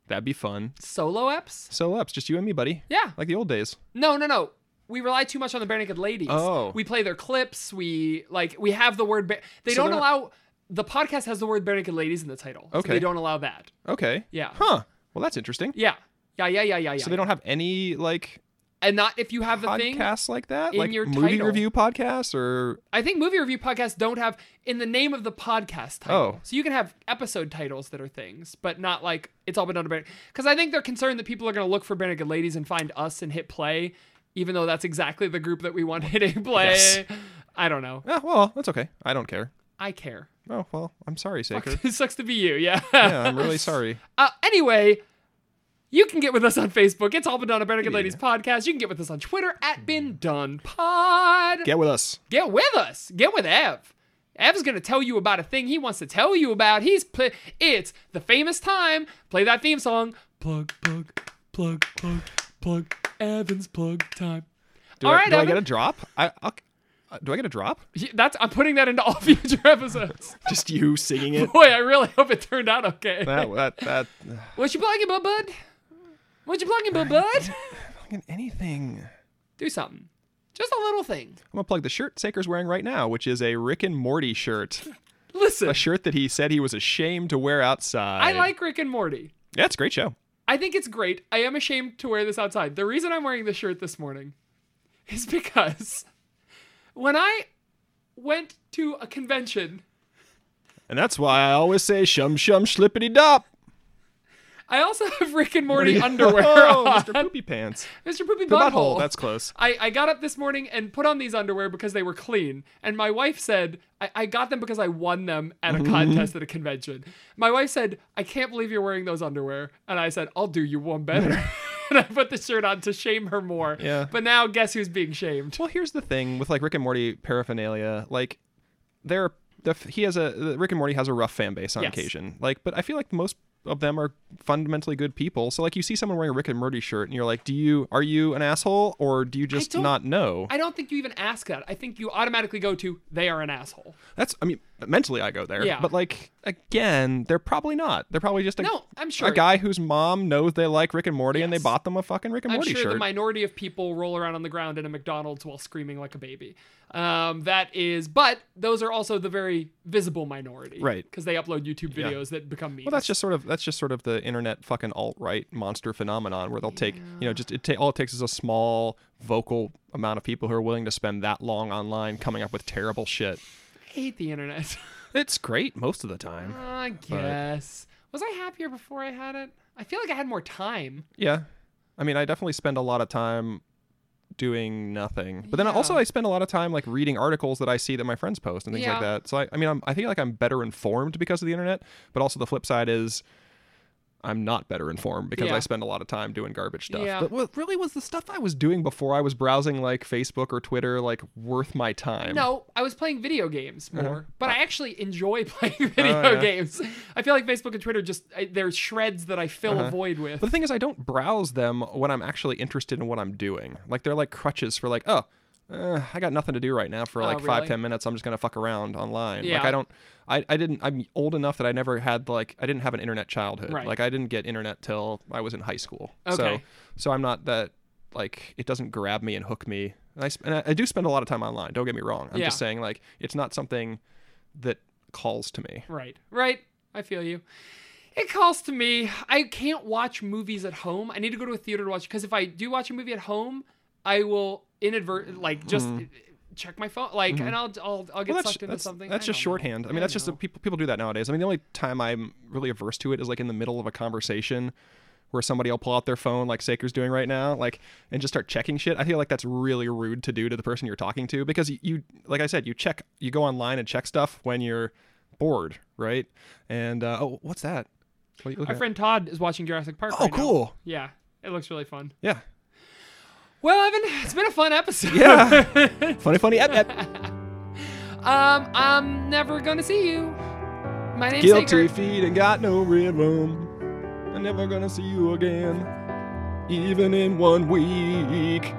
C: that'd be fun.
B: solo apps.
C: Solo eps, just you and me, buddy.
B: Yeah.
C: like the old days.
B: No, no, no. We rely too much on the bare naked ladies.
C: Oh.
B: we play their clips. We like we have the word. Ba- they
C: So
B: don't
C: they're
B: allow. The podcast has the word bare naked ladies in the title. so
C: Okay.
B: they don't allow that.
C: Okay.
B: Yeah.
C: Huh. Well, that's interesting.
B: Yeah. Yeah, yeah, yeah, yeah, yeah.
C: So they don't have any like
B: and not if you have the thing.
C: podcasts like that,
B: in
C: like
B: your
C: movie
B: title.
C: review podcasts or
B: I think movie review podcasts don't have in the name of the podcast title.
C: Oh.
B: So you can have episode titles that are things, but not like it's all been done about because I think they're concerned that people are going to look for Bare Naked Ladies and find us and hit play, even though that's exactly the group that we want (laughs) hitting play.
C: Yes.
B: I don't know.
C: yeah, eh, well, that's okay. I don't care.
B: I care.
C: Oh well, I'm sorry, Saker.
B: (laughs) it sucks to be you. Yeah.
C: yeah, I'm really sorry.
B: (laughs) Uh, anyway, you can get with us on Facebook. It's all been done a Better Good Ladies podcast. You can get with us on Twitter at Been Done Pod.
C: Get with us.
B: Get with us. Get with Ev. Ev's gonna tell you about a thing he wants to tell you about. He's play. It's the famous time. Play that theme song. Plug, plug, plug, plug, plug. Evan's plug time.
C: Do,
B: All
C: I,
B: right,
C: do I
B: Evan.
C: get a drop? I I'll, uh, do I get a drop?
B: (laughs) Yeah, That's. I'm putting that into all (laughs) future episodes.
C: Just you singing
B: (laughs)
C: it.
B: Boy, I really hope it turned out okay.
C: that that that
B: What you plugging, bud? Bud? What you plugging,
C: (laughs)
B: bud? Bud?
C: fucking anything.
B: Do something. Just a little thing.
C: I'm gonna plug the shirt Saker's wearing right now, which is a Rick and Morty shirt.
B: Listen,
C: A shirt that he said he was ashamed to wear outside.
B: I like Rick and Morty.
C: Yeah, it's a great show.
B: I think it's great. I am ashamed to wear this outside. The reason I'm wearing this shirt this morning (laughs) is because when I went to a convention,
C: And that's why I always say shum shum slippity dop.
B: I also have Rick and Morty (laughs) underwear
C: (laughs) Oh,
B: on.
C: Mr. Poopy Pants.
B: Mr. Poopy
C: The
B: Butthole.
C: butthole. That's close.
B: I, I got up this morning and put on these underwear because they were clean. And my wife said, I, I got them because I won them at a contest at a convention. My wife said, I can't believe you're wearing those underwear. And I said, I'll do you one better. (laughs) and I put the shirt on to shame her more.
C: Yeah.
B: But now guess who's being shamed?
C: Well, here's the thing with like Rick and Morty paraphernalia. Like, there, are- the, f- he has a the- Rick and Morty has a rough fan base on
B: Yes.
C: occasion. Like, but I feel like most of them are fundamentally good people. So like, you see someone wearing a Rick and Morty shirt, and you're like, do you are you an asshole or do you just
B: don't-
C: not know?
B: I don't think you even ask that. I think you automatically go to, they are an asshole.
C: That's I mean, mentally I go there.
B: Yeah.
C: But like again, they're probably not. They're probably just a,
B: No, I'm sure.
C: a guy whose mom knows they like Rick and Morty and they
B: Yes.
C: bought them a fucking Rick and
B: I'm
C: Morty
B: sure
C: shirt.
B: the minority of people roll around on the ground in a McDonald's while screaming like a baby. Um, that is, but those are also the very visible minority,
C: Right.
B: Because they upload YouTube videos that become memes.
C: Well, that's just sort of that's just sort of the internet fucking alt right monster phenomenon where they'll take you know just it ta- all it takes is a small vocal amount of people who are willing to spend that long online coming up with terrible shit.
B: I hate the internet. (laughs)
C: It's great most of the time.
B: I guess. Was I happier before I had it? I feel like I had more time.
C: Yeah, I mean, I definitely spend a lot of time doing nothing, but then also I spend a lot of time like reading articles that I see that my friends post and things
B: Yeah.
C: like that. So I, I mean, I'm, I think like I'm better informed because of the internet, but also the flip side is. I'm not better informed because
B: Yeah.
C: I spend a lot of time doing garbage stuff.
B: Yeah.
C: But what really was the stuff I was doing before I was browsing like Facebook or Twitter like worth my time?
B: No, I was playing video games more, but I actually enjoy (laughs) playing video
C: Uh-huh. Oh, yeah.
B: games. I feel like Facebook and Twitter just I, they're shreds that I fill
C: Uh-huh.
B: a void with.
C: But the thing is, I don't browse them when I'm actually interested in what I'm doing. Like they're like crutches for like, oh, uh, I got nothing to do right now for like
B: Oh, really?
C: five ten minutes. I'm just gonna fuck around online.
B: Yeah.
C: Like I don't, I, I didn't. I'm old enough that I never had like I didn't have an internet childhood.
B: Right.
C: Like I didn't get internet till I was in high school. So
B: Okay.
C: so I'm not that like it doesn't grab me and hook me. And I sp- and I, I do spend a lot of time online. Don't get me wrong. I'm
B: Yeah.
C: just saying like it's not something that calls to me.
B: Right. Right. I feel you. It calls to me. I can't watch movies at home. I need to go to a theater to watch because if I do watch a movie at home, I will inadvertently like just check my phone like and I'll I'll, I'll
C: Mm-hmm.
B: get
C: Well, that's
B: sucked into
C: that's,
B: something.
C: that's
B: I
C: just
B: don't know.
C: shorthand. I mean, that's just the
B: know.
C: people people do that nowadays. I mean, the only time I'm really averse to it is like in the middle of a conversation where somebody will pull out their phone, like Saker's doing right now, like and just start checking shit. I feel like that's really rude to do to the person you're talking to because you, you like I said, you check, you go online and check stuff when you're bored, right? And uh, oh, what's that? What are you looking
B: My
C: at?
B: friend Todd is watching Jurassic Park.
C: oh,
B: right now.
C: cool.
B: Yeah. It looks really fun. (laughs)
C: Yeah.
B: Well, Evan, it's been a fun episode.
C: Yeah. funny, funny. Ep, ep.
B: (laughs) Um, I'm never gonna see you. My name's
C: Guilty
B: Saker.
C: feet and got no rhythm. I'm never gonna see you again, even in one week.